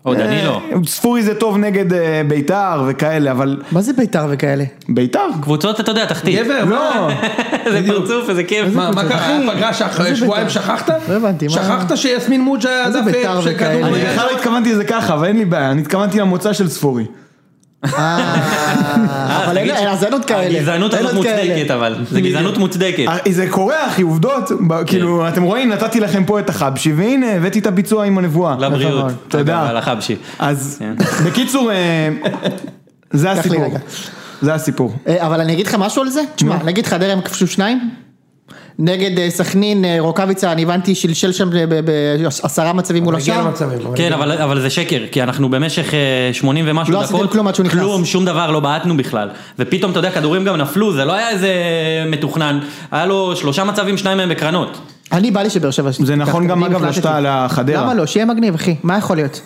D: או דנילו.
C: אה, ספורי זה טוב נגד אה, ביתר וכאלה, אבל
A: מה זה בית"ר וכאלה?
C: ביתר?
D: קבוצות, אתה יודע, תחתית.
B: גבר,
C: לא.
B: מה?
D: איזה פרצוף, איזה כיף.
B: מה, מה קרה? הפגרה שאחרי
A: איזה
B: שבועיים
A: בית"ר?
B: שכחת?
A: לא הבנתי, מה-
B: שכחת שיסמין מוג' היה
A: איזה
B: דף
A: בית"ר
B: של
A: וכאלה?
B: כדור
A: אני
C: אני
B: ביד?
C: בכלל לא התכוונתי לזה ככה, אבל אין לי בעיה, אני התכוונתי למוצא של ספורי.
A: אה, אבל אין-
D: תגיד ש-
A: אין- אז אין עוד כאלה.
D: הגזענות
A: אין
D: הזאת
A: עוד כאלה.
D: מוצדקת אבל, זה גזענות מוצדקת.
C: אה, זה קורה אחי, עובדות, ב- כאילו, אתם רואים, נתתי לכם פה את החבשי, והנה, הבאתי את הביצוע עם הנבואה.
D: לבריאות.
A: נכון,
C: תודה.
D: על החבשי.
C: אז
D: כן.
C: בקיצור, אה, זה
A: לי
C: הסיפור.
A: רגע.
C: זה הסיפור.
A: אה, אבל אני אגיד לך משהו על זה? תשמע, נגיד חדרה הם כבשו שניים? נגד אה, סכנין, אה, רוקאביצה, אני הבנתי שלשל שם אה, בעשרה מצבים מול
B: הגיע
A: השאר.
B: למצבים, אבל
D: כן, אבל, אבל זה שקר, כי אנחנו במשך אה, 80 ומשהו
A: לא
D: דקות,
A: עשיתם כלום עד שהוא נכנס.
D: כלום, שום דבר, לא בעטנו בכלל. ופתאום, אתה יודע, כדורים גם נפלו, זה לא היה איזה מתוכנן, היה לו שלושה מצבים, שניים מהם בקרנות.
A: אני בא לי שבאר שבע...
C: זה נכון
A: תיקח,
C: גם
A: אני
C: אגב
A: החלטתי.
C: לשתה על החדרה.
A: למה לא? שיהיה מגניב אחי, מה יכול להיות?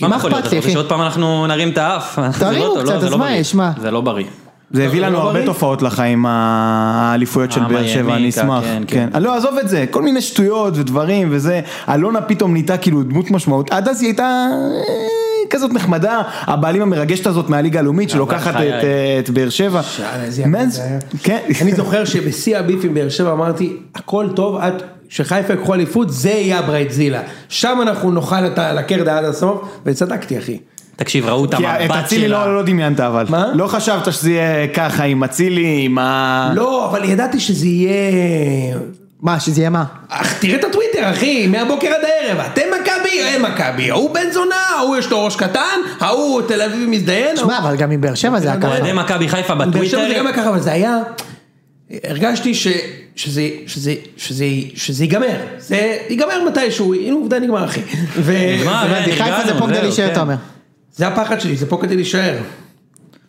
D: מה לא יכול להיות?
A: אכפת לי,
D: אתה רוצה
A: אחי?
D: שעוד פעם אנחנו נרים את האף? זה לא-
A: קצת,
D: לא, זה
A: אז
D: לא
A: מה
D: בריא.
A: יש, מה?
D: זה לא בריא.
C: זה הביא לנו
B: לא
C: הרבה
B: בריא.
C: תופעות לחיים, האליפויות של
D: אה,
C: באר שבע,
D: מיאמי,
C: אני אשמח.
D: כן, כן.
C: כן. אה, לא, עזוב את זה, כל מיני שטויות ודברים וזה. אלונה פתאום נהייתה כאילו דמות משמעות. עד אז היא הייתה אה, כזאת נחמדה, הבעלים המרגשת הזאת מהליגה הלאומית שלוקחת
D: חיי.
C: את, אה, את באר שבע.
B: שאלה, איזה יפה
C: מאז-
B: זה היה.
C: כן.
B: אני זוכר שבשיא הביף עם באר שבע אמרתי, הכל טוב עד שחיפה יקחו אליפות, זה יהיה הברייטזילה. שם אנחנו נאכל את הלקרד עד הסוף, וצדקתי אחי.
D: תקשיב, ראו את
C: כי את
D: המבט
C: אצילי
D: שלה.
C: לא לא דמיינת אבל.
B: מה?
C: לא חשבת שזה יהיה ככה עם אצילי, עם ה...
B: לא, אבל ידעתי שזה יהיה...
A: מה, שזה יהיה מה?
B: אך תראה את הטוויטר אחי, מהבוקר עד הערב, אתם מכבי, הם מכבי, ההוא בן זונה, ההוא יש לו ראש קטן, ההוא תל אביב מזדיין,
A: שמע, אבל גם עם באר שבע זה היה ככה.
D: אוהדי מכבי חיפה
B: באר שבע זה
D: בטוויטר,
B: גם היה ככה, אבל זה היה... הרגשתי ש... שזה, שזה, שזה, שזה ייגמר, זה ייגמר מתישהו, הנה עובדה נגמר אחי. ו...
D: נגמר. אה,
A: הבנתי,
D: כן,
A: חיפה זה
D: נרגענו,
A: פה כדי
D: זהו,
A: להישאר,
D: כן.
A: אתה אומר.
B: זה הפחד שלי, זה פה כדי להישאר.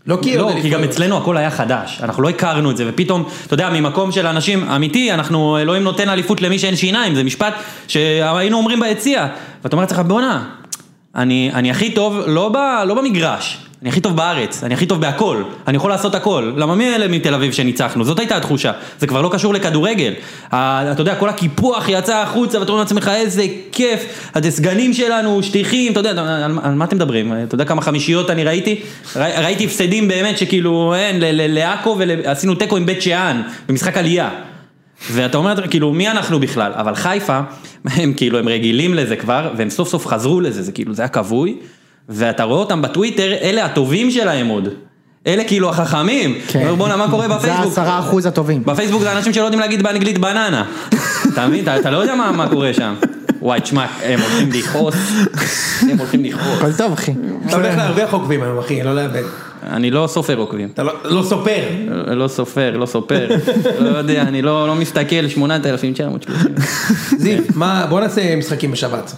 B: לא כי...
D: לא,
B: עוד
D: כי
B: אליפויות.
D: גם אצלנו הכל היה חדש, אנחנו לא הכרנו את זה, ופתאום, אתה יודע, ממקום של אנשים, אמיתי, אנחנו, אלוהים נותן אליפות למי שאין שיניים, זה משפט שהיינו אומרים ביציע, ואתה אומר לעצמך, בואנה, אני, אני הכי טוב לא, ב, לא במגרש, אני הכי טוב בארץ, אני הכי טוב בהכל, אני יכול לעשות הכל, למה מי אלה מתל אביב שניצחנו? זאת הייתה התחושה, זה כבר לא קשור לכדורגל, ה- אתה יודע, כל הקיפוח יצא החוצה, ואתה אומר לעצמך, איזה כיף, אז זה סגנים שלנו, שטיחים, אתה יודע, על, על מה אתם מדברים? אתה יודע כמה חמישיות אני ראיתי? ר, ראיתי הפסדים באמת שכאילו, אין, ל- ל- לעכו, ועשינו תיקו עם בית שאן, במשחק עלייה. ואתה אומר, כאילו, מי אנחנו בכלל? אבל חיפה, הם כאילו, הם רגילים לזה כבר, והם סוף סוף חזרו לזה, זה כאילו, זה היה כבוי, ואתה רואה אותם בטוויטר, אלה הטובים שלהם עוד. אלה כאילו החכמים.
A: כן.
D: אתה אומר, בואנה, מה קורה
A: זה
D: בפייסבוק?
A: העשרה אחוז הטובים.
D: בפייסבוק זה אנשים שלא יודעים להגיד באנגלית בננה. אתה מבין? אתה- אתה לא יודע מה מה קורה שם. וואי, תשמע, הם הולכים לכעוס. הם הולכים לכעוס.
A: הכל טוב אחי.
B: אתה הולך להרוויח עוקבים היום אחי, לא לאבד.
D: אני לא סופר עוקבים.
B: אתה לא לא סופר.
D: לא סופר, לא סופר. לא יודע, אני לא לא מסתכל, 8,930.
B: זיו, מה, בוא נעשה משחקים בשבת.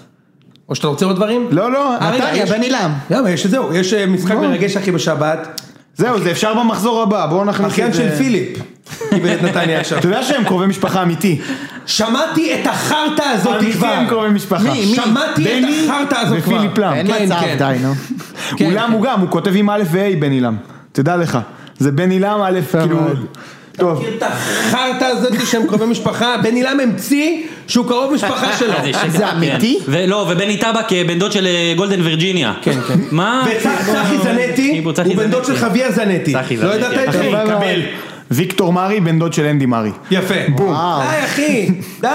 B: או שאתה רוצה עוד דברים?
C: לא, לא,
B: אה, רגע,
A: נתניה,
B: יש-
A: בן עילם.
B: למה, יש זהו, יש אה, משחק
C: בוא.
B: מרגש אחי בשבת.
C: זהו, זה אפשר במחזור הבא, בואו נכניס
B: אחיין
C: את זה.
B: של פיליפ. קיבל את נתניה עכשיו.
C: אתה יודע שהם קרובי משפחה אמיתי.
B: שמעתי את החרטא הזאת
C: אמיתי
B: כבר.
C: הם קרובי כן משפחה.
A: מי?
B: שמעתי את
C: בני
B: החרטא הזאת כבר.
C: ופיליפ לאם.
A: אין
B: כן,
A: מצב,
B: כן.
A: די נו.
B: כן,
C: אולם
B: כן.
C: הוא גם, הוא כותב עם א' וה' בן עילם. תדע לך, זה בני למה א', כאילו...
A: מאוד.
C: טוב,
B: את החרטא הזאת שהם קרובי משפחה, בני לם המציא שהוא קרוב משפחה שלו.
D: אה, שקר,
A: זה
D: כן.
A: אמיתי?
D: ולא, ובני טבק, אה, בן דוד של אה, גולדן וירג'יניה.
B: כן, כן.
D: מה?
B: וצחי זנתי
D: אה, קיבוץ צחי
B: הוא בן דוד של
D: זנתי.
B: חביה זנתי.
D: צחי
B: לא
D: זנתי.
B: ידעת את זה?
C: אחי,
A: יפה מאוד.
C: קבל. ויקטור מרי, בן דוד של אנדי מרי.
B: יפה.
C: בום.
A: וואו.
B: די אחי, די.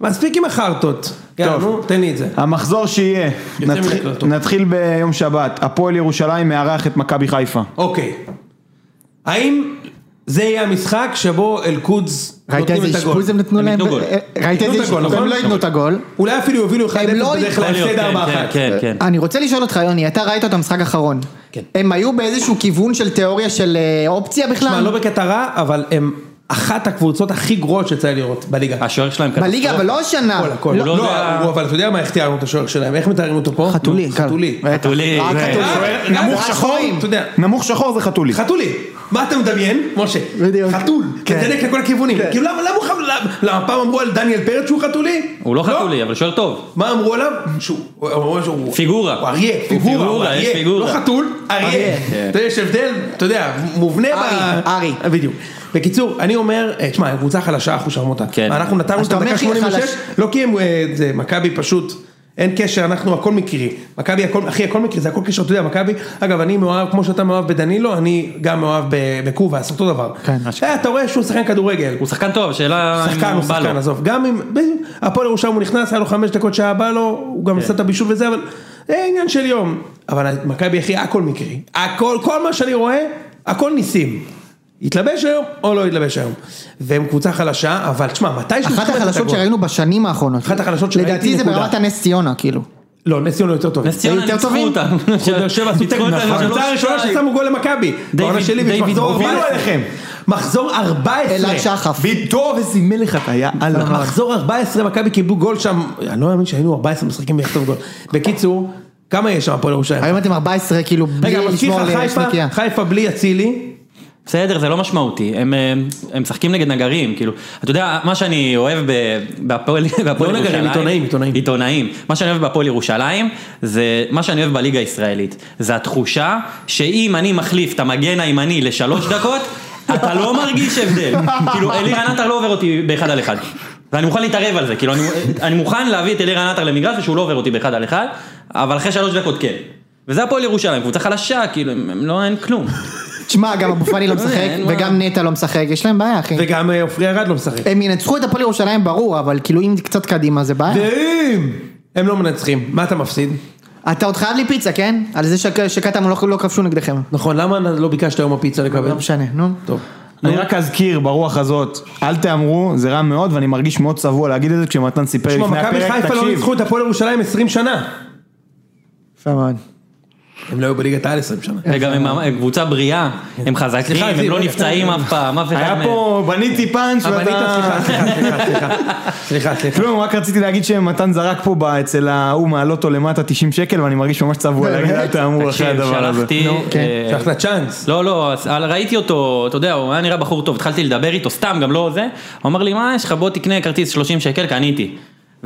B: מספיק עם החרטות. יאללה, נו, תן לי את זה.
C: המחזור שיהיה,
B: יוצא מן
C: נתחיל-
B: הכלל, טוב.
C: נתחיל ביום שבת, הפועל ירושלים מארח את מכבי חיפה.
B: אוקיי. האם זה יהיה המשחק שבו אל-קודס
A: ראית
B: נותנים את
A: איזה
B: הגול?
A: אשפוז הם נתנו
D: הם
A: להם?
D: ייתנו גול.
A: ב- ראית
B: ייתנו
A: איזה
B: את הגול,
A: אשפוז?
B: נכון?
A: הם לא ייתנו את הגול.
B: אולי אפילו יובילו 1-0
A: לא
B: בדרך כלל
D: יכול להיות,
B: הפסד 4-1.
D: כן, כן, כן, כן.
A: אני רוצה לשאול אותך יוני, אתה ראית אותם משחק אחרון.
D: כן.
A: הם היו באיזשהו כיוון של תיאוריה של אה, אופציה
B: תשמע, לא
A: בכלל?
B: בקטע רע, אבל הם אחת הקבוצות הכי גרועות שצריך לראות אה. בליגה.
D: השוער שלהם כתב.
A: בליגה, אבל לא השנה.
B: הכל, הכל.
D: לא,
B: לא,
D: זה ה-
B: הוא- אבל אתה יודע מה החטיארנו את השוער שלהם, איך מתארים אותו פה?
A: חתולי.
B: נו, חתולי.
A: בטח.
D: חתולי, אה,
A: רק
D: זה-
A: חתולי.
B: שוער
A: רק
B: נמוך
A: שחור.
B: שחור, אתה יודע.
C: נמוך שחור זה חתולי.
B: חתולי. מה אתה מדמיין, משה?
A: בדיוק.
B: חתול.
A: כן.
B: תדלק לכל הכיוונים. כאילו למה למה הוא חב... למה- למה פעם אמרו על דניאל פרץ שהוא חתולי?
D: הוא לא חתולי, אבל שוער טוב.
B: מה אמרו עליו? שהוא... הוא- הוא- הוא-
D: פיגורה.
B: הוא אריה,
D: פיגורה,
B: פיגורה, הוא
D: יש
B: אריה,
D: פיגורה. כן.
B: לא חתול, אריה.
A: אריה.
B: אתה יודע, יש הבדל, אתה יודע, מובנה
A: ארי,
B: ב...
A: ארי.
B: בדיוק. בקיצור, אני אומר, אה, תשמע, קבוצה חלשה, אחו שרמוטה.
D: כן.
B: אנחנו נתנו
A: אז
B: את
A: אתה אומר
B: הדקה
A: שהיא
B: 86,
A: חלש-
B: לא כי הם, אה, זה, מכבי פשוט, אין קשר, אנחנו הכל מקרי. מכבי הכל, אחי, הכל מקרי, זה הכל קשר, אתה יודע, מכבי, אגב, אני מאוהב, כמו שאתה מאוהב בדנילו, אני גם מאוהב ב- בקובאס, אותו דבר.
A: כן.
B: אה, אתה רואה שהוא שחקן כדורגל.
D: הוא שחקן טוב, השאלה אם
B: שחקן הוא
D: בא לו.
B: שחקן, עזוב, גם אם, ב- הפועל ירושלים הוא נכנס, היה לו חמש דקות שהיה בא לו, הוא
D: כן.
B: גם עשה את הבישול וזה, אבל זה עניין של יום. אבל מכבי אחי, הכל מקרי, הכל, כל מה שאני רואה, הכל ניסים. התלבש היום או לא התלבש היום. והם קבוצה חלשה, אבל תשמע, מתי שהוא
A: אחת
B: קיבל את
A: החלשות
B: הגול-
A: שראינו בשנים האחרונות.
B: אחת החלשות שראיתי,
A: לדעתי זה
B: נקודה.
A: ברמת הנס ציונה, כאילו.
B: לא, נס ציונה יותר טוב.
D: נס ציונה
A: יותר
D: ניצחו
A: טובים?
D: אותם.
B: באר שבע עשו
D: ניצחו
B: תיקו,
D: אותם שלוש-
B: הקבוצה הראשונה
D: שתיים.
B: ששמו גול למכבי. בעונה שלי,
D: דיוויד
B: מחזור
D: אורן.
B: 14. מחזור 14.
A: אלעד שחף.
C: ביטוב איזה מלך אתה, יא אללה.
B: מחזור 14 מכבי קיבלו גול שם, אני לא מאמין שהיינו 14 משחקים ויחטוף גול. בקיצור, כמה יש שם הפועל ירושלים?
A: היום אתם 14 כאילו
B: רגע,
A: בלי
B: אני מזכיר
A: לשמור
B: לך,
A: על
B: חיפה,
A: שניקייה.
B: חיפה בלי אצילי,
D: בסדר, זה לא משמעותי, הם, הם, הם משחקים נגד נגרים, כאילו, אתה יודע, מה שאני אוהב ב- בהפועל בהפועל
B: לא נגרים,
D: ירושלים,
B: עיתונאים, עיתונאים.
D: עיתונאים, מה שאני אוהב בהפועל ירושלים, זה מה שאני אוהב בליגה הישראלית, זה התחושה שאם אני מחליף את המגן הימני לשלוש דקות, אתה לא מרגיש הבדל, כאילו אלירן עטר לא עובר אותי באחד על אחד, ואני מוכן להתערב על זה, כאילו, אני, אני מוכן להביא את אלירן עטר למגרש ושהוא לא עובר אותי באחד על אחד, אבל אחרי שלוש דקות כן. וזה הפועל ירושלים, קבוצה חלשה, כאילו, הם, הם לא, אין כלום.
A: תשמע, גם אבו פאני לא משחק,
D: אין מה.
A: וגם נטע לא משחק, יש להם בעיה, אחי.
B: וגם אה, עופרי ארד לא משחק.
A: הם ינצחו את הפועל ירושלים ברור, אבל כאילו אם קצת קדימה זה בעיה.
B: ואם הם לא מנצחים, מה אתה מפסיד?
A: אתה עוד חייב לי פיצה, כן? על זה שק- שקטמון לא- לא כבשו נגדכם.
B: נכון, למה לא ביקשת היום הפיצה לקבל?
A: לא משנה, נו.
B: טוב.
C: אני רק אזכיר ברוח הזאת, אל תהמרו, זה רע מאוד ואני מרגיש מאוד צבוע להגיד את זה כשמתן סיפר
B: תשמע,
C: לפני
B: מכבי
C: הפרק,
B: חיפה לא
C: תקשיב,
B: ניצחו את הפועל ירושלים 20 שנה.
A: יפה מאוד.
B: הם לא היו בליגת העל 20 שנה.
D: וגם הם- אמ- הם קבוצה בריאה, הם חזקים,
B: סליחה,
D: הם
B: זיו,
D: לא
B: רגע,
D: נפצעים אף פעם, אף אחד
C: היה
D: מהם.
C: פה בניתי פאנץ'
B: אבל ניתן,
C: ואתה...
B: סליחה, סליחה, סליחה, סליחה, סליחה.
C: כלום, רק רציתי להגיד שמתן זרק פה ב- אצל ההוא מהלוטו למטה 90 שקל ואני מרגיש ממש צבוע
A: באמת?
C: להגיד אל תהמרו אחרי
D: תקשיב,
C: הדבר הזה.
D: שלחתי...
A: נו, כן.
D: אה,
B: שלחת צ'אנס.
D: לא, לא, אז- אבל ראיתי אותו, אתה יודע, הוא היה נראה בחור טוב, התחלתי לדבר איתו, סתם, גם לא זה. הוא אמר לי, מה יש לך, בוא תקנה כרטיס 30 שקל, קניתי.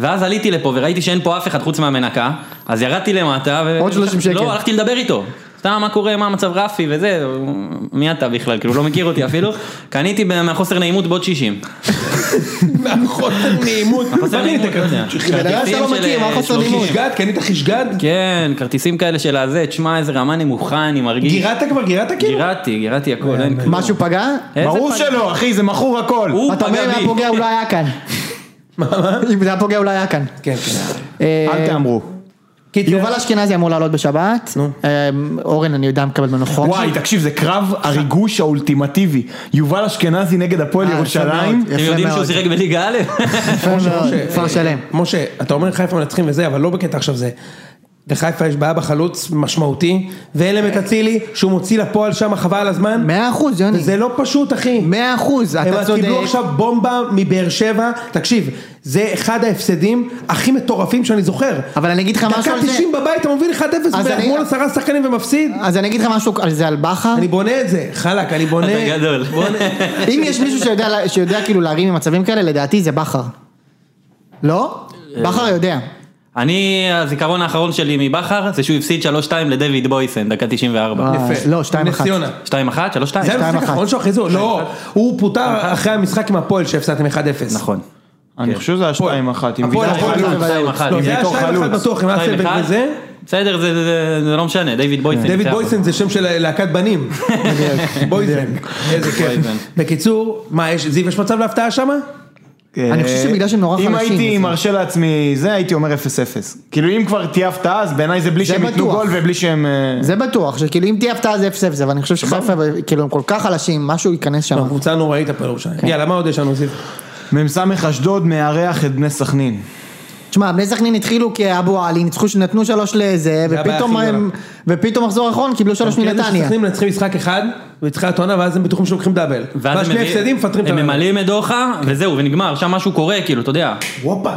D: ואז עליתי לפה וראיתי שאין פה אף אחד חוץ מהמנקה, אז ירדתי למטה. ו-
A: עוד 30 שקל.
D: לא, הלכתי לדבר איתו. סתם, מה קורה, מה המצב רפי וזה, הוא- מי אתה בכלל, כאילו, הוא לא מכיר אותי אפילו. קניתי ב- מהחוסר נעימות בעוד 60.
B: חוסר נעימות.
D: חוסר
B: מה קנית?
D: נעימות, לא יודע.
A: בן אדם שאתה לא
D: כרטיסים של,
A: מכיר, מה
D: אה,
A: חוסר
D: 30.
A: לימוד?
B: חשגד? קנית חשגד?
D: כן, כרטיסים כאלה של הזה, תשמע איזה רמה נמוכה אני מרגיש.
B: גירדת כבר? גירדת כאילו?
D: גירעתי, גירעתי הכל, אין כלום.
A: משהו פגע?
D: איזה
C: ברור
D: פג-
C: שלא, אחי, זה מכור הכל.
D: הוא
A: אתה אומר
D: פגע
A: אם
D: בי.
A: היה פוגע הוא לא היה כאן. אם זה היה פוגע הוא לא היה כאן.
B: כן, כן.
A: אה,
C: אל תהמרו.
B: קיצר,
A: יובל אשכנזי אמור לעלות בשבת. אה, אורן, אני יודע, מקבל ממנו חוק.
C: וואי, תקשיב, זה קרב הריגוש האולטימטיבי. יובל אשכנזי נגד הפועל
A: אה, יפה
C: ירושלים.
A: מאוד.
D: אתם
A: יפה
D: יודעים שהוא
A: מאוד.
D: שיחק בליגה א'?
A: יפה מאוד. כפר לא, שלם.
B: משה, אתה אומר חיפה מנצחים וזה, אבל לא בקטע עכשיו זה. לחיפה יש בעיה בחלוץ משמעותי, ואין להם את אצילי, שהוא מוציא לפועל שם חבל על הזמן.
A: מאה אחוז, יוני.
B: זה לא פשוט, אחי.
A: מאה אחוז, אתה
B: הם קיבלו
A: צודק.
B: עכשיו בומבה מבאר שבע, תקשיב, זה אחד ההפסדים הכי מטורפים שאני זוכר.
A: אבל אני אגיד לך משהו על
B: דקה
A: זה.
B: 90 בבית, אתה מוביל 1-0
A: אז אני-
B: מול עשרה שחקנים ומפסיד.
A: אז אני אגיד לך משהו על זה על בכר.
B: אני בונה את זה, חלק, אני בונה.
D: אתה גדול.
B: בונה.
A: אם יש מישהו שיודע- שיודע כאילו להרים ממצבים כאלה, לדעתי זה בכר. לא? בכר יודע.
D: אני, הזיכרון האחרון שלי מבכר, זה שהוא הפסיד 3-2 לדויד בויסן, דקה 94.
A: אה,
B: יפה.
A: לא, 2-1.
B: נס ציונה.
D: 2-1, 3-2.
B: זה היה המשחק
A: 2-1.
B: האחרון שלו אחרי זה, הוא- לא, הוא פוטר אחרי המשחק עם הפועל שהפסדתם 1-0.
D: נכון.
C: אני חושב שזה היה 2-1, עם
B: הפועל,
C: ויטור
B: הפועל,
C: חלוץ.
B: הפועל. לא, זה היה
C: ויטור
B: 2-1
C: חלוץ.
B: בטוח, עם אסלבנק
D: 2-1.
B: וזה.
D: בסדר, זה- זה זה לא משנה, דיוויד בויסן.
B: דויד
D: ניצח.
B: בויזן זה שם של להקת בנים. בויזן. איזה כיף.
D: בויזן.
B: בקיצור, מה, יש- זיו, יש מצב להפתעה שמה?
A: אני חושב שבגלל שהם נורא חלשים,
C: אם הייתי
A: אז-
C: מרשה לעצמי זה, הייתי אומר 0-0. כאילו אם כבר תהיה הפתעה, אז בעיניי זה בלי
A: זה
C: שהם ייתנו
A: בטוח.
C: גול ובלי שהם... אה,
A: זה בטוח, שכאילו אם תהיה הפתעה זה 0-0, אבל אני חושב שחיפה, כאילו הם כל כך חלשים, משהו ייכנס שם.
B: קבוצה נוראית הפועל ירושלים. יאללה, מה עוד יש לנו, זיו?
C: מ"ס אשדוד מארח את בני סכנין.
A: תשמע, בני סכנין התחילו כאבו עלי, ניצחו, נתנו שלוש לזה,
B: זה הבעיה
A: ופתאום
B: הכי
A: הם, ופתאום מחזור אחרון קיבלו שלוש
B: כאילו
A: מנתניה.
B: שסכנין מנצחים משחק אחד, בתחילת העונה, ואז הם בטוחים שהם לוקחים דאבל.
D: ואז
B: ואז
D: הם
B: שני
D: מביאים-
B: הפסדים מפטרים את
D: הם
B: העונה.
D: ממלאים את דוחה, וזהו, ונגמר, שם משהו קורה, כאילו, אתה יודע.
B: וופה.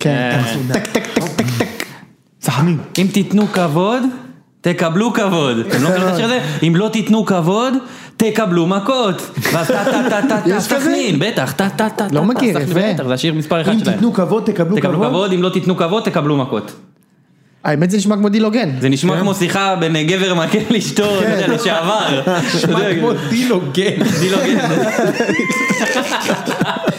A: כן.
D: אה,
A: טק טק טק טק טק.
C: סכנין.
D: אם תיתנו כבוד, תקבלו כבוד. אתם לא מכירים את השיר הזה? אם לא תיתנו כבוד, תקבלו מכות. ואז טה טה טה טה טה
A: יש כזה?
D: סכנין, בטח, טה טה טה.
A: לא
D: טה,
A: מכיר,
D: סכנין,
A: יפה.
D: בטח, זה השיר מספר אחד
B: אם
D: שלהם.
B: תיתנו כבוד, תקבלו
D: תקבלו
B: כבוד.
D: כבוד, אם לא תיתנו כבוד, תקבלו מכות.
A: האמת זה נשמע כמו דיל הוגן.
D: זה נשמע כמו שיחה בין אה, גבר מכה לאשתו, אתה יודע, לשעבר. אתה
B: מה
D: יודע,
B: כמו דיל הוגן.
D: דיל הוגן.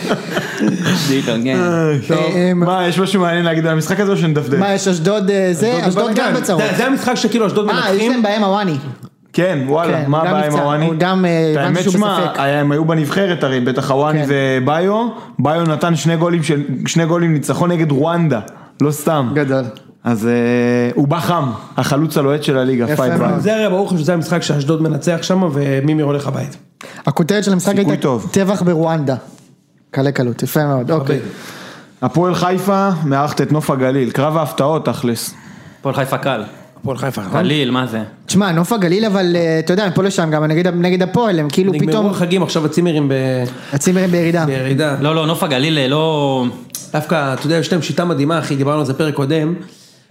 D: דיל הוגן.
A: אה, אה,
C: מה, יש משהו מעניין להגיד על המשחק הזה או שנדפדף?
A: מה, יש אשדוד אה, זה? אשדוד גם בצרות.
B: כן. זה- זה המשחק שכאילו אשדוד
A: אה, יש
B: מנצחים.
A: להם בעיה עם הוואני.
C: כן, וואלה,
A: כן,
C: מה
A: גם
C: הבעיה עם
A: נפצע,
C: הוואני?
A: הוא גם, אה,
C: את
A: הבנתי
C: האמת,
A: שהוא
C: שמע,
A: בספק.
C: היה- הם היו בנבחרת הרי, בטח הוואני
A: כן.
C: וביו, ביו נתן שני גולים, של- שני גולים ניצחון נגד רואנדה, לא סתם.
A: גדול.
C: אז אה, הוא בא חם, החלוץ הלוהט של הליגה,
A: יפה
C: פייט
A: מאוד.
C: ביו.
B: זה הרי ברור לך שזה המשחק שאשדוד מנצח שם, ומימיר הולך הביתה.
A: הכותרת של המשחק
C: סיכוי
A: הייתה
C: טוב.
A: טבח ברואנדה. קלה קלות, יפה מאוד, אוקיי.
C: הפועל חיפה מארחת את נוף הגליל, קרב ההפתעות תכלס.
D: הפועל חיפה קל.
B: הפועל חיפה. נכון?
D: קליל, מה זה?
A: תשמע, נוף הגליל, אבל אה, אתה יודע, מפה לשם גם נגד- נגד הפועל, הם כאילו
B: נגמרו
A: פתאום
B: החגים, עכשיו הצימרים ב-
A: הצימרים בירידה.
B: בירידה.
D: לא, לא, נוף הגליל אה, לא...
B: דווקא, אתה יודע, יש להם שיטה מדהימה, אחי, דיברנו על זה פרק קודם.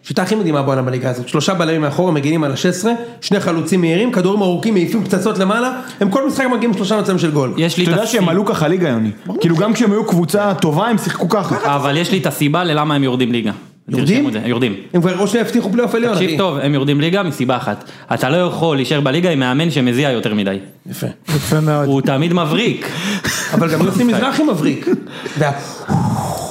B: שיטה הכי מדהימה בעולם בליגה הזאת, שלושה בלמים מאחורה מגינים על ה-16, שני חלוצים מהירים, כדורים ארוכים, מעיפים פצצות למעלה, הם כל משחק מגיעים שלושה מצבים של גול.
D: יש לי
C: אתה
D: את
C: יודע שהם
D: הסיבה,
C: עלו ככה ליגה, יוני. כאילו גם כשהם היו קבוצה טובה, הם שיחקו ככה.
D: אבל יש לי את הסיבה ללמה הם יורדים ליגה.
B: יורדים? לא,
D: תרשמו את זה, יורדים.
B: הם כבר או שהבטיחו פלייאוף עליון, אחי.
D: תקשיב טוב, הם יורדים ליגה מסיבה אחת. אתה לא יכול להישאר בליגה עם מאמן שמזיע יותר מדי.
B: יפה.
A: יפה מאוד.
D: הוא תמיד מבריק.
B: אבל גם יוסי מזרחי מבריק. וה-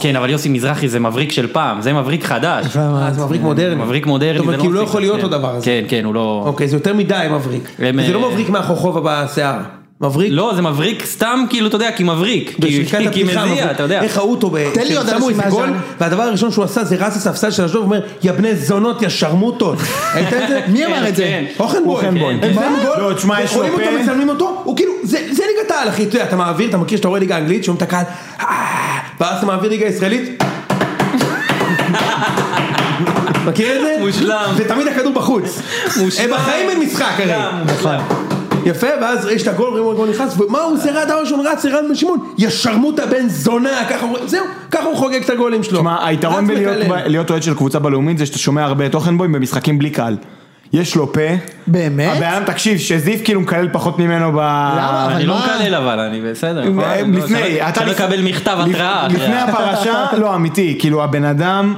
D: כן, אבל יוסי מזרחי זה מבריק של פעם, זה מבריק חדש.
B: אה, זה מבריק מודרני.
D: מבריק מודרני.
B: טוב,
D: זה
B: כי הוא לא
D: מספיק.
B: יכול להיות
D: כן.
B: אותו דבר הזה.
D: כן, כן, הוא לא...
B: אוקיי, זה יותר מדי מבריק.
D: הם,
B: זה
D: אה,
B: לא מבריק מהחוכובה בשיער. מבריק.
D: לא, זה מבריק סתם, כאילו, אתה יודע, כי מבריק. כי-
B: בשריקת
D: כי- כי
B: הפתיחה,
D: מזיע,
B: מבריק.
D: אתה יודע.
B: איך האוטו, ב-
A: תן לי עוד
B: ששמו
A: אנשים
B: איזה גול,
A: מהז'אנר.
B: והדבר הראשון שהוא עשה זה רץ לספסל של אשדוד ואומר, יא בני זונות, יא שרמוטות. ראית את זה?
A: מי אמר את זה?
D: כן.
B: אוכנבוי.
C: אוכנבוי.
B: הם שמים גול,
C: לא, תשמע, יש לו
B: רואים אותו,
C: פה.
B: מצלמים אותו, הוא כאילו, זה זה ליגת העל, אחי, אתה יודע, אתה מעביר, אתה מכיר שאתה רואה ליגה אנגלית, שומעים את הקהל, "אה", ואז אתה מעביר ליגה ישראלית. מכיר את זה?
D: מושלם.
B: זה תמיד הכדור בחוץ.
D: מושלם.
B: הם בחיים אין משחק הרי. יפה, ואז יש את הגול, רואים אותו נכנס, ומה הוא עושה? הדבר הראשון רץ לרן בן שמעון, יא שרמוטה בן זונה, ככה הוא, זהו, ככה הוא חוגג את הגולים שלו.
C: תשמע, היתרון
B: רץ
C: בלהיות
B: מקלל.
C: ב- להיות אוהד של קבוצה בלאומית זה שאתה שומע הרבה את אוכנבוים במשחקים בלי קהל. יש לו פה.
A: באמת?
C: הבן אדם, תקשיב, שזיו כאילו מקלל פחות ממנו ב... נכון?
A: למה? אבל
D: אני לא
A: מה-
D: מקלל אבל, אני בסדר. יכול-
B: אה,
D: לא,
C: לפני,
D: שלא-
C: אתה
D: שלא
C: לפ-
D: יקבל מכתב
C: לפ-
D: התראה. אתה
C: לפני
D: יודע.
C: הפרשה, לא אמיתי, כאילו הבן אדם,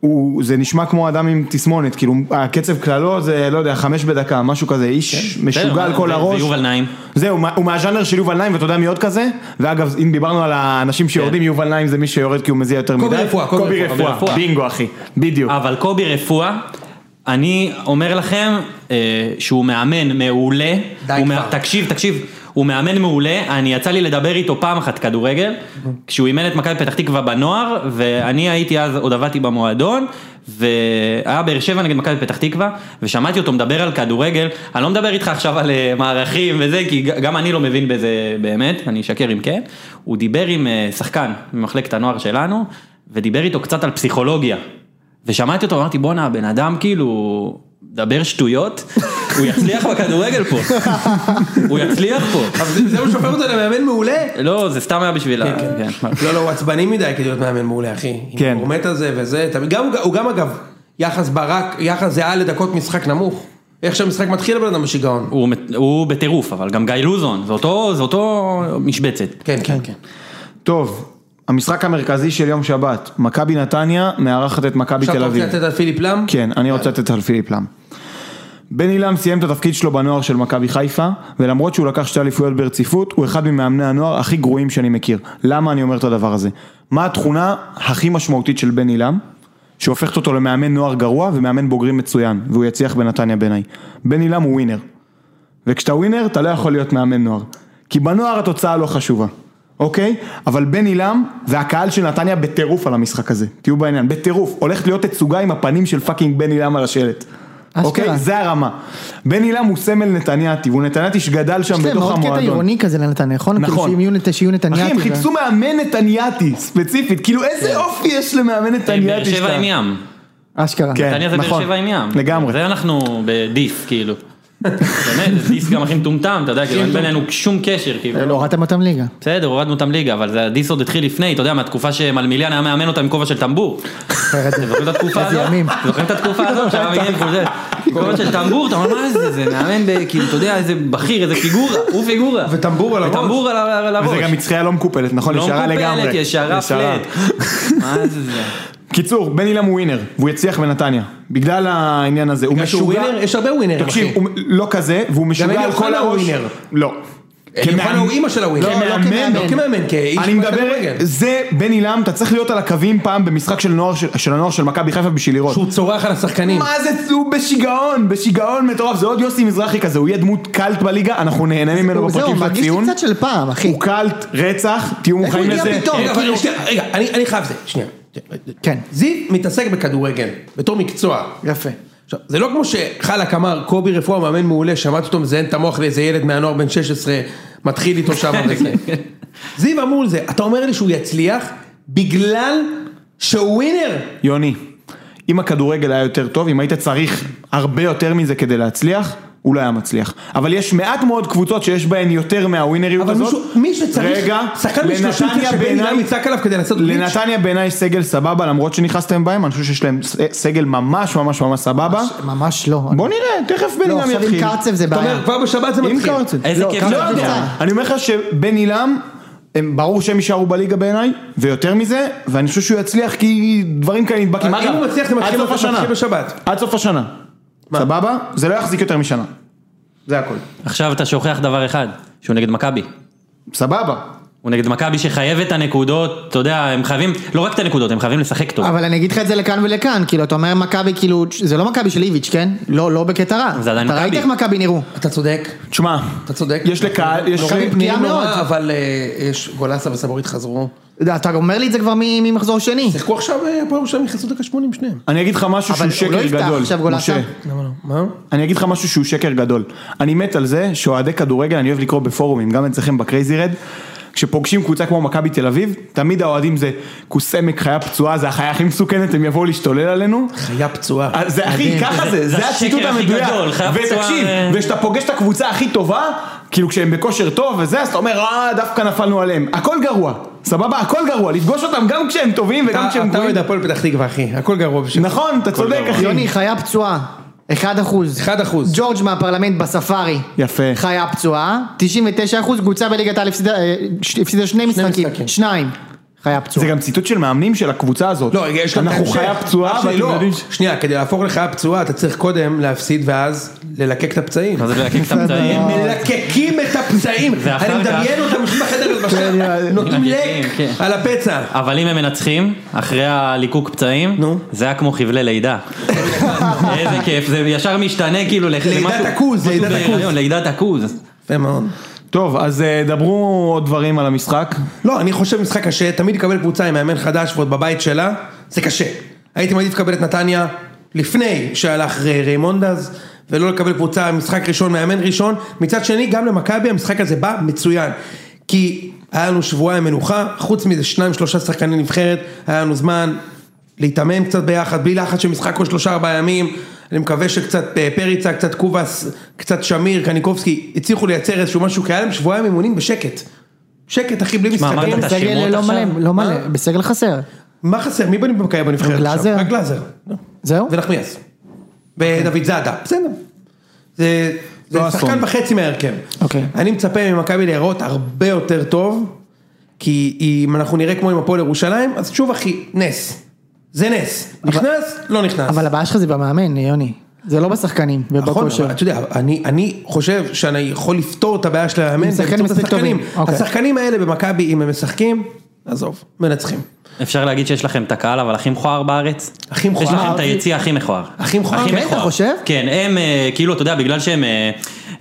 C: הוא, זה נשמע כמו אדם עם תסמונת, כאילו הקצב כללו זה, לא יודע, חמש בדקה, משהו כזה, איש משוגע
D: כן, בסדר,
C: על כל
D: זה-
C: הראש.
D: זה יובל נעים.
C: זהו, מה- הוא מהז'אנר של יובל נעים, ואתה יודע מי עוד כזה? ואגב, אם דיברנו על האנשים שיורדים, יובל נעים זה מי שיורד כי הוא מזיע יותר מדי.
B: כן. קובי רפואה, קובי רפואה, אה.
D: קובי רפואה.
C: בינגו אחי, בדיוק.
D: אבל קובי רפואה, אני אומר לכם אה, שהוא מאמן מעולה.
B: די כבר.
D: הוא מא- תקשיב, תקשיב. הוא מאמן מעולה, אני יצא לי לדבר איתו פעם אחת כדורגל, כשהוא אימן את מכבי פתח תקווה בנוער, ואני הייתי אז, עוד עבדתי במועדון, והיה באר שבע נגד מכבי פתח תקווה, ושמעתי אותו מדבר על כדורגל, אני לא מדבר איתך עכשיו על אה, מערכים וזה, כי ג- גם אני לא מבין בזה באמת, אני אשקר אם כן, הוא דיבר עם אה, שחקן ממחלקת הנוער שלנו, ודיבר איתו קצת על פסיכולוגיה. ושמעתי אותו, אמרתי, בואנה, הבן אדם כאילו, דבר שטויות, הוא יצליח בכדורגל פה. הוא יצליח פה.
B: אבל זה- זה מה שהופך אותו למאמן מעולה?
D: לא, זה סתם היה בשביל ה... כן, מה-
B: לא, לא, הוא עצבני מדי כדי להיות מאמן מעולה, אחי.
C: כן.
B: עם הקורמט הזה וזה, תמיד, גם, הוא גם אגב, יחס ברק, יחס זהה לדקות משחק נמוך. איך שהמשחק מתחיל הבן אדם בשיגעון.
D: הוא מת- הוא
C: כן.
D: בטירוף, אבל גם גיא לוזון, זה אותו- זה אותו משבצת.
B: כן, כן, כן.
C: טוב, המשחק המרכזי של יום שבת, מכבי נתניה מארחת את מכבי
B: עכשיו
C: תל
B: אתה רוצה
C: אביב.
B: לתת על פיליפ לאם?
C: כן, אני רוצה לתת על פיליפ לאם. בן אילם סיים את התפקיד שלו בנוער של מכבי חיפה, ולמרות שהוא לקח שתי אליפויות ברציפות, הוא אחד ממאמני הנוער הכי גרועים שאני מכיר. למה אני אומר את הדבר הזה? מה התכונה הכי משמעותית של בן אילם, שהופכת אותו למאמן נוער גרוע ומאמן בוגרים מצוין, והוא יצליח בנתניה בעיניי. בן אילם הוא ווינר. וכשאתה ווינר, אתה לא יכול להיות מאמן נוער. כי בנוער התוצאה לא חשובה, אוקיי? אבל בן עילם והקהל של נתניה בטירוף על המשחק הזה. תהיו בעניין, בטירוף. הולכת להיות תצוגה עם הפנים של פאקינג בן עילם על השלט.
A: אשכרה.
C: אוקיי? זה הרמה. בן עילם הוא סמל נתניאתי, והוא נתניאתי שגדל שם
A: יש להם
C: בתוך
A: מאוד קטע
C: המועדון.
A: עירוני כזה לנתניה, נכון? כאילו
C: נכון.
A: שיהיו נת- שיהיו נתניאתי.
C: אחי, הם
A: ו-
C: חיפשו מאמן נתניאתי, ספציפית. כאילו, איזה אופי יש למאמן
D: כן. באר
C: נתניאתי
D: שבע
C: שאתה...
D: עם ים.
A: אשכרה.
C: כן,
D: נתניה זה באר
C: נכון.
D: שבע עם ים.
C: לגמרי.
D: זה אנחנו בדיס, כאילו. באמת, זה דיס גם הכי מטומטם, אתה יודע, כאילו אין בינינו שום קשר, כאילו.
A: לא הורדתם אותם ליגה.
D: בסדר, הורדנו אותם ליגה, אבל זה- הדיס עוד התחיל לפני, אתה יודע, מהתקופה שמלמיליאן היה מאמן אותם עם כובע של טמבור. אתם זוכרים את התקופה
A: איזה
D: הזאת?
A: ימים.
D: אתם זוכרים את התקופה הזאת? שהיה מגיעים עם חולצה. כובע של טמבור, אתה אומר, מה זה, זה מאמן, ב- כאילו, אתה יודע, איזה בכיר, איזה פיגורה, הוא פיגורה.
B: וטמבור על הראש.
D: וטמבור על ה- על הראש.
C: וזה גם מצחייה לא מקופלת, נכון?
D: לא
C: ישרה לגמרי.
D: מקופלת, ישרה
C: ישרה.
D: פלט. מה זה זה?
C: קיצור, בן אילם הוא ווינר, והוא יצליח בנתניה. בגלל העניין הזה. הוא
B: בגלל שהוא
C: משוגע...
B: ווינר? יש הרבה ווינרים,
C: תקשיב,
B: אחי.
C: הוא לא כזה, והוא משוגע
B: אלי
C: על כל
B: אוחנה הוא
C: הראש.
B: ווינר.
C: לא.
B: אלי אוחנה
C: כמאמן-
B: אה, הוא אימא של הווינר.
C: לא,
B: לא,
C: לא
B: לא
C: כמאמן.
B: לא כמאמן, כאיש
C: אני מדבר,
B: בכדורגל.
C: זה בן אילם, אתה צריך להיות על הקווים פעם במשחק של נוער של- של הנוער של מכבי חיפה בשביל לראות.
B: שהוא צורח על השחקנים.
C: מה זה, הוא בשיגעון, בשיגעון מטורף, זה עוד יוסי מזרחי כזה, הוא יהיה דמות קאלט בליגה, אנחנו נהנה ממנו
A: זהו,
C: בפרקים
A: הוא
C: של
A: מרגיש לי
C: הציון.
A: קצת של פעם, אחי.
C: הוא קאלט, רצח, תהיו
A: הוא
C: מוכנים
A: הגיע
C: לזה.
A: פתאום?
B: רגע, אבל
A: כאילו-
B: שנייה, רגע, אני אני חייב זה, שנייה.
C: אוקיי.
A: כן.
B: זיו מתעסק בכדורגל, בתור מקצוע.
A: יפה.
B: עכשיו, זה לא כמו שחלק אמר, קובי רפואה מאמן מעולה, שמעתי אותו מזיין את המוח לאיזה ילד מהנוער בן 16, מתחיל איתו שם וזה. זיו אמור לזה, אתה אומר לי שהוא יצליח בגלל שהוא ווינר.
C: יוני, אם הכדורגל היה יותר טוב, אם היית צריך הרבה יותר מזה כדי להצליח, הוא לא היה מצליח. אבל יש מעט מאוד קבוצות שיש בהן יותר מהווינריות
B: אבל מישהו,
C: הזאת.
B: מי שצריך,
C: רגע,
B: שחקן בן 30
C: לנתניה
B: שבן
C: בעיניי-
B: אדם יצעק עליו כדי לעשות גליץ'.
C: לנתניה בעיניי יש סגל סבבה, למרות שנכנסתם בהם, אני חושב שיש להם ס- אה, סגל ממש ממש ממש סבבה.
A: ממש לא.
C: בוא נראה, תכף בן
A: לא,
C: אילם
A: עכשיו עם
C: יתחיל.
A: קרצב זה
B: אתה
A: בעיה.
B: אומר, כבר בשבת זה
C: אם
B: מתחיל.
C: קרצב.
D: איזה
A: לא,
D: כיף.
A: כמה
C: לא
D: זה.
A: זה
C: יודע,
A: קבוצה.
C: אני אומר לך שבן עילם, הם- ברור שהם יישארו בליגה בעיניי, ויותר מזה, ואני חושב שהוא יצליח כי דברים כאלה
B: אם
C: נדבקים. אגב,
B: הוא מצליח, זה מתחיל
C: עד סוף
B: ב-
C: השנה.
B: מתחיל בשבת.
C: עד סוף השנה. סבבה? זה לא יחזיק יותר משנה. זה הכל.
D: עכשיו אתה שוכח דבר אחד, שהוא נגד מכבי.
C: סבבה.
D: הוא נגד מכבי שחייב את הנקודות, אתה יודע, הם חייבים, לא רק את הנקודות, הם חייבים לשחק טוב.
A: אבל אני אגיד לך את זה לכאן ולכאן, כאילו, אתה אומר מכבי, כאילו, זה לא מכבי של איביץ', כן? לא, לא בקטע רע.
D: זה עדיין
A: אתה ראית
D: מכבי.
A: איך מכבי נראו.
B: אתה צודק,
C: תשמע,
B: אתה צודק.
C: יש לקהל, יש
A: נורא
C: לקהל-
A: פגיעה מאוד.
B: נורא, אבל אה, יש, גולסה וסבורית חזרו.
A: אתה אומר לי את זה כבר מ- ממחזור שני.
B: שיחקו עכשיו, אה, הפועל ירושלים נכנסו דקה 80 שניהם.
C: אני אגיד לך משהו
A: אבל
C: שהוא
A: הוא לא
C: שקר
A: יפתח
C: גדול,
A: עכשיו גול
C: משה.
A: עשה.
B: למה לא? מה?
C: אני אגיד לך משהו שהוא שקר גדול. אני מת על זה שאוהדי כדורגל, אני אוהב לקרוא בפורומים, גם אצלכם בקרייזי רד, כשפוגשים קבוצה כמו מכבי תל אביב, תמיד האוהדים זה כוסמק, חיה פצועה, זה החיה הכי מסוכנת, הם יבואו להשתולל עלינו.
B: חיה פצועה.
C: אז אה, זה אחי,
A: מדהים.
C: ככה זה,
D: זה
C: זה
D: השקר
C: הציטוט
D: הכי
C: המדויק.
D: גדול, חיה פצועה
C: ותקשיב,
D: ו-
C: וכשאתה פוגש את הקבוצה הכי טובה, כאילו כשהם בכושר טוב וזה, אז אתה אומר, אה, דווקא נפלנו עליהם. הכל גרוע, סבבה? הכל גרוע, לפגוש אותם גם כשהם טובים וגם
B: אתה
C: כשהם
B: אתה
C: גרועים.
B: אוהד הפועל פתח תקווה אחי, הכל גרוע בשבילך.
C: נכון, אתה צודק, אחי.
A: יוני, חיה פצועה. 1 אחוז.
B: 1 אחוז.
A: ג'ורג' מהפרלמנט בספארי.
C: יפה.
A: חיה פצועה. 99 אחוז, קבוצה בליגת העל הפסידה, אה, ש- הפסידה שני
B: משחקים.
A: משחקים. שניים. חיה
C: זה
A: פצועה.
C: גם ציטוט של מאמנים של הקבוצה הזאת.
B: לא, רגע, יש גם את
C: אנחנו
B: ההמשך.
C: חיה
B: אח
C: פצועה,
B: שלי,
C: ואתם
B: לא.
C: יודעים ש...
B: שנייה, כדי להפוך לחיה פצועה אתה צריך קודם להפסיד ואז ללקק את הפצעים.
D: מה זה ללקק את הפצעים?
B: הם מלקקים את הפצעים,
D: זה אחר
B: אני
D: כך.
B: מדמיין אותם יושבים בחדר
C: כן,
B: הלבשה,
C: יאללה.
B: נותנים
D: מלקקים,
B: לק
D: כן.
B: על הפצע.
D: אבל אם הם מנצחים, אחרי הליקוק פצעים,
B: נו.
D: זה היה כמו חבלי לידה. איזה כיף, זה ישר משתנה כאילו לח-
B: לידת
D: למשהו-
B: עכוז,
D: משהו
B: לידת
D: בהיריון,
B: עכוז.
D: לידת עכוז.
B: יפה מאוד.
C: טוב, אז אה, דברו עוד דברים על המשחק.
B: לא, אני חושב משחק קשה, תמיד לקבל קבוצה עם מאמן חדש ועוד בבית שלה, זה קשה. הייתי מעדיף לקבל את נתניה לפני שהלך ר- ריימונדז, ולא לקבל קבוצה, משחק ראשון, מאמן ראשון. מצד שני, גם למכבי המשחק הזה בא מצוין. כי היה לנו שבועיים מנוחה, חוץ מזה שניים שלושה שחקני נבחרת, היה לנו זמן להתאמן קצת ביחד, בלי לחץ של משחק כל שלושה ארבעה ימים. אני מקווה שקצת אה, פריצה, קצת קובאס, קצת שמיר, קניקובסקי, הצליחו לייצר איזשהו משהו, כי היה להם שבועיים אימונים בשקט. שקט אחי, בלי
D: שמע,
B: משחקים.
D: אמרת כן, את
A: בסגל
D: השמות
A: לא
D: עכשיו? אה.
A: מלא, לא מלא,
B: מה?
A: בסגל חסר.
B: מה חסר? מי בנים במכבי בנבחרת עכשיו?
A: גלאזר? לא.
B: רק גלאזר. לא.
A: זהו?
B: ונחמיאס. ודוד זאדה. בסדר. זה זה
C: לא
B: שחקן
C: אסון.
B: וחצי מההרכב.
A: אוקיי.
B: אני מצפה ממכבי להיראות הרבה יותר טוב. כי אם אנחנו נראה כמו עם הפועל ירושלים, אז שוב אחי, נס. זה נס. נכנס, לא נכנס.
A: אבל הבעיה שלך זה במאמן, יוני. זה לא בשחקנים
B: נכון,
A: ובכושר.
B: אבל אתה יודע, אני, אני חושב שאני יכול לפתור את הבעיה של
A: עם
B: המאמן
A: שחקנים
B: באמצעות
A: מספיק
B: השחקנים.
A: טובים, אוקיי.
B: השחקנים האלה במכבי, אם הם משחקים, עזוב, מנצחים.
D: אפשר להגיד שיש לכם את הקהל אבל הכי מכוער בארץ?
B: הכי מכוער?
D: יש לכם את היציע הכי מכוער.
B: הכי מכוער?
A: כן, אתה חושב?
D: כן, הם אה, כאילו, אתה יודע, בגלל שהם אה,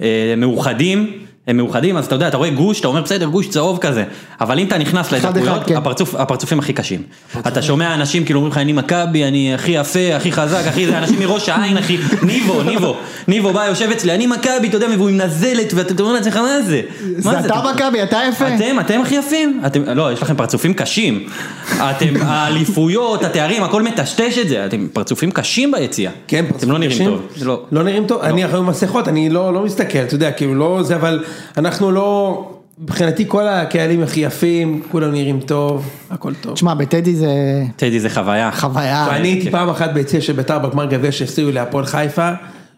D: אה, מאוחדים. הם מאוחדים, אז אתה יודע, אתה רואה גוש, אתה אומר בסדר, גוש צהוב כזה. אבל אם אתה נכנס
A: אחד,
D: להידבקויות,
A: כן.
D: הפרצוף, הפרצופים הכי קשים. אתה שומע אנשים כאילו אומרים לך, אני מכבי, אני הכי יפה, הכי חזק, הכי זה, אנשים מראש העין, הכי... ניבו, ניבו, ניבו בא, יושב אצלי, אני מכבי, אתה יודע, והוא עם נזלת, ואתה אומר לעצמך, מה זה? מה
A: זה אתה מכבי, אתה יפה.
D: אתם, אתם הכי יפים? אתם, לא, יש לכם פרצופים קשים. אתם, האליפויות, התארים, הכל מטשטש את זה. אתם פרצופים קשים ביציאה.
B: כן,
D: אתם לא נראים
B: פרצופים
D: טוב.
B: קשים.
D: זה לא.
B: לא נראים טוב, אני אחרי מסכות, אני לא לא מסתכל, אתה יודע, כאילו לא זה, אבל אנחנו לא, מבחינתי כל הקהלים הכי יפים, כולם נראים טוב, הכל טוב.
A: תשמע, בטדי זה
D: טדי זה חוויה.
A: חוויה.
B: אני הייתי
D: כן.
B: פעם אחת ביציע של ביתר בגמר גביע שהפסידו להפועל חיפה,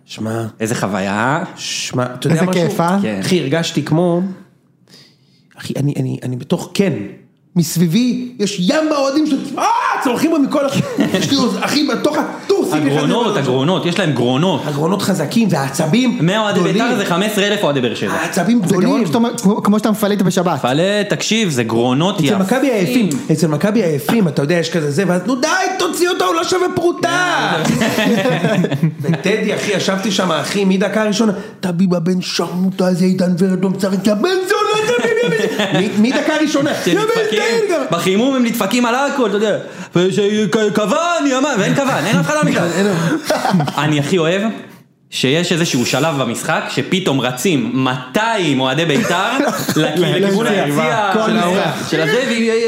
B: שמע,
D: איזה חוויה.
B: שמע, אתה יודע
A: איזה
B: משהו?
A: כיף, אה?
D: כן.
B: אחי, הרגשתי כמו, אחי, אני, אני, אני בתוך קן. מסביבי יש ים באוהדים של... אה! צורכים בו מכל... הכ- יש לי אוז- אחי, בתוך הטוסיק. אחד
D: הגרונות,
B: זה-
D: הגרונות, יש להם גרונות.
B: הגרונות חזקים והעצבים
D: 100 אוהדי
B: גדולים.
D: בית"ר זה 15 אלף אוהדי באר שבע.
B: העצבים
A: זה גרוע
B: גדולים.
A: כשאתה אומר- כמו- כמו שאתה מפלט בשבת.
D: פעלה, תקשיב, זה גרונות
B: אצל
D: יפים.
B: מכבי עייפים, אצל מכבי עייפים, אתה יודע, יש כזה זה, ואז נו די, תוציא אותו, הוא לא שווה פרוטה. וטדי, אחי, ישבתי שם, אחי, מדקה ראשונה, טביבה בן שרמוטה, איזה עידן ורד, לא מצריך, יא בן זונה, אתה מבין, יא בן-" מ- מדקה ראשונה, יא בן
D: שנדפקים,
B: זונה. גם.
D: בחימום הם נדפקים על הכל, אתה יודע. וכוון, ימה, ואין כוון, אין אף אחד במגרש. אני הכי אוהב. שיש איזשהו שלב במשחק שפתאום רצים 200 אוהדי בית"ר לכיוון
C: ליציע,
D: היציע
C: כל
D: של האורח, של הזה,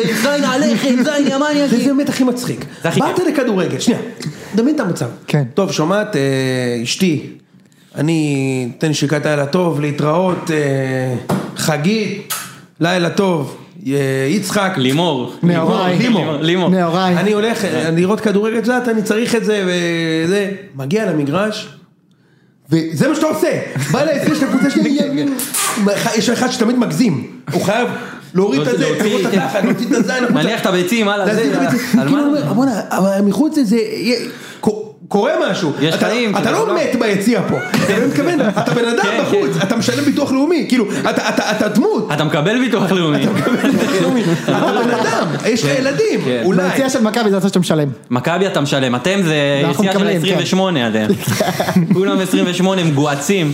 D: וזין עליכם, זין ימניה,
B: זה באמת הכי מצחיק.
D: זה הכי
B: באת
D: כיף.
B: לכדורגל, שנייה, דמיין את המצב.
A: כן.
B: טוב, שומעת, אה, אשתי, אני אתן נשיקת לילה טוב, להתראות, אה, חגית, לילה טוב, אה, יצחק.
D: לימור,
A: נאוריי.
D: לימור, לימור,
A: נאוריי.
B: אני הולך אה, לראות כדורגל, את יודעת, אני צריך את זה, וזה, מגיע למגרש. וזה מה שאתה עושה, בא להפרש את הקבוצה שלי,
D: כן,
B: יש אחד שתמיד מגזים, הוא חייב להוריד את הזה,
D: להוציא.
B: להוריד את התחת, להוציא את הזין, החוצה.
D: מניח את הביצים, הלאה,
B: להזיז
D: זה,
B: את הביצים.
D: על
B: כאילו
D: מה?
B: אומר, בואנה, אבל מחוץ לזה, יהיה- קו- קורה משהו.
D: יש
B: אתה-
D: חיים,
B: אתה
D: כאילו,
B: לא
D: לא.
B: מת ביציע פה, אתה לא מתכוון, אתה בן אדם
D: כן,
B: בחוץ, אתה משלם ביטוח לאומי, כאילו, אתה- אתה אתה דמות,
D: אתה מקבל ביטוח לאומי,
B: אתה בן אדם, יש לך ילדים,
D: כן.
B: אולי.
A: ביציע של מכבי זה הצד שאתה משלם.
D: מכבי אתה משלם, אתם זה
A: ואנחנו
D: יציאה של
A: מקבלים, כן.
D: 28 אתם, כולם 28 הם גואצים,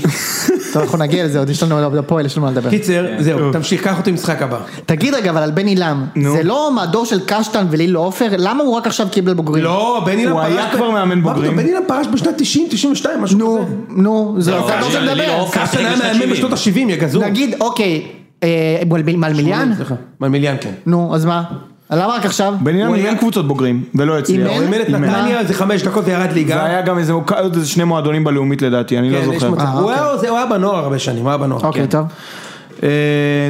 A: טוב, אנחנו נגיע לזה, עוד יש לנו עוד הפועל, יש לנו מה לדבר.
B: קיצר,
D: כן.
B: זהו, תמשיך, קח אותי למשחק הבא.
A: תגיד רגע, אבל על בן עילם, זה לא מהדור של קשטן ולילו עופר, למה הוא רק עכשיו קיבל בוגרים?
B: לא, בן אילן
C: הוא
B: פרש...
C: היה
B: ב-
C: כבר מאמן
B: מה
C: בוגרים.
B: פתאום, בן אילן פרש בשנת 90, 92, משהו
A: נו,
B: כזה.
A: נו, זה
D: לא,
A: זה הדור
D: אני-
A: שאתה
D: לילה
A: מדבר.
D: עופר.
B: קשטן היה
D: בשנת
B: מאמן
D: 70.
B: בשנות ה-70, יא גזור.
A: נגיד, אוקיי, אה, מלמיל- מלמיליאן?
B: סליחה, מלמיליאן, כן.
A: נו, אז מה? למה רק עכשיו?
C: בן אילן
B: הוא היה-
C: אימן קבוצות בוגרים, ולא הצליח.
A: אימן?
B: הוא אימן את
A: אימן.
B: נתניה, זה חמש דקות וירד ליגה.
C: והיה גם איזה עוד איזה שני מועדונים בלאומית לדעתי, אני
B: כן,
C: לא
B: יש
C: זוכר.
B: מצב.
A: אה,
B: הוא היה- זה- הוא היה בנוער הרבה שנים, הוא היה בנוער.
A: אוקיי,
B: כן.
A: טוב.
C: אה,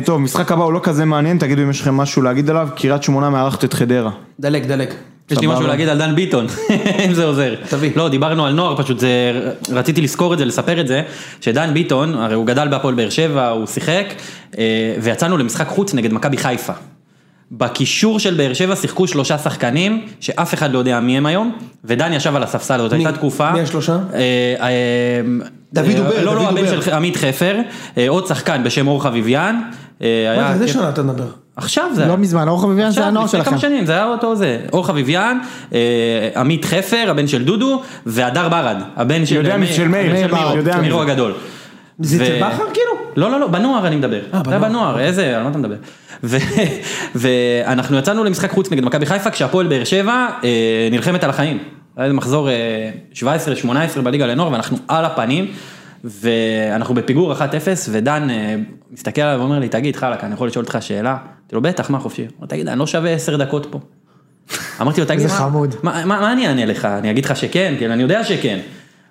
C: טוב, משחק הבא הוא לא כזה מעניין, תגידו אם יש לכם משהו להגיד עליו, קריית שמונה מארחת את חדרה.
B: דלג, דלג.
D: יש לי
C: סבבה.
D: משהו להגיד על דן ביטון, אם זה עוזר.
B: תביא.
D: לא, דיברנו על נוער פשוט, זה, רציתי לזכור את זה, לספר את זה, שדן ביטון, הרי הוא גדל בהפועל באר שבע, הוא שיחק, אה, ויצאנו למשחק חוץ נגד מכבי חיפה. בקישור של באר שבע שיחקו שלושה שחקנים, שאף אחד לא יודע מי הם היום, ודן ישב על הספסל, זאת
B: מי?
D: הייתה תקופה.
B: מי השלושה?
D: אה, אה,
B: דוד
D: אה,
B: עובר,
D: לא,
B: דוד
D: לא, הבן
B: עובר.
D: של עמית חפר, אה, עוד שחקן בשם אור חביביאן. אה,
B: מה
D: היה-
B: זה, איזה שנה אתה מדבר?
D: עכשיו זה
A: לא
D: היה.
A: מזמן, אור חביביאן זה
D: עכשיו,
A: הנוער
D: לפני
A: שלכם.
D: כמה שנים, זה היה אותו זה. אור חביביאן, אה, עמית חפר, הבן של דודו, והדר ברד, הבן של
C: יודע מי- של מאיר,
D: של
C: מאיר, יודע מי
D: מירו, מירו
C: זה.
D: הגדול.
B: זה
D: ו-
B: אצל בכר כאילו?
D: לא, לא, לא, בנוער אני מדבר.
B: אה,
D: זה היה
B: בנוער,
D: בנוער, איזה, על מה אתה מדבר? ו- ואנחנו יצאנו למשחק חוץ נגד מכבי חיפה, כשהפועל באר שבע אה, נלחמת על החיים. היה איזה מחזור אה, 17-18 בליגה לנוער, ואנחנו על הפנים. ואנחנו בפיגור 1-0, ודן אה, מסתכל עליו ואומר לי, תגיד חלק, אני יכול לשאול אותך שאלה? אמרתי לו, בטח, מה חופשי? הוא אומר, תגיד, אני לא שווה 10 דקות פה. אמרתי לו, תגיד,
A: איזה
D: מה-
A: חמוד."
D: מה, מה, מה אני אענה לך? אני אגיד לך שכן, כאילו, אני יודע שכן.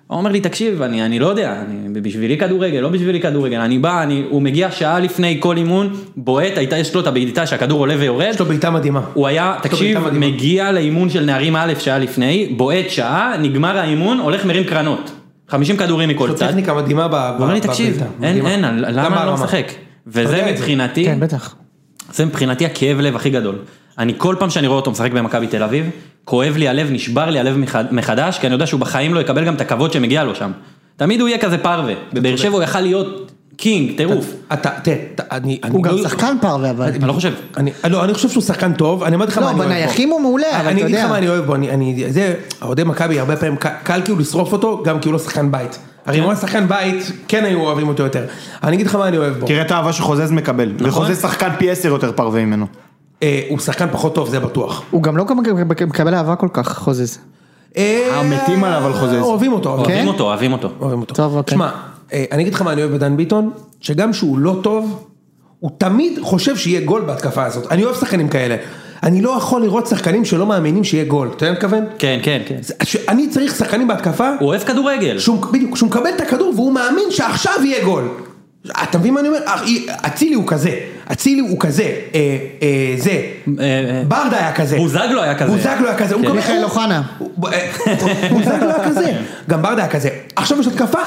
D: הוא אומר לי, תקשיב, אני, אני לא יודע, אני, בשבילי כדורגל, לא בשבילי כדורגל, אני בא, אני, הוא מגיע שעה לפני כל אימון, בועט, הייתה, יש לו את הבעיטה שהכדור עולה ויורד,
B: יש לו בעיטה מדהימה.
D: הוא היה,
B: לו
D: תקשיב,
B: בעיטה מדהימה.
D: מגיע לאימון של נערים א' שעה לפני, בועט שעה, נגמר האימון, הולך מרים קרנות. 50 כדורים
B: יש
D: מכל
B: לו
D: צד.
B: טכניקה מדהימה ב- ב-
D: הוא אומר לי,
B: בבעיטה.
D: תקשיב, אין,
B: מדהימה.
D: אין,
B: גם
D: למה אני לא
B: ברמה.
D: משחק? וזה
B: יודע את זה.
D: מבחינתי,
A: כן, בטח.
D: זה מבחינתי הכאב לב הכי גדול. אני כל פעם שאני רואה אותו משחק במכבי תל אביב, כואב לי הלב, נשבר לי הלב מחד- מחדש, כי אני יודע שהוא בחיים לא יקבל גם את הכבוד שמגיע לו שם. תמיד הוא יהיה כזה פרווה. בבאר שבע הוא יכל להיות קינג, טירוף.
B: אתה, תראה, אתה- אני...
A: הוא
B: אני
A: גם
B: לא-
A: שחקן פרווה, אבל...
D: אני לא חושב.
B: אני, לא, אני חושב שהוא שחקן טוב, אני אמרתי לך
A: לא,
B: מה אני אוהב בו.
A: בנייחים הוא מעולה, אבל
B: אני
A: אתה
B: אגיד לך
A: יודע.
B: מה אני אוהב בו, אני, אני, זה, אוהדי מכבי הרבה פעמים ק- קל כאילו לשרוף אותו, גם כי הוא לא שחקן בית. הרי אם הוא היה שחקן בית, כן היו אוהבים אותו יותר. אני אגיד לך מה אני אוהב בו.
C: תראה את האהבה שחוזז מקבל,
B: נכון.
C: וחוזז שחקן פי עשר יותר פרווה ממנו.
B: אה, הוא שחקן פחות טוב, זה בטוח.
A: הוא גם לא מקבל- מקבל אהבה כל כך, חוזז.
B: אה,
C: מתים עליו על חוזז.
B: אוהבים אותו, אוהבים
A: כן?
D: אוהבים אותו, אוהבים אותו.
B: אוהבים אותו.
A: טוב, אוקיי.
B: שמע, אה, אני אגיד לך מה אני אוהב בדן ביטון, שגם שהוא לא טוב, הוא תמיד חושב שיהיה גול בהתקפה הזאת. אני אוהב שחקנים כאלה. אני לא יכול לראות שחקנים שלא מאמינים שיהיה גול, אתה יודע מה אני מתכוון?
D: כן, כן, כן.
B: זה- שאני צריך שחקנים בהתקפה,
D: הוא אוהב כדורגל.
B: שהוא, בדיוק, שהוא מקבל את הכדור והוא מאמין שעכשיו יהיה גול. אתה מבין מה אני אומר? אה, אי- אצילי הוא כזה, אצילי הוא כזה, אה, אה, זה,
D: אה, אה.
B: ברדה היה כזה,
D: בוזגלו היה כזה.
B: בוזגלו היה כזה, הוא
D: כן.
B: מקבל-
A: מיכאל אוחנה.
B: הוא- אה, בוזגלו היה כזה, גם ברדה היה כזה. עכשיו יש התקפה,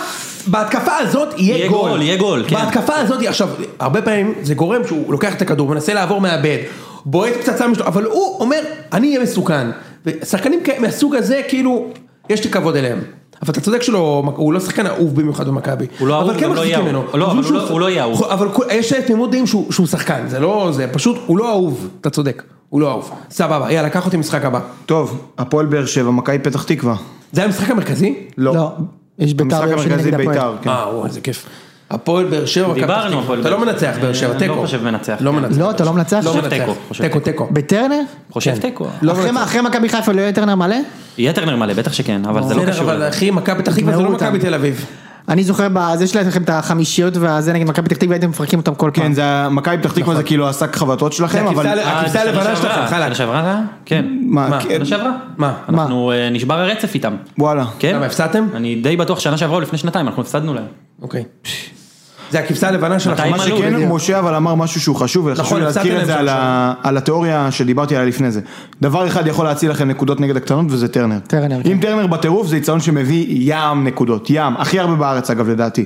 B: בהתקפה הזאת יהיה
D: יהיה
B: גול.
D: גול, יהיה גול, כן.
B: בהתקפה הזאת, עכשיו, הרבה פעמים זה גורם שהוא לוקח את הכדור, מנסה לעבור מהבד, בועט פצצה משלו, אבל הוא אומר, אני אהיה מסוכן. ושחקנים כ- מהסוג הזה, כאילו, יש לי כבוד אליהם. אבל אתה צודק שלא, הוא לא שחקן אהוב במיוחד במכבי.
D: הוא לא
B: אבל
D: אהוב,
B: כן
D: הוא לא
B: מחזיקים
D: יהיה
B: ממנו.
D: אהוב. לא,
B: חושבים
D: אבל הוא
B: שהוא-
D: לא- הוא לא יהיה אהוב.
B: אבל כל- יש תמימות דעים שהוא שהוא שחקן, זה לא, זה פשוט, הוא לא אהוב, אתה צודק, הוא לא אהוב. סבבה, יאללה, קח אותי משחק הבא.
C: טוב, הפועל באר שבע, מכבי פתח תקווה.
B: זה המשחק המרכזי?
A: לא. יש בית"ר
C: המשחק
A: ביום שני
C: המרכזי
A: נגד הפועל.
C: בית"ר, כן.
B: אה, וואו, איזה כיף. הפועל באר שבע, מכבי
D: דיברנו,
B: פתח תקווה.
D: הפועל
B: אתה
D: באר
B: לא מנצח
D: שבע.
B: באר שבע,
D: אה,
B: תיקו.
D: לא חושב מנצח.
B: לא מנצח.
A: לא, אתה לא מנצח?
B: לא
A: חושב
B: מנצח.
D: תיקו, חושב
B: תיקו, תיקו.
A: בטרנר?
D: חושב
B: כן.
D: תיקו.
B: לא
A: אחרי
B: מנצח.
A: מה- אחרי מכבי חיפה לא יהיה טרנר מלא?
D: יהיה טרנר מלא, בטח שכן, אבל זה לא
B: בסדר,
D: קשור.
B: אבל אחי, מכבי פתח תקווה זה
A: יגמרו
B: לא
A: אותם.
B: מכבי תל אביב.
A: אני זוכר, בזה שלכם את החמישיות והזה נגד מכבי פתח תקווה, הייתם מפרקים אותם כל פעם.
C: כן, זה ה- מכבי פתח תקווה זה כאילו השק חבטות שלכם,
B: נכון. זה
C: אבל...
B: הכבשה ל-
D: אה,
B: הכבשה
D: שנה
B: הלבנה
D: שעברה,
B: שלכם, חלאק.
D: שנה שעברה זה היה? כן.
C: מה,
B: מה?
C: כן,
D: שנה שעברה?
B: מה?
D: אנחנו, אה, נשבר הרצף איתם.
C: וואלה.
D: כן?
B: למה, הפסדתם?
D: אני די בטוח שנה שעברה או לפני שנתיים, אנחנו הפסדנו להם.
B: אוקיי. זה הכבשה הלבנה שלכם.
D: מתי
C: מה
D: מלול,
C: שכן,
D: בדיוק.
C: משה אבל אמר משהו שהוא חשוב, וחשוב
B: נכון,
C: לי
B: הפסדתם
C: להזכיר את זה
B: להם
C: על
B: שם
C: ה- על התיאוריה שדיברתי עליה לפני זה. דבר אחד יכול להציל לכם נקודות נגד הקטנות וזה טרנר.
A: טרנר,
B: כן.
C: אם טרנר בטירוף זה יצאון שמביא ים נקודות, ים, הכי הרבה בארץ אגב לדעתי.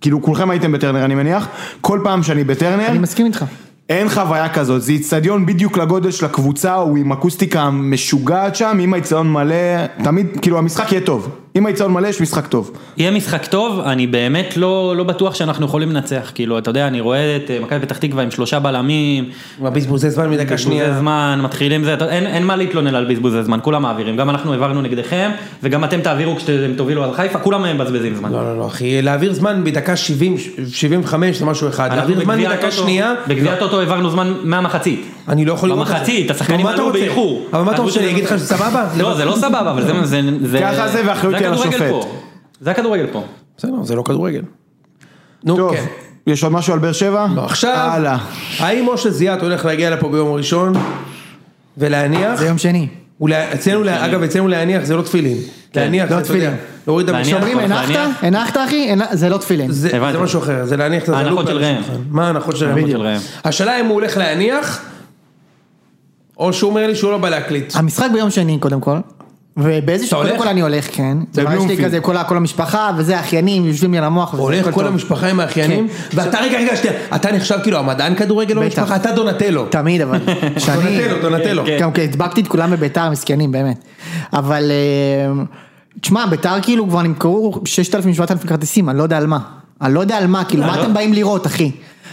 C: כאילו כולכם הייתם בטרנר אני מניח, כל פעם שאני בטרנר,
A: אני מסכים איתך.
C: אין חוויה כזאת, זה איצטדיון בדיוק לגודל של הקבוצה, הוא עם אקוסטיקה משוגעת שם, אם האיצטדיון מלא, תמיד, כאילו המשחק יהיה טוב. אם האיצטדיון מלא יש משחק טוב.
D: יהיה משחק טוב, אני באמת לא, לא בטוח שאנחנו יכולים לנצח. כאילו, אתה יודע, אני רואה את אה, מכבי פתח תקווה עם שלושה בלמים,
B: עם הבזבוזי זמן מדקה
D: בזבוזי
B: שנייה.
D: זמן, מתחילים זה, אתה- אין, אין מה להתלונן על בזבוזי זמן, כולם מעבירים, גם אנחנו העברנו נגדכם, וגם אתם תעבירו כשאתם תובילו על חיפה, כולם הם מבזבזים זמן.
B: לא, לא, לא, אחי, להעביר זמן בדקה 70, 75 זה משהו אחד.
D: אנחנו
B: להעביר זמן
D: בגביע
B: בדקה
D: הטוטו-
B: שנייה. לא.
D: בגביע הטוטו העברנו זמן מהמחצית.
B: אני לא יכול לראות את זה.
D: במחצית,
B: אבל
D: השחקנים
B: מה אתה
D: עלו
B: רוצה?
D: באיחור.
B: אבל מה אתה
D: עלו
B: רוצה, אני אגיד לך שזה סבבה?
D: לא, זה לא סבבה, אבל זה- זה...
C: ככה זה והאחריות היא על
D: הכדורגל
C: השופט.
D: פה. זה הכדורגל פה.
B: בסדר, זה לא כדורגל. נו,
C: טוב,
B: כן.
C: יש עוד משהו על באר שבע?
B: לא, עכשיו,
C: הלאה.
B: האם משה זיאת הולך להגיע לפה ביום ראשון ולהניח?
A: זה יום שני.
B: אולי- אצלנו, לה- אגב, אצלנו להניח זה לא תפילין.
A: לא
B: להניח, זה, אתה יודע,
A: תפילין.
B: להוריד את
D: להניח.
B: המשלחת.
A: אומרים,
D: אנחנו
A: הנחת?
D: נניח.
A: הנחת אחי? אין- זה לא תפילין.
B: זה
D: הבנתי.
B: זה משהו אחר, זה להניח את הזלוק.
D: ההנחות
B: על
D: של ראם.
B: השולחן. מה ההנחות של
D: ההנחות של
B: ראם?
D: ראם.
B: השאלה אם הוא הולך להניח, או שהוא אומר לי שהוא לא בא להקליט.
A: המשחק ביום שני קודם כל. ובאיזשהו,
B: אתה
A: קודם
B: הולך?
A: כל אני הולך, כן. כלומר, יש לי
C: בבלומפילד.
A: כזה כל ה- כל המשפחה וזה, אחיינים, יושבים לי על המוח. וזה,
B: הולך
A: הכל
B: כל
A: טוב.
B: המשפחה עם האחיינים, ואתה רגע, רגע, שנייה, אתה נחשב כאילו המדען כדורגל
A: בטח.
B: במשפחה, אתה דונטלו.
A: תמיד אבל. שאני-
B: דונטלו, דונטלו.
D: כן.
A: גם כן, הדבקתי את כולם בביתר, מסכנים, באמת. אבל, אה, תשמע, ביתר כאילו כבר נמכרו 6,000-7,000 כרטיסים, אני לא יודע על מה. אני לא יודע על מה, כאילו, מה
D: לא.
A: אתם באים לראות, אחי?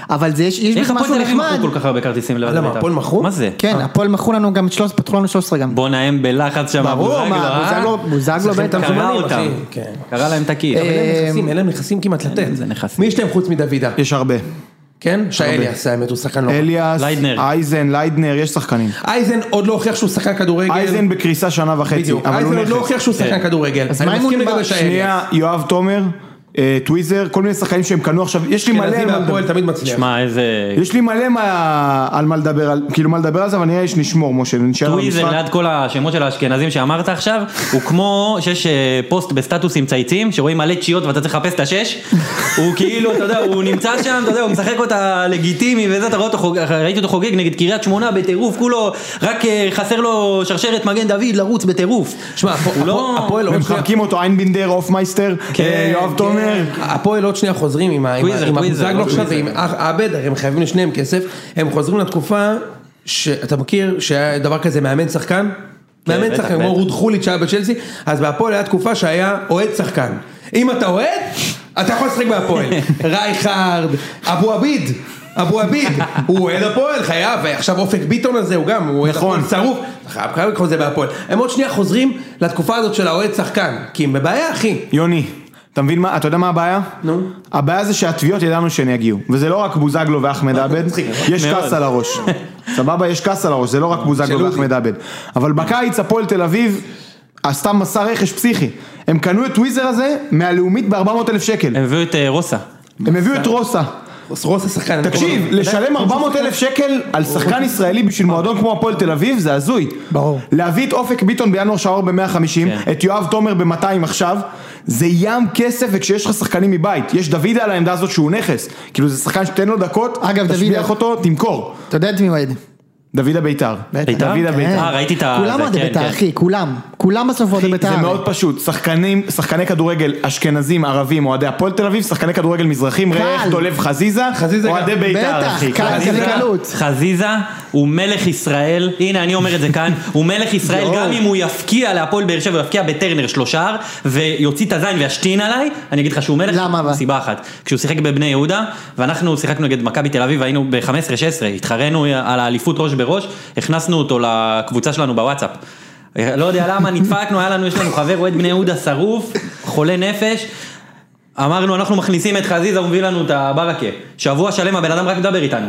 A: אבל זה, יש יש בזה
D: איך הפועל
A: משהו
D: תל אביב
A: נחמד.
D: מכרו כל כך אה. הרבה כרטיסים לבד
B: אה, למה, הפועל מכרו?
D: מה זה?
A: כן, הפועל מכרו לנו גם, את 13, פתחו לנו 13 גם.
D: בואנה הם בלחץ שם,
A: ברור,
D: בוזגלו,
A: מה,
D: אה?
B: לא
A: בוזגלו, בוזגלו
B: שחקן
A: בטח.
B: תמזומנים,
D: קרע
B: אחי.
D: אותם,
B: כן. אה,
D: קרע להם את הכיס.
B: אבל אין להם נכסים, אין להם נכסים כמעט לתת.
D: זה נכסים.
B: מי יש להם חוץ מדוידה?
C: יש הרבה.
B: כן? שי אליאס, האמת, הוא שחקן לא... רע.
C: אליאס,
D: לא. ליידנר.
C: אייזן, ליידנר, יש שחקנים.
B: אייזן עוד לא הוכיח שהוא שחקן כדורגל.
C: אייזן בקריסה שנה וחצי,
B: בדיוק.
C: אבל הוא
B: אייזן עוד לא
C: נכס.
B: הוכיח שהוא שחקן כדורגל.
A: אז
B: אני
A: מה אם
B: מסכים
A: הוא
B: לגבי
A: נבחר?
B: שי אליאס.
C: שנייה, יואב תומר, אה, טוויזר, כל מיני שחקנים שהם קנו עכשיו, יש לי מלא
B: אשכנזי
C: על מה לדבר.
B: והפועל תמיד מצליח.
D: שמע איזה...
B: אה,
C: יש לי מלא מה- על מה לדבר, על- כאילו מה לדבר על זה, אבל נראה לי שנשמור, משה, נשאר
D: טוויזר
C: במשחק.
D: ליד כל השמות של האשכנזים שאמרת עכשיו, הוא כמו שיש אה, פוסט בסטטוס עם צייצים, שרואים מלא תשיעות ואתה צריך לחפש את השש, הוא כאילו, אתה יודע, הוא נמצא שם, אתה יודע, הוא משחק אותה לגיטימי וזה, אתה רואה אותו חוגג, ראיתי אותו חוגג נגד קריית שמונה בטירוף, כולו, רק אה, חסר לו שרשרת מגן דוד לרוץ בטירוף.
B: שמע, הפועל-
D: הוא
B: הפועל-
D: לא-
B: הפועל עוד שנייה-
C: ומחבקים אותו איינבינדר, אופמייסטר,
D: כן,
C: אה, יואב
D: כן,
C: תומר, מהר.
B: הפועל עוד שנייה חוזרים עם ה- עם ה-
D: קוויזר,
B: עם
D: קוויזר,
B: הבוזגלו עכשיו
D: קוויזר.
B: ועם אח- עבד, הרי הם חייבים לשניהם כסף, הם חוזרים לתקופה שאתה מכיר שהיה דבר כזה מאמן שחקן? מאמן
D: כן, בטח,
B: שחקן, כמו
D: בטח.
B: רוד חוליץ' שהיה בצ'לסי, אז בהפועל היה תקופה שהיה אוהד שחקן. אם אתה אוהד, אתה יכול לשחק בהפועל. רייכרד, אבו עביד. אבו עביד, הוא אוהד הפועל, חייב, עכשיו אופק ביטון הזה, הוא גם, הוא אוהד
C: נכון.
B: הפועל שרוף, חייב חייב לקרוא לזה בהפועל. הם עוד שנייה חוזרים לתקופה הזאת של האוהד שחקן, כי הם בבעיה, אחי.
C: יוני, אתה מבין מה, אתה יודע מה הבעיה?
B: נו.
C: הבעיה זה שהתביעות ידענו שהן יגיעו, וזה לא רק בוזגלו ואחמד עבד, יש
D: אה, מאוד.
C: כעס על הראש. סבבה, יש כעס על הראש, זה לא רק בוזגלו
B: שלא
C: ואחמד עבד. אבל בקיץ הפועל תל אביב עשתה מסע רכש פסיכי. הם קנו את וויזר הזה מהלאומית ב-400 אלף שקל.
D: הם הביאו את אה, רוסה.
C: הם הביאו את רוסה.
B: רוס השחקן.
C: תקשיב, לשלם 400 אלף שקל על שחקן ישראלי בשביל מועדון כמו הפועל תל אביב זה הזוי.
A: ברור.
C: להביא את אופק ביטון בינואר שער ב-150,
D: כן.
C: את יואב תומר ב-200 עכשיו, זה ים כסף וכשיש לך שחקנים מבית, יש דוידה על העמדה הזאת שהוא נכס, כאילו זה שחקן שתן לו דקות,
A: אגב,
C: תשביח
A: דוידה-
C: אותו, תמכור.
A: אתה יודע את מי אוהד?
C: דוידה בית"ר.
D: בית"ר?
C: דוידה
D: כן.
C: בית"ר.
D: אה, ראיתי את ה-
A: כולם
D: זה,
A: אוהדי
D: כן,
A: בית"ר,
D: כן.
A: אחי, כולם. כולם בסוף אוהדי בית"ר.
C: זה
A: הרי.
C: מאוד פשוט, שחקנים, שחקני כדורגל אשכנזים, ערבים, אוהדי הפועל תל אביב, שחקני כדורגל מזרחים,
A: קל.
C: ראה איך דולב חזיזה,
B: חזיזה
C: אוהדי
B: גם.
C: בית"ר,
A: בטח,
C: אחי.
A: קל,
C: חזיזה-
A: כזה קלות.
D: חזיזה הוא מלך ישראל, הנה אני אומר את זה כאן, הוא מלך ישראל גם אם הוא יפקיע להפועל באר שבע, הוא יפקיע בטרנר שלושה ויוציא את הזין וישתין עליי, אני אגיד לך שהוא מלך,
A: למה אבל?
D: סיבה אחת, כשהוא שיחק בבני יהודה, ואנחנו שיחקנו נגד מכבי תל אביב, היינו ב-15-16, התחרנו על האליפות ראש בראש, הכנסנו אותו לקבוצה שלנו בוואטסאפ. לא יודע למה, נדפקנו, היה לנו, יש לנו חבר אוהד בני יהודה שרוף, חולה נפש. אמרנו, אנחנו מכניסים את חזיזה, הוא מביא לנו את הברקה. שבוע שלם הבן אדם רק מדבר איתנו.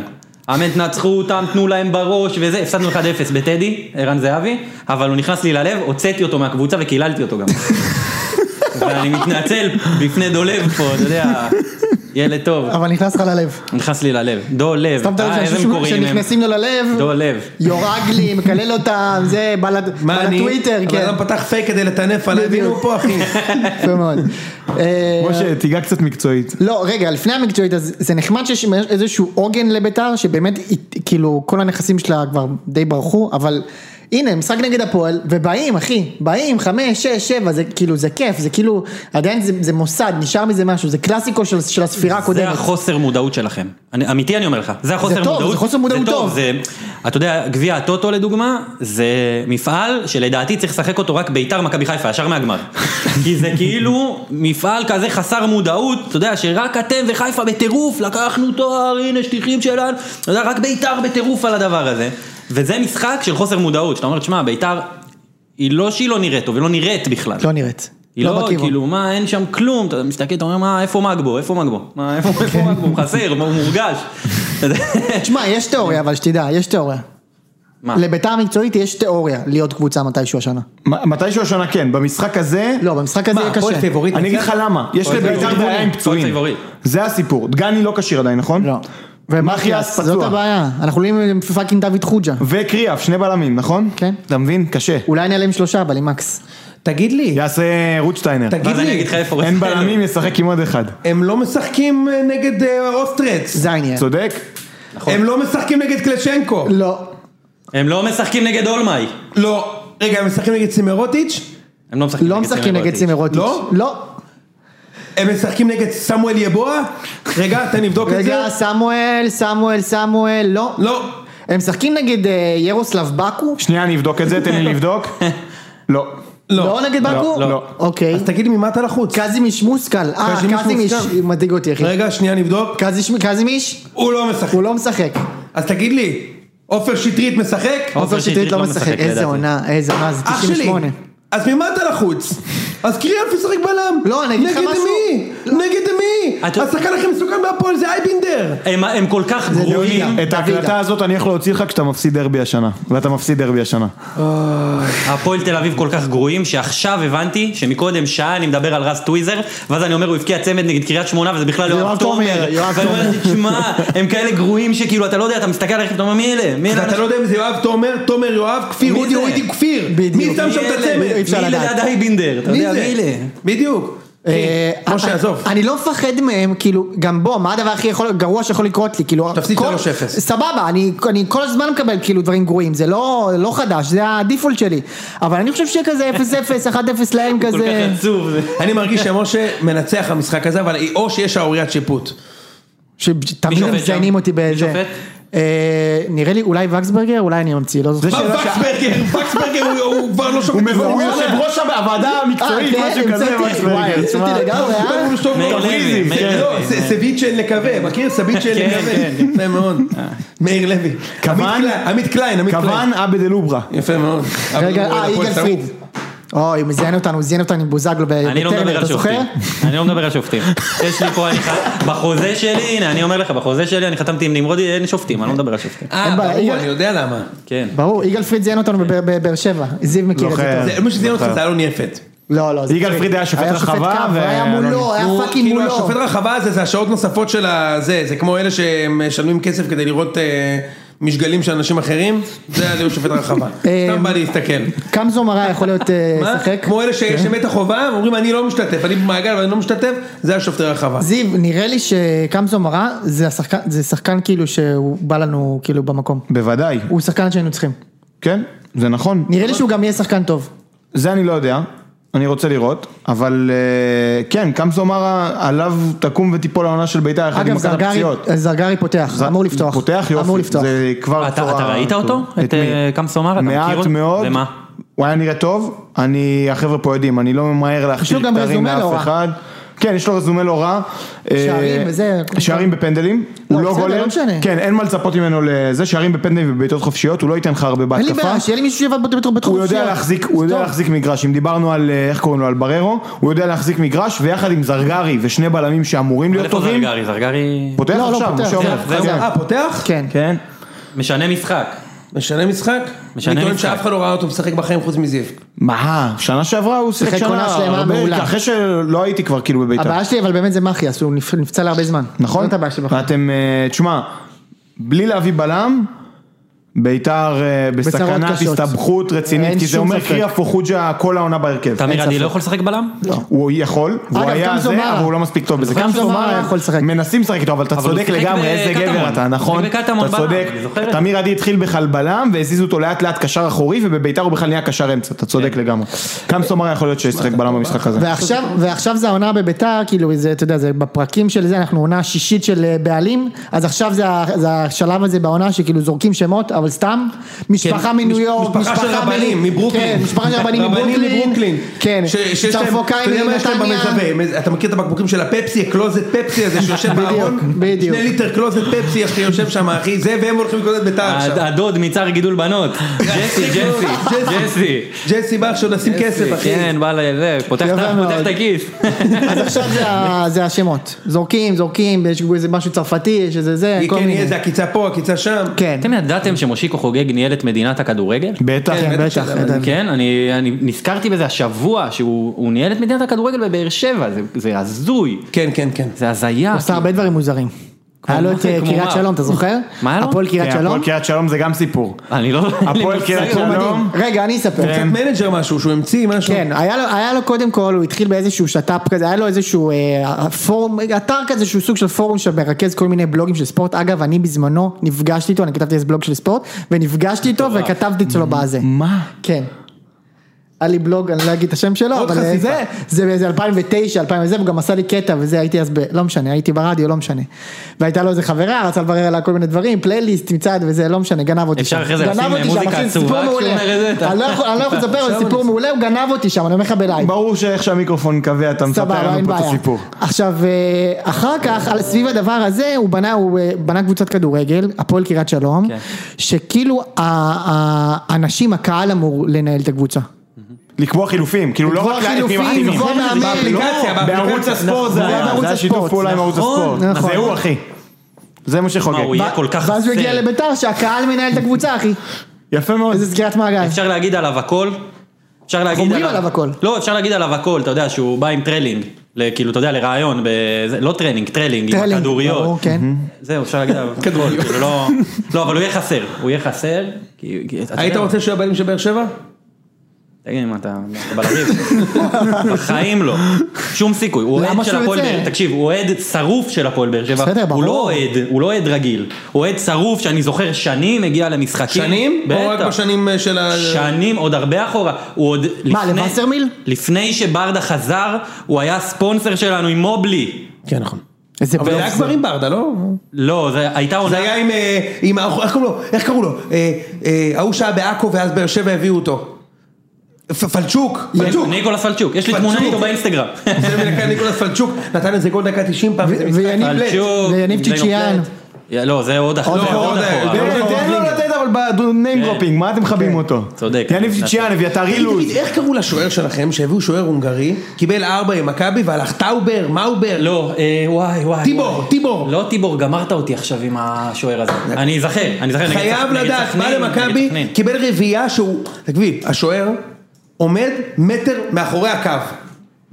D: אמן, תנצחו אותם, תנו להם בראש וזה, הפסדנו 1-0 בטדי, ערן זהבי, אבל הוא נכנס לי ללב, הוצאתי אותו מהקבוצה וקיללתי אותו גם. ואני מתנצל בפני דולב פה, אתה יודע, ילד טוב,
A: אבל נכנס לך ללב.
D: נכנס לי ללב, דולב,
A: סתם אתה
D: אה,
A: יודע
D: איזה
A: שאנשים
D: מקוריים הם,
A: שנכנסים לו ללב,
D: דולב.
A: יורג לי, מקלל אותם, זה, בא לד- בא
B: מה אני?
A: לטוויטר,
B: הבן
A: כן.
D: לא
B: אדם פתח פייק כדי לטנף עליי,
A: בדיוק.
B: והנה הוא פה אחי.
A: יפה מאוד. אה,
C: משה, תיגע קצת מקצועית.
A: לא, רגע, לפני המקצועית, אז זה נחמד שיש איזשהו עוגן לביתר, שבאמת, היא- כאילו, כל הנכסים שלה כבר די ברחו, אבל הנה, משחק נגד הפועל, ובאים, אחי, באים, חמש, שש, שבע, זה כאילו, זה כיף, זה כאילו, עדיין זה, זה מוסד, נשאר מזה משהו, זה קלאסיקו של, של הספירה הקודמת.
D: זה החוסר מודעות שלכם. אני, אמיתי אני אומר לך, זה החוסר
A: זה טוב,
D: מודעות.
A: זה חוסר מודעות טוב.
D: זה, אתה יודע, גביע הטוטו לדוגמה, זה מפעל שלדעתי צריך לשחק אותו רק ביתר מכבי חיפה, ישר מהגמר. כי זה כאילו מפעל כזה חסר מודעות, אתה יודע, שרק אתם וחיפה בטירוף, לקחנו תואר, הנה שטיחים שלנו, אתה יודע, רק ביתר בטירוף על הדבר הזה. וזה משחק של חוסר מודעות, שאתה אומר, תשמע, ביתר, היא לא שהיא לא נראית טוב, היא לא נראית בכלל.
A: לא נראית.
D: היא לא, כאילו, מה, אין שם כלום, אתה מסתכל, אתה אומר, מה, איפה מגבו, איפה מגבו, מה, איפה איפה מגבו, הוא חסר, מה, הוא מורגש. אתה יודע,
A: תשמע, יש תיאוריה, אבל שתדע, יש תיאוריה.
D: מה?
A: לביתר המקצועית יש תיאוריה להיות קבוצה מתישהו השנה.
C: מ- מתישהו השנה כן, במשחק הזה...
A: לא, במשחק אוקיי. הזה
B: מה,
A: יהיה
B: הפועל
A: קשה.
B: פיבוריט?
C: אני אגיד לך למה, יש
B: הפועל
C: לביתר
B: פיבוריט.
C: בעיה עם פצועים.
D: הפועל פיבוריט.
C: זה הסיפור. דגני לא כשיר עדיין, נכון?
A: לא.
C: ומחיאס
A: זאת
C: פצוע.
A: הבעיה, אנחנו לא עולים עם פאקינג דוד חוג'ה.
C: וקריאף, שני בלמים, נכון?
A: כן.
C: אתה מבין? קשה.
A: אולי נעלה עם שלושה, אבל עם מקס.
B: תגיד לי,
C: יעשה רוטשטיינר.
B: תגיד
D: ואז אני
B: לי,
D: אגיד לך איפה...
C: אין בלמים, ישחק עם עוד אחד.
B: הם לא משחקים אה, נגד אה, אוסטרץ,
A: זין יהיה.
C: צודק?
A: נכון.
B: הם לא משחקים נגד קלצ'נקו,
A: לא.
D: הם לא משחקים נגד אולמאי.
B: לא, רגע הם משחקים נגד סימרוטיץ',
D: הם לא משחקים
A: לא משחקים נגד
D: צימרוטיץ'.
A: סימרוטיץ'.
B: לא?
A: לא.
B: הם משחקים נגד סמואל יבואה, רגע תן נבדוק את אוקיי, זה,
A: רגע, סמואל, סמואל, סמואל, לא.
B: לא,
A: הם משחקים נגד אה, ירוסלב בקו?
C: שנייה, אני אבדוק את זה, תן לי לבדוק. לא.
B: לא,
A: לא נגד בקו?
C: לא.
A: אוקיי.
B: אז תגיד לי ממה אתה לחוץ,
A: קזימיש מוסקל. אה,
B: קזימיש
A: קזימיש
B: מוסקל.
A: מדאיג אותי, אחי.
B: רגע שנייה נבדוק,
A: קזיש- קזימיש?
B: כן. הוא לא משחק,
A: הוא לא משחק.
B: אז תגיד לי, עופר שטרית משחק,
A: עופר שטרית לא משחק. איזה
D: לדעתי.
A: עונה, איזה עונה, זה
B: אח שלי,
A: 98.
B: אז ממה אתה לחוץ? אז קריאף ישחק בלם.
A: לא, אני אגיד לך
B: נגד
A: משהו. לא.
B: מי? נגד מי?
D: אתה-
B: השחקן הכי מסוכן בהפועל זה אייבינדר.
D: הם- הם כל כך גרועים.
A: דוידה.
C: את ההקלטה הזאת אני יכול להוציא לך כשאתה מפסיד דרבי השנה. ואתה מפסיד דרבי השנה.
D: הפועל תל אביב כל כך גרועים, שעכשיו הבנתי שמקודם שעה אני מדבר על רז טוויזר, ואז אני אומר, הוא הבקיע צמד נגד קריית שמונה, וזה בכלל
A: יואב
D: יואב
A: תומר,
D: תומר.
A: יואב
D: ואני אומר, תשמע, הם כאלה גרועים שכאילו, אתה לא יודע, אתה מסתכל עליהם, אתה אומר, מי אלה? מי אלה?
B: ואתה לא יודע אם זה יואב תומר, תומר יואב, כפיר,
D: מי
B: אודי
D: זה?
B: אודי כפיר.
A: בדיוק.
B: מי שם שם את
D: מי אלה?
B: הצמד?
A: אי אפשר
D: מי
A: לדעת.
D: ליד אייבינדר? אתה
B: מי
D: יודע, מי
B: זה?
D: אלה?
B: בדיוק.
A: אה,
B: כן, משה,
A: אה,
B: עזוב.
A: אני לא מפחד מהם, כאילו, גם בוא, מה הדבר הכי יכול- גרוע שיכול לקרות לי, כאילו...
B: תפסיד
A: כל-
B: 3-0.
A: סבבה, אני אני כל הזמן מקבל כאילו דברים גרועים, זה לא לא חדש, זה הדיפולט שלי. אבל אני חושב שיהיה כזה 0-0, 1-0 להם
D: כל
A: כזה...
D: כך עצוב. זה.
A: אה,
B: אני מרגיש שמשה מנצח במשחק הזה, אבל או שיש שערוריית שיפוט.
A: שתמיד
D: שופט
A: מציינים
D: שם?
A: אותי
D: מי
A: באיזה...
D: שופט?
A: אה, נראה לי, אולי וקסברגר, אולי אני ממציא, לא זוכר.
C: זה
B: מה,
C: שאלה ש-
B: אה, וקסברגר, וקסברגר הוא- הוא כבר לא
C: הוא
B: שומע.
C: מב- הוא יושב ראש הוועדה המקצועית,
A: אה, כן,
C: משהו כזה,
A: המצאתי,
C: מקס ברגר.
A: וואי, המצאתי
C: תשמע,
A: לגמרי, אה?
B: הוא שוב
D: מאיר
B: לא-
D: לוי, מאיר
B: כן.
D: לוי,
B: לא, זה- סביצ'ן לקווה, מכיר? סביצ'ן
D: כן,
B: לקווה.
D: כן.
B: יפה מאוד. מאיר לוי. עמית
C: כוון-
B: קליין, עמית קליין, עמית קליין.
C: כוון עבד אלוברה.
B: יפה מאוד.
A: רגע,
B: אבל הוא
A: אה,
B: הפועל
A: יגאל
B: סעוד.
A: פריד. אוי, הוא זיין אותנו, הוא זיין אותנו עם בוזגלו ב-
D: אני לא
A: בטרנר,
D: מדבר על
A: אתה
D: שופטים.
A: זוכר?
D: אני לא מדבר על שופטים. יש לי פה, אני ח- בחוזה שלי, הנה, אני אומר לך, בחוזה שלי אני חתמתי עם נמרודי, אין שופטים, אני לא מדבר על שופטים.
B: אה,
A: אין בעיה,
B: ברור,
A: יגאל-
B: אני יודע למה.
D: כן.
A: ברור, יגאל פריד זיין אותנו בבאר- בבאר שבע, זיו מכיר את זה
C: זוכר.
A: טוב.
B: זה- מי שזיין אותך זה אלון יפת.
A: לא, לא. זה
C: יגאל
A: פריד.
C: פריד היה שופט רחבה,
A: קו,
C: ו-
A: היה מולו, היה לא.
B: הוא-
A: פאקינג
B: כאילו
A: מולו.
B: השופט רחבה הזה זה השעות נוספות של הזה, זה כמו אלה שמשלמים כסף כדי לראות אה, משגלים של אנשים אחרים, זה היה שופט רחבה.
A: אה,
B: סתם בא להסתכל.
A: קמזו מרה יכול להיות אה,
B: מה?
A: שחק.
B: כמו אלה ש- שמת החובה, ואומרים אני לא משתתף, אני במעגל אבל אני לא משתתף, זה השופטי הרחבה.
A: זיו, נראה לי שקמזו מרה זה השחקן- זה שחקן כאילו שהוא בא לנו כאילו במקום.
C: בוודאי.
A: הוא שחקן שהיינו צריכים.
C: כן, זה נכון.
A: נראה לי שהוא גם יהיה שחקן טוב.
C: זה אני לא יודע, אני רוצה לראות, אבל אה, כן, קמסו מרה עליו תקום ותיפול העונה של בית"ר יחד עם
A: אגב,
C: מכת
A: זרגרי-
C: הפציעות.
A: זרגרי פותח, אמור לפתוח.
C: פותח יופי.
A: אמור לפתוח.
C: זה כבר...
D: אתה-
C: בשורה
D: אתה ראית אותו?
C: טובה.
D: את, אה,
C: מי?
D: קמסו מרה? אתה מכיר
C: מעט
D: אותו?
C: מאוד.
D: במה?
C: הוא היה נראה טוב, אני, החבר'ה פה יודעים, אני לא ממהר
A: לו
C: להכפיל
A: גם
C: תארים
A: רזומה לא
C: לאף
A: רע.
C: אחד. כן, יש לו רזומה לא רע.
A: שערים
C: אה,
A: וזה-
C: שערים בפנדלים,
A: לא,
C: הוא לא
A: בסדר,
C: גולר.
A: לא משנה.
C: כן, אין מה לצפות ממנו לזה, שערים בפנדלים ובעיטות חופשיות, הוא לא ייתן לך הרבה בהתקפה.
A: אין לי בעיה, שיהיה לי מישהו שיבד בתחום
C: הוא
A: בתחום
C: יודע
A: הפציעות.
C: להחזיק, הוא יודע
A: טוב.
C: להחזיק מגרש, אם דיברנו על, אה, איך קוראים לו, על בררו, הוא יודע להחזיק מגרש, ויחד עם זרגרי ושני בלמים שאמורים להיות
D: איפה
C: לא טובים,
D: זרגרי? זרגרי
C: פותח
A: לא, לא,
C: עכשיו,
A: פותח,
C: משה אומר,
D: זהו, זהו.
C: כן.
B: אה, פותח?
A: כן.
C: כן,
D: משנה משחק.
B: משנה משחק?
D: משנה
B: אני טוען
D: משחק.
B: שאף אחד לא ראה אותו משחק בחיים חוץ מזיו.
C: מה, שנה שעברה הוא שיחק
A: שיחק
C: שנה,
A: עונה שלמה
C: הרבה,
A: מעולה.
C: אחרי שלא הייתי כבר כאילו בביתר,
A: הבעיה שלי אבל באמת זה מאחיאס, הוא נפ- נפצע להרבה זמן.
C: נכון?
A: זאת הבעיה שלי בחיים.
C: ואתם, אה, תשמע, בלי להביא בלם, ביתר אה, בסכנת
A: קשות.
C: הסתבכות
A: אין
C: רצינית, כי זה
A: שום
C: אומר
A: ספק.
C: קריאה פוג'ה כל העונה בהרכב.
D: תמיר
C: אין
D: עדי
C: ספק.
D: לא יכול לשחק בלם?
C: הוא יכול, והוא
A: אגב,
C: היה
A: קמזו
C: זה,
A: מרה.
C: אבל הוא לא מספיק טוב בזה.
A: קמזו מרה יכול לשחק.
C: מנסים לשחק איתו, אבל אתה
D: אבל הוא
C: צודק
D: שיחק
C: לגמרי, איזה
D: בקטמון.
C: גבר אתה,
D: הוא
C: נכון?
D: שיחק בקטמון
C: אתה
D: בלם,
C: צודק.
D: אני זוכר את זה.
C: תמיר עדי התחיל בכלל בלם, והזיזו אותו לאט לאט קשר אחורי, ובביתר הוא בכלל נהיה קשר אמצע, אתה צודק
D: כן.
C: לגמרי. קמסו מרה יכול להיות שישחק בלם במשחק הזה.
A: ועכשיו, ועכשיו זה העונה בביתר, כאילו זה, אתה יודע, זה בפרקים של זה, אנחנו עונה שישית של אה, בעלים, אז עכשיו זה, ה- זה השלב הזה בעונה שכאילו זורקים שמות, אבל סתם, משפחה
B: כן,
A: מניו
B: מש-
A: יורק,
B: משפחה של
A: מ-
B: רבנים, מברוקלין.
A: כן, משפחה של רבנים מברוקלין, כן,
B: ש- שיש להם-
A: צרפוקאים
B: אתה יודע מה יש להם
A: מנתניה,
B: במזווה? הם איזה- אתה מכיר את הבקבוקים של הפפסי, הקלוזט פפסי הזה שיושב
A: בדיוק,
B: בארון?
A: בדיוק.
B: שני ליטר קלוזט פפסי, אחי, יושב שם, אחי, זה, והם הולכים לקלוזט ביתר עכשיו.
D: הד- הדוד מצער גידול בנות. אה, ג'סי, ג'סי, ג'סי.
B: ג'סי בא עכשיו לשים כסף, אחי.
D: כן, בא לזה, פותח את
A: יפה
D: ה- פותח
A: מאוד. כן.
D: את הכיס.
A: אז עכשיו זה, ה- זה השמות, זורקים, זורקים, יש איזה משהו צרפתי, יש איזה זה, כל
B: כן,
A: מיני,
B: יהיה איזה עקיצה פה, עקיצה שם.
A: כן,
D: אתם ידעתם שמושיקו חוגג ניהל את מדינת הכדורגל?
C: בטח.
A: כן,
B: בטח
A: בטח,
B: שזה-
A: בטח.
D: כן, אני, אני נזכרתי בזה השבוע, שהוא הוא ניהל את מדינת הכדורגל בבאר שבע, זה, זה הזוי,
B: כן, כן, כן.
D: זה הזיה.
A: עושה הרבה דברים מוזרים,
D: כמו
A: היה לו
D: מה?
A: את אה,
D: כמו
A: קריית
D: מה?
A: שלום, אתה זוכר?
D: מה היה לו?
A: הפועל קריית
C: כן,
A: שלום,
C: הפועל קריית שלום זה גם סיפור.
D: אני לא... אין לי
C: הפועל
D: מושג.
C: קריית
A: הוא
C: שלום. כן.
A: מדהים. רגע, אני אספר.
D: כן.
B: קצת מנג'ר משהו, שהוא המציא משהו.
A: כן, היה לו, היה לו קודם כל, הוא התחיל באיזשהו שת"פ כזה, היה לו איזשהו אה, פורום, אתר כזה שהוא סוג של פורום שמרכז כל מיני בלוגים של ספורט. אגב, אני בזמנו נפגשתי איתו, אני כתבתי איזה בלוג של ספורט, ונפגשתי איתו וכתבתי אצלו בזה.
C: מה?
A: כן. היה לי בלוג, אני לא אגיד את השם שלו,
B: עוד
A: אבל אה,
B: חשיפה.
A: זה, זה באיזה 2009, 2000 וזה, והוא גם עשה לי קטע וזה, הייתי אז ב... לא משנה, הייתי ברדיו, לא משנה. והייתה לו איזה חברה, רצה לברר עליה כל מיני דברים, פלייליסט, מצעד וזה, לא משנה, גנב אותי
D: אפשר
A: שם.
D: אחרי זה
A: גנב
D: לשים
A: אותי שם,
D: מוזיקה
A: אחי,
D: עצובה
A: סיפור
D: כשהוא
A: מעולה.
D: אומר את זה?
A: אני לא יכול- אני לא יכול לספר, אבל סיפור מעולה, הוא גנב אותי שם, אני אומר לך בלייב.
C: ברור שאיך שהמיקרופון קווה אתה מספר
A: סבבה, אין
C: לנו פה את
A: בעיה.
C: הסיפור.
A: עכשיו, אה, אחר כך, על- סביב הדבר הזה, הוא בנה, הוא אה, בנה קבוצת כדורגל, הפועל קריית שלום,
D: כן.
A: שכאילו ה- ה- האנשים, הקהל אמור לנהל את הקבוצה.
C: לקבוע חילופים, כאילו לא
A: לקבוע
C: רק... להעיף
A: חילופים,
C: ממעטים.
A: לקבוע מאמן.
B: באפליקציה,
C: לא, בערוץ
B: באפליקציה.
C: הספורט
A: נכון.
C: זה
A: זה
C: היה,
A: בערוץ
C: זה היה שיתוף
A: הספורט,
C: פעולה עם ערוץ הספורט.
A: נכון.
C: זה הוא אחי. זה מה
D: מה, הוא
C: שחוגג.
D: יהיה כל כך
A: ואז הוא הגיע
D: חסר.
A: לביתר שהקהל מנהל את הקבוצה, אחי.
C: יפה מאוד.
A: איזה סגירת מעגל.
D: אפשר להגיד עליו הכל. אפשר להגיד
A: אומרים עליו הכל.
D: לא, אפשר להגיד עליו הכל, אתה יודע, שהוא בא עם טרלינג. ל- כאילו, אתה יודע, לרעיון, בזה- לא טרלינג, טרלינג, עם
A: טרלינג,
D: הכדוריות.
A: ברור, כן.
D: זהו, אפשר להגיד עליו הכל. כאילו, לא, לא, אבל הוא יהיה חסר, הוא יהיה חסר. כי- כי- אתה
B: היית
A: כן.
D: יודע-
B: רוצה שהוא יהיה הבעלים של באר שבע?
D: תגיד לי מה אתה, אתה בלריב? בחיים לא, שום סיכוי, הוא
A: למה
D: אוהד של
A: שהוא
D: הפועל
A: יצא?
D: באר תקשיב, הוא אוהד שרוף של הפועל באר שבע,
A: בסדר,
D: הוא
A: ברור.
D: לא אוהד, הוא לא אוהד רגיל, הוא אוהד שרוף שאני זוכר שנים הגיע למשחקים,
B: שנים? או רק
D: בטח,
B: בשנים אה, של ה...
D: שנים, עוד הרבה אחורה, הוא עוד
A: מה,
D: לפני-
A: לווסרמיל?
D: לפני שברדה חזר, הוא היה ספונסר שלנו עם מובלי,
B: כן, נכון.
A: איזה
B: אבל זה
A: בלוף
B: היה
A: זה.
B: כבר עם ברדה, לא?
D: לא, זה הייתה
B: זה
D: עונה,
B: היה עם... אה, עם ה- איך קוראים לו? איך קראו לו? אה, אה, ההוא שהיה בעכו ואז באר שבע הביאו אותו. פ- פלצ'וק, פלצ'וק.
D: כן, ניקולס פלצ'וק, יש לי
B: פלצ'וק.
D: תמונה איתו באינסטגרם,
B: זה מלכה ניקולס פלצ'וק, נתן איזה גול דקה 90 פעם. וזה משחק
A: ויניב
B: פלט.
A: לט.
D: פלצ'וק,
A: ויניב צ'יצ'יאן.
D: לא, זה עוד אחורה,
B: לא,
D: זה עוד
B: עוד-
D: אחורה,
B: זה-
C: תן
D: לא,
C: תן לו לתת אבל בניים דרופינג, מה אתם מכבים אותו?
D: אוקיי. צודק.
C: יניב צ'יצ'יאן, אביתר אילוז.
B: תגיד, איך קראו לשוער שלכם שהביאו שוער הונגרי, קיבל ארבע עם מכבי והלך טאובר, מאובר,
D: לא, אה, וואי וואי.
B: טיבור,
D: וואי.
B: טיבור.
D: לא טיבור, גמרת אותי עכשיו עם השוער הזה. אני אזכר, אני אזכר. נגד
B: חייב
D: סכ- נגד
B: לדעת, בא
D: סכנין, נגד
B: למכבי,
D: סכנין.
B: קיבל רביעייה שהוא, תקשיב, השוער עומד מטר מאחורי הקו.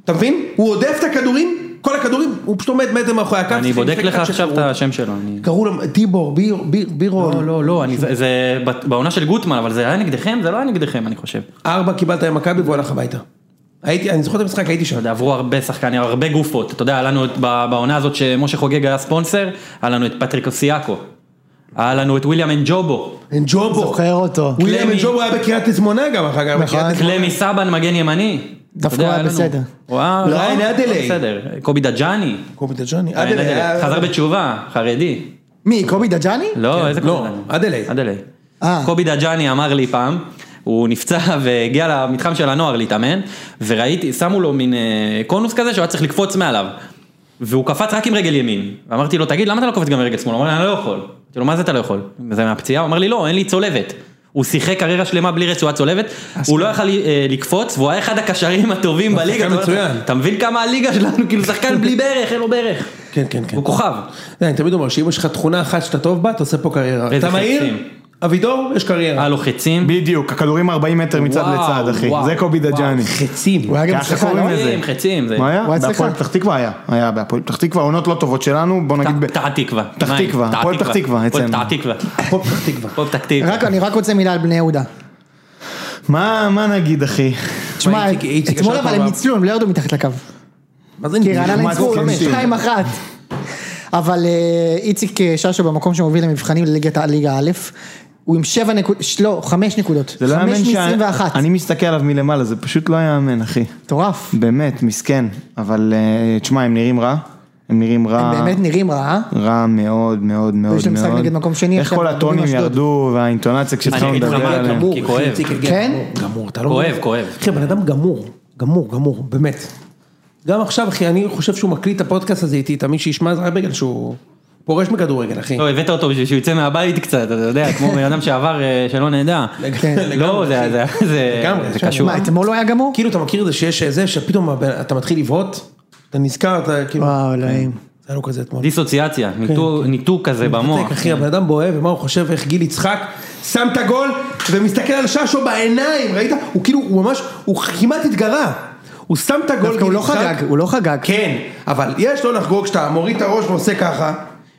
B: אתה מבין? הוא עודף את הכדורים, כל הכדורים, הוא פשוט עומד מטר מאחורי הקו.
D: אני בודק לך עכשיו את
B: ה...
D: השם שלו. אני-
B: קראו לו טיבור, ביר- ביר- בירון.
D: לא, לא, לא, אני- זה- זה בת- בעונה של גוטמן, אבל זה היה נגדכם? זה לא היה נגדכם, אני חושב.
B: ארבע קיבלת עם מכבי והוא הלך הביתה. הייתי, אני זוכר את המשחק, הייתי שם.
D: אתה יודע, עברו הרבה שחקנים, הרבה גופות. אתה יודע, היה לנו את- ב- בעונה הזאת שמשה חוגג היה ספונסר, היה לנו את פטריק אוסיאקו. היה לנו את וויליאם אנג'ובו.
B: ג'ובו.
A: זוכר אותו.
B: וויליאם
D: קלמי.
B: ג'ובו היה בקריית תזמונה גם אחר כך.
A: נכון.
B: בקריית-
D: קלמי סבן, מגן ימני.
A: דווקא
D: אתה יודע,
A: הוא היה
D: היה לנו-
A: בסדר.
D: וואו,
B: לא, אין אדלי.
D: בסדר. קובי דג'אני.
B: קובי דג'וני.
D: אה,
B: אדלי
D: נדלי.
B: היה-
D: חזר בתשובה, חרדי.
A: מי, קובי דג'אני?
D: לא, איזה
B: לא,
D: קובי
B: אדלי.
D: אדלי.
A: אה.
D: קובי דג'אני אמר לי פעם, הוא נפצע והגיע למתחם של הנוער להתאמן, וראיתי, שמו לו מין אה, קונוס כזה שהוא היה צריך לקפוץ מעליו. והוא קפץ רק עם רגל ימין. ואמרתי לו, תגיד, למה אתה לא קופץ גם עם רגל שמאל? הוא אמר לי, אני לא יכול. אמרתי לו, מה זה אתה לא יכול? זה מהפציעה? הוא אמר לי, לא, אין לי צולבת. הוא שיחק קריירה שלמה בלי רצועה צולבת, הוא לא יכל אה, לקפוץ, והוא היה אחד הקשרים הטובים בליגה.
B: שחקן
D: אתה אומר,
B: מצוין.
D: אתה מבין כמה הליגה שלנו, כאילו שחקן בלי ברך, אין לו ברך.
B: כן, כן, כן.
D: הוא כוכב.
B: אני תמיד אומר שאם יש לך תכונה אחת שאתה טוב בה, אתה עושה פה קריירה.
D: איזה
B: אתה מהיר,
D: חצים. אה, לא.
B: אבידור, יש קריירה.
D: היה לו
A: אה.
D: חצים.
C: בדיוק, הכדורים 40 מטר מצד
D: וואו,
C: לצד, אחי.
D: וואו,
C: זה קובי דג'אני.
B: חצים.
A: הוא היה גם
C: ככה
B: אה,
A: אצלך,
C: קוראים
A: לא?
C: לזה.
D: חצים, חצים, זה...
C: מה היה?
A: הוא היה אצלך?
C: בהפועל פתח תקווה היה. היה בהפועל פתח תקווה, עונות לא טובות שלנו, בוא נגיד... ב-
D: פתח תקווה.
C: פתח
D: מה,
C: תקווה, הפועל פתח תקווה
D: הפועל
C: אצלנו.
D: פתח תקווה.
B: פה פתח תקווה.
D: הפועל פתח תקווה.
A: רק- אני רק רוצה מילה על בני יהודה.
C: מה מה נגיד, אחי?
A: תשמע,
B: איציק- איציק
A: אתמול
B: ישר
A: אבל
B: טוב,
A: הם
B: אבל-
A: ניצלו, הם לא ירדו מתחת לקו.
B: מה זה
A: כי
B: נגיד?
A: רעננה
C: מה,
A: ניצחו
C: זה חמישים?
A: 2-1. אבל אה, איציק אה, ששו במקום שמוביל למבחנים לליגת הליגה א', הוא עם 7 נקודות, לא, 5 נקודות.
C: זה לא
A: 5
C: יאמן
A: מ-21.
C: אני מסתכל עליו מלמעלה, זה פשוט לא יאמן, אחי.
A: מטורף.
C: באמת, מסכן. אבל אה, תשמע, הם נראים רע. הם נראים רע.
A: הם באמת נראים רע, אה?
C: רע מאוד מאוד מאוד מאוד.
A: ויש להם משחק נגד מקום שני
C: איך
A: עכשיו,
C: כל
A: הם
C: הטונים
A: אשדוד.
C: ירדו והאינטונציה כשהתחלנו
D: אני אגיד לך
C: לדבר
D: מה,
C: עליהם.
D: גמור. כי כואב.
B: איציק הגיע
A: כן?
B: גמור, גמור, אתה לא...
D: כואב,
B: מבין.
D: כואב.
B: אחי, בן אדם גמור. גמור, גמור, באמת. גם עכשיו, אחי, אני חושב שהוא מקליט את הפודקאסט הזה איתי, תמיד שישמע זה רק בגלל שהוא פורש מכדורגל, אחי.
D: לא, הבאת אותו בשביל שהוא יצא מהבית קצת, אתה יודע, כמו בן אדם שעבר, אה, שלא נדע.
A: כן.
D: לא, זה- זה- זה
B: לגמרי,
D: זה
B: שם.
D: קשור.
A: מה, אתמול לא היה גמור?
B: כאילו, אתה מכיר את זה שיש זה, שפתאום הבן- אתה מתחיל לבהות, אתה נזכר, אתה כאילו...
A: וואו, אלוהים.
B: זה היה לו כזה אתמול.
D: דיסוציאציה, ניתוק- ניתוק כזה במוח.
B: כן. מרתק, אחי, הבן אדם בוהה, ומה הוא חושב, איך גיל יצחק שם את הגול, ומסתכל על ששו בעיניים, ראית? הוא כאילו, הוא ממש, הוא כמעט התגרה. הוא שם את הגול,
A: דווקא הוא
B: גיל
A: לא
B: יצחק.
A: חגג, הוא לא חגג.
B: כן, אבל יש לו לחגוג כשאתה מוריד את הראש ועושה ככה,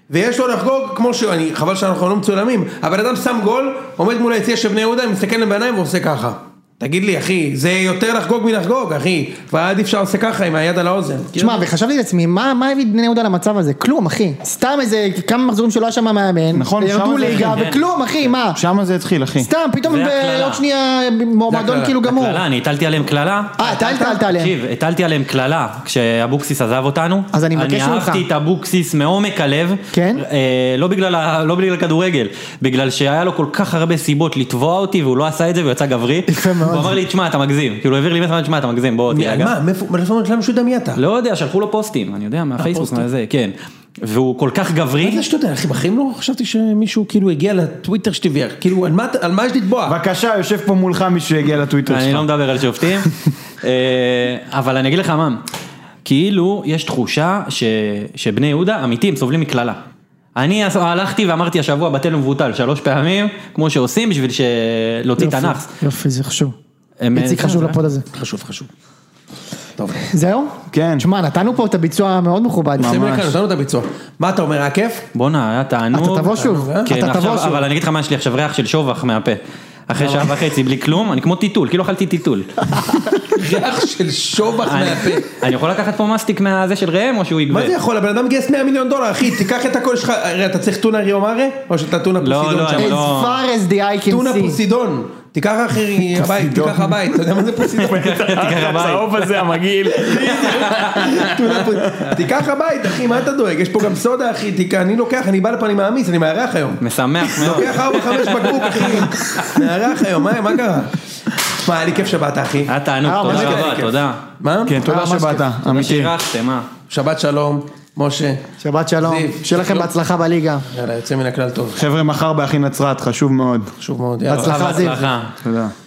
B: ויש לו לחגוג כמו ש... אני, חבל שאנחנו לא מצולמים. הבן אדם שם גול, עומד מול היציע של בני יהודה, מסתכל להם בעיניים ועושה ככה. תגיד לי, אחי, זה יותר לחגוג מלחגוג, אחי. כבר עדיף שעושה ככה עם היד על האוזן. כאילו,
C: כאילו-
A: תשמע, וחשבתי לעצמי, מה מה הביא את בני יהודה למצב הזה? כלום, אחי. סתם איזה כמה מחזורים שלא היה שם מאמן.
C: נכון, שם
A: ירדו
C: זה-
A: ליגה,
D: כן.
A: וכלום, אחי, מה?
C: שם זה התחיל, אחי.
A: סתם, פתאום
D: זה
A: ב-
D: הקללה.
A: עוד שנייה מועמדון
B: הקללה,
A: כאילו גמור.
D: קללה, אני הטלתי עליהם קללה.
A: אה, אתה אל תעלת עליהם.
D: תקשיב, הטלתי עליהם קללה כשאבוקסיס עזב אותנו.
A: אז אני מבקש ממך.
D: אני אהבתי את אבוקסיס מעומק הלב.
A: כן?
D: אה, לא בגלל ה- לא בגלל הכדורגל, בגלל שהיה לו כל כך הרבה סיבות לתבוע אותי והוא לא עשה את זה והוא יצא גברי.
A: יפה מאוד.
D: הוא אמר לי, תשמע, אתה מגזים. כאילו, הוא העביר לי מסר, תשמע, אתה מגזים, בוא
B: מי-
D: תירגע.
B: מה, מאיפה, מאיפה למה שהוא ידע מי אתה?
D: לא יודע, שלחו לו פוסטים, אני יודע, מהפייסבוק,
B: פוסטים.
D: מה זה, כן. והוא כל כך גברי.
B: מה זה השטות האלה, אחי, בחיים לא חשבתי שמישהו כאילו הגיע לטוויטר שתבער, כאילו על מה, אתה- על מה יש לתבוע?
C: בבקשה, יושב פה מולך מישהו שהגיע לטוויטר
D: אני לא
C: שלך.
D: מדבר על שופטים, אה, אבל אני אגיד לך מה, כאילו יש תחושה ש, שבני יהודה אמיתי, הם סובלים מקללה. אני אז- הלכתי ואמרתי השבוע בטל ומבוטל שלוש פעמים, כמו שעושים בשביל ש- להוציא
A: יופי,
D: תנ"ך.
A: יופי, זה חשוב.
D: הם- אה,
A: איציק
D: זה-
A: חשוב
D: זה-
A: לפוד הזה.
B: חשוב, חשוב. טוב,
A: זהו?
C: כן.
A: שמע, נתנו פה את הביצוע המאוד מכובד.
B: שים לב
C: ממש.
B: כאן, נתנו את הביצוע. מה אתה אומר, היה כיף?
D: בואנה, היה תענוג.
A: אתה תבוא שוב, אה?
D: כן,
A: אתה תבוא
D: עכשיו,
A: שוב.
D: אבל אני אגיד לך מה, יש לי עכשיו ריח של שובח מהפה. אחרי שעה וחצי בלי כלום, אני כמו טיטול, כאילו אכלתי טיטול.
B: ריח של שובח
D: אני-
B: מהפה.
D: אני יכול לקחת פה מסטיק מהזה של ראם או שהוא יגבה?
B: מה זה יכול? הבן אדם גייס 100 מיליון דולר, אחי, תיקח את הכל שלך, הרי אתה צריך טונה ריומרה? או שאתה טונה
D: לא,
B: פוסידון
D: לא,
B: שם?
D: אני
A: As
D: לא-
A: far as the eye
B: טונה
A: can see.
B: פוסידון. תיקח אחי הבית, תיקח הבית, אתה יודע מה זה פוסידון?
D: תיקח הבית.
C: הצהוב הזה המגעיל.
B: טונה פוסידון. תיקח הבית, אחי, מה אתה דואג? יש פה גם סודה, אחי, תיקח- אני לוקח, אני בא לפה, אני מעמיס, אני מארח היום.
D: משמח מאוד.
B: לוקח 4-5 בקבוק, אחי, מארח היום, מה מה קרה? שמע, היה לי כיף שבאת, אחי.
D: היה תענוג,
A: אה, ממש
D: תודה
A: כיף,
D: רבה,
A: כיף.
D: תודה. אה.
B: מה?
C: כן,
A: אה,
C: תודה
A: ממש
C: שבאת,
D: תודה
C: אמיתי.
D: שאירחתם, מה?
B: שבת שלום, משה.
A: שבת שלום,
B: זיו,
A: שיהיה לכם
B: שלום.
A: בהצלחה בליגה.
B: יאללה, יוצא מן הכלל טוב,
C: חבר'ה, מחר באחי נצרת, חשוב מאוד.
B: חשוב מאוד, יאללה.
A: בהצלחה, זיו.
D: בהצלחה.
C: תודה.